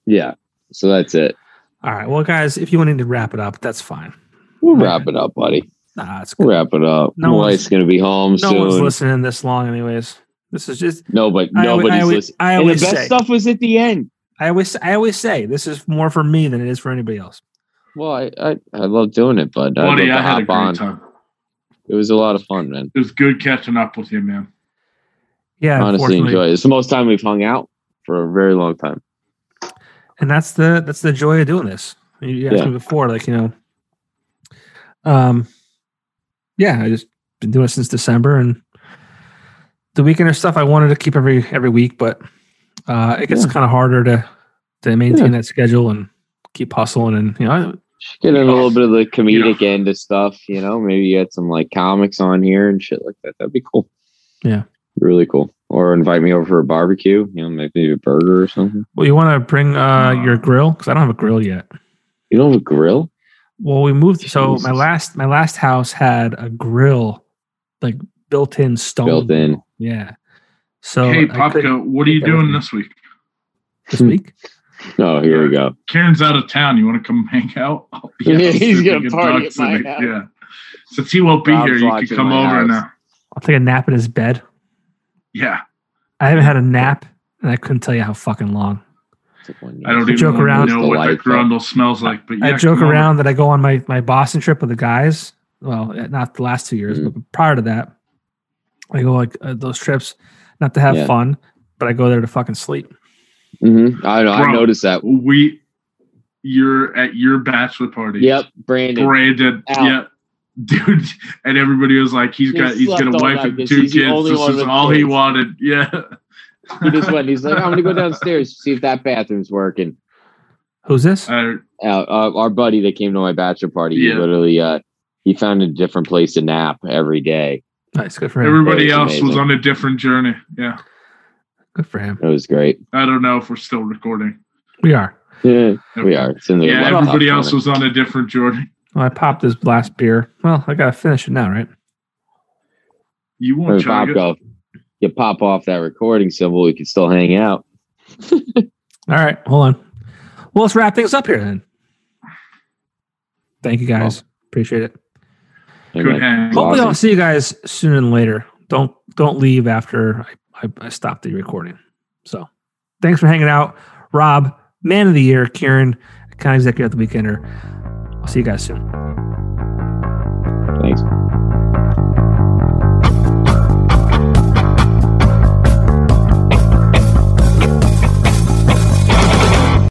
B: Yeah. So that's it.
A: All right, well, guys, if you wanted to wrap it up, that's fine.
B: We'll wrap it up, buddy.
A: Nah, it's
B: We'll
A: good.
B: wrap it up.
A: No
B: No
A: one's-
B: Wife's gonna be home
A: No
B: soon.
A: one's listening this long, anyways. This is just.
B: No, but
A: I always,
B: nobody's
A: I always,
B: listening.
A: I
B: And the
A: always
B: best
A: say.
B: stuff was at the end.
A: I always, I always say this is more for me than it is for anybody else.
B: Well, I I, I love doing it, but I,
C: Buddy,
B: love to
C: I had a
B: hop
C: great
B: on.
C: time.
B: It was a lot of fun, man.
C: It was good catching up with you, man.
A: Yeah,
B: Honestly,
A: unfortunately.
B: enjoy it. It's the most time we've hung out for a very long time.
A: and that's the that's the joy of doing this. You- You asked
B: Yeah.
A: me before, like you know, um, yeah, I just been doing it since December, and the weekender stuff I wanted to keep every every week, but uh, it gets
B: Yeah.
A: kind of harder to to maintain that schedule and keep hustling, and you know,
B: Should Get in a little bit of the comedic
C: Yeah.
B: end of stuff, you know. Maybe you had some like comics on here and shit like that. That'd be cool.
A: Yeah.
B: really cool. Or invite me over for a barbecue, you know, maybe a burger or something.
A: well, you want to bring uh, your grill because I don't have a grill yet.
B: You don't have a grill?
A: Well, we moved. So my
B: Jesus.
A: last my last house had a grill, like built in
C: Oh.
A: stone.
B: Built in.
A: yeah. So
C: hey,
A: I couldn't-
C: Popka, what are you doing this week?
A: this week.
B: Oh, here we go.
C: Karen's out of town. You want to come hang out? I'll be
B: Yeah,
C: out
B: he's gonna
C: sleeping in
B: party
C: dogs
B: at my
C: tonight.
B: house.
C: Yeah. Since he won't be
B: Rob's
C: here, you
B: watching
C: can come
B: my
C: over
B: house.
C: now.
A: I'll take a nap in his bed.
C: Yeah.
A: I haven't had a nap, and I couldn't tell you how fucking long.
C: I don't
A: We
C: even
A: joke around.
C: know
B: It's
C: what that
B: delightful.
C: grundle smells like, but yeah,
A: I joke
C: come over.
A: around that I go on my my Boston trip with the guys. Well, eh, not the last two years,
B: Mhm.
A: but prior to that, I go like uh, those trips not to have
B: Yeah.
A: fun, but I go there to fucking sleep.
B: Mm-hmm. I know. I
C: Bro.
B: noticed that.
C: We, you're at your bachelor party.
B: Yep, Brandon.
C: Brandon.
B: Out.
C: Yeah. Dude, and everybody was like, he's
B: He
C: got, he's
B: slept
C: got a
B: all
C: wife
B: night
C: and
B: because
C: two
B: he's
C: kids.
B: the only
C: This
B: one
C: is
B: with
C: all he
B: kids.
C: wanted. Yeah. Uh,
B: He just went. He's like, I'm gonna go downstairs to see if that bathroom's working.
A: Who's this?
C: I-
B: Uh, uh, our buddy that came to my bachelor party,
C: Yeah.
B: he literally, uh, he found a different place to nap every day.
A: nice, good for him.
C: everybody
B: It's
C: else was
B: amazing.
C: on a different journey. Yeah.
A: Good for him.
B: It was great.
C: I don't know if we're still recording.
A: We are.
B: Yeah, we are. It's in the
C: Yeah,
B: laptop
C: everybody
B: corner.
C: else was on a different journey.
A: Well, I popped this last beer. Well, I gotta finish it now, right?
C: You
B: Or
C: won't chug
B: Bob
C: it.
B: go. You pop off that recording symbol, we can still hang out.
A: All right, hold on. Well, let's wrap things up here then. Thank you guys. Appreciate it.
B: And
C: Good
B: then-
C: hang.
B: Well,
A: Hopefully,
B: Awesome.
A: I'll see you guys sooner than later. Don't don't leave after I, I, I stop the recording. So, thanks for hanging out, Rob, Man of the Year, Kieran, County Executive at the Weekender. I'll see you guys soon.
B: Thanks.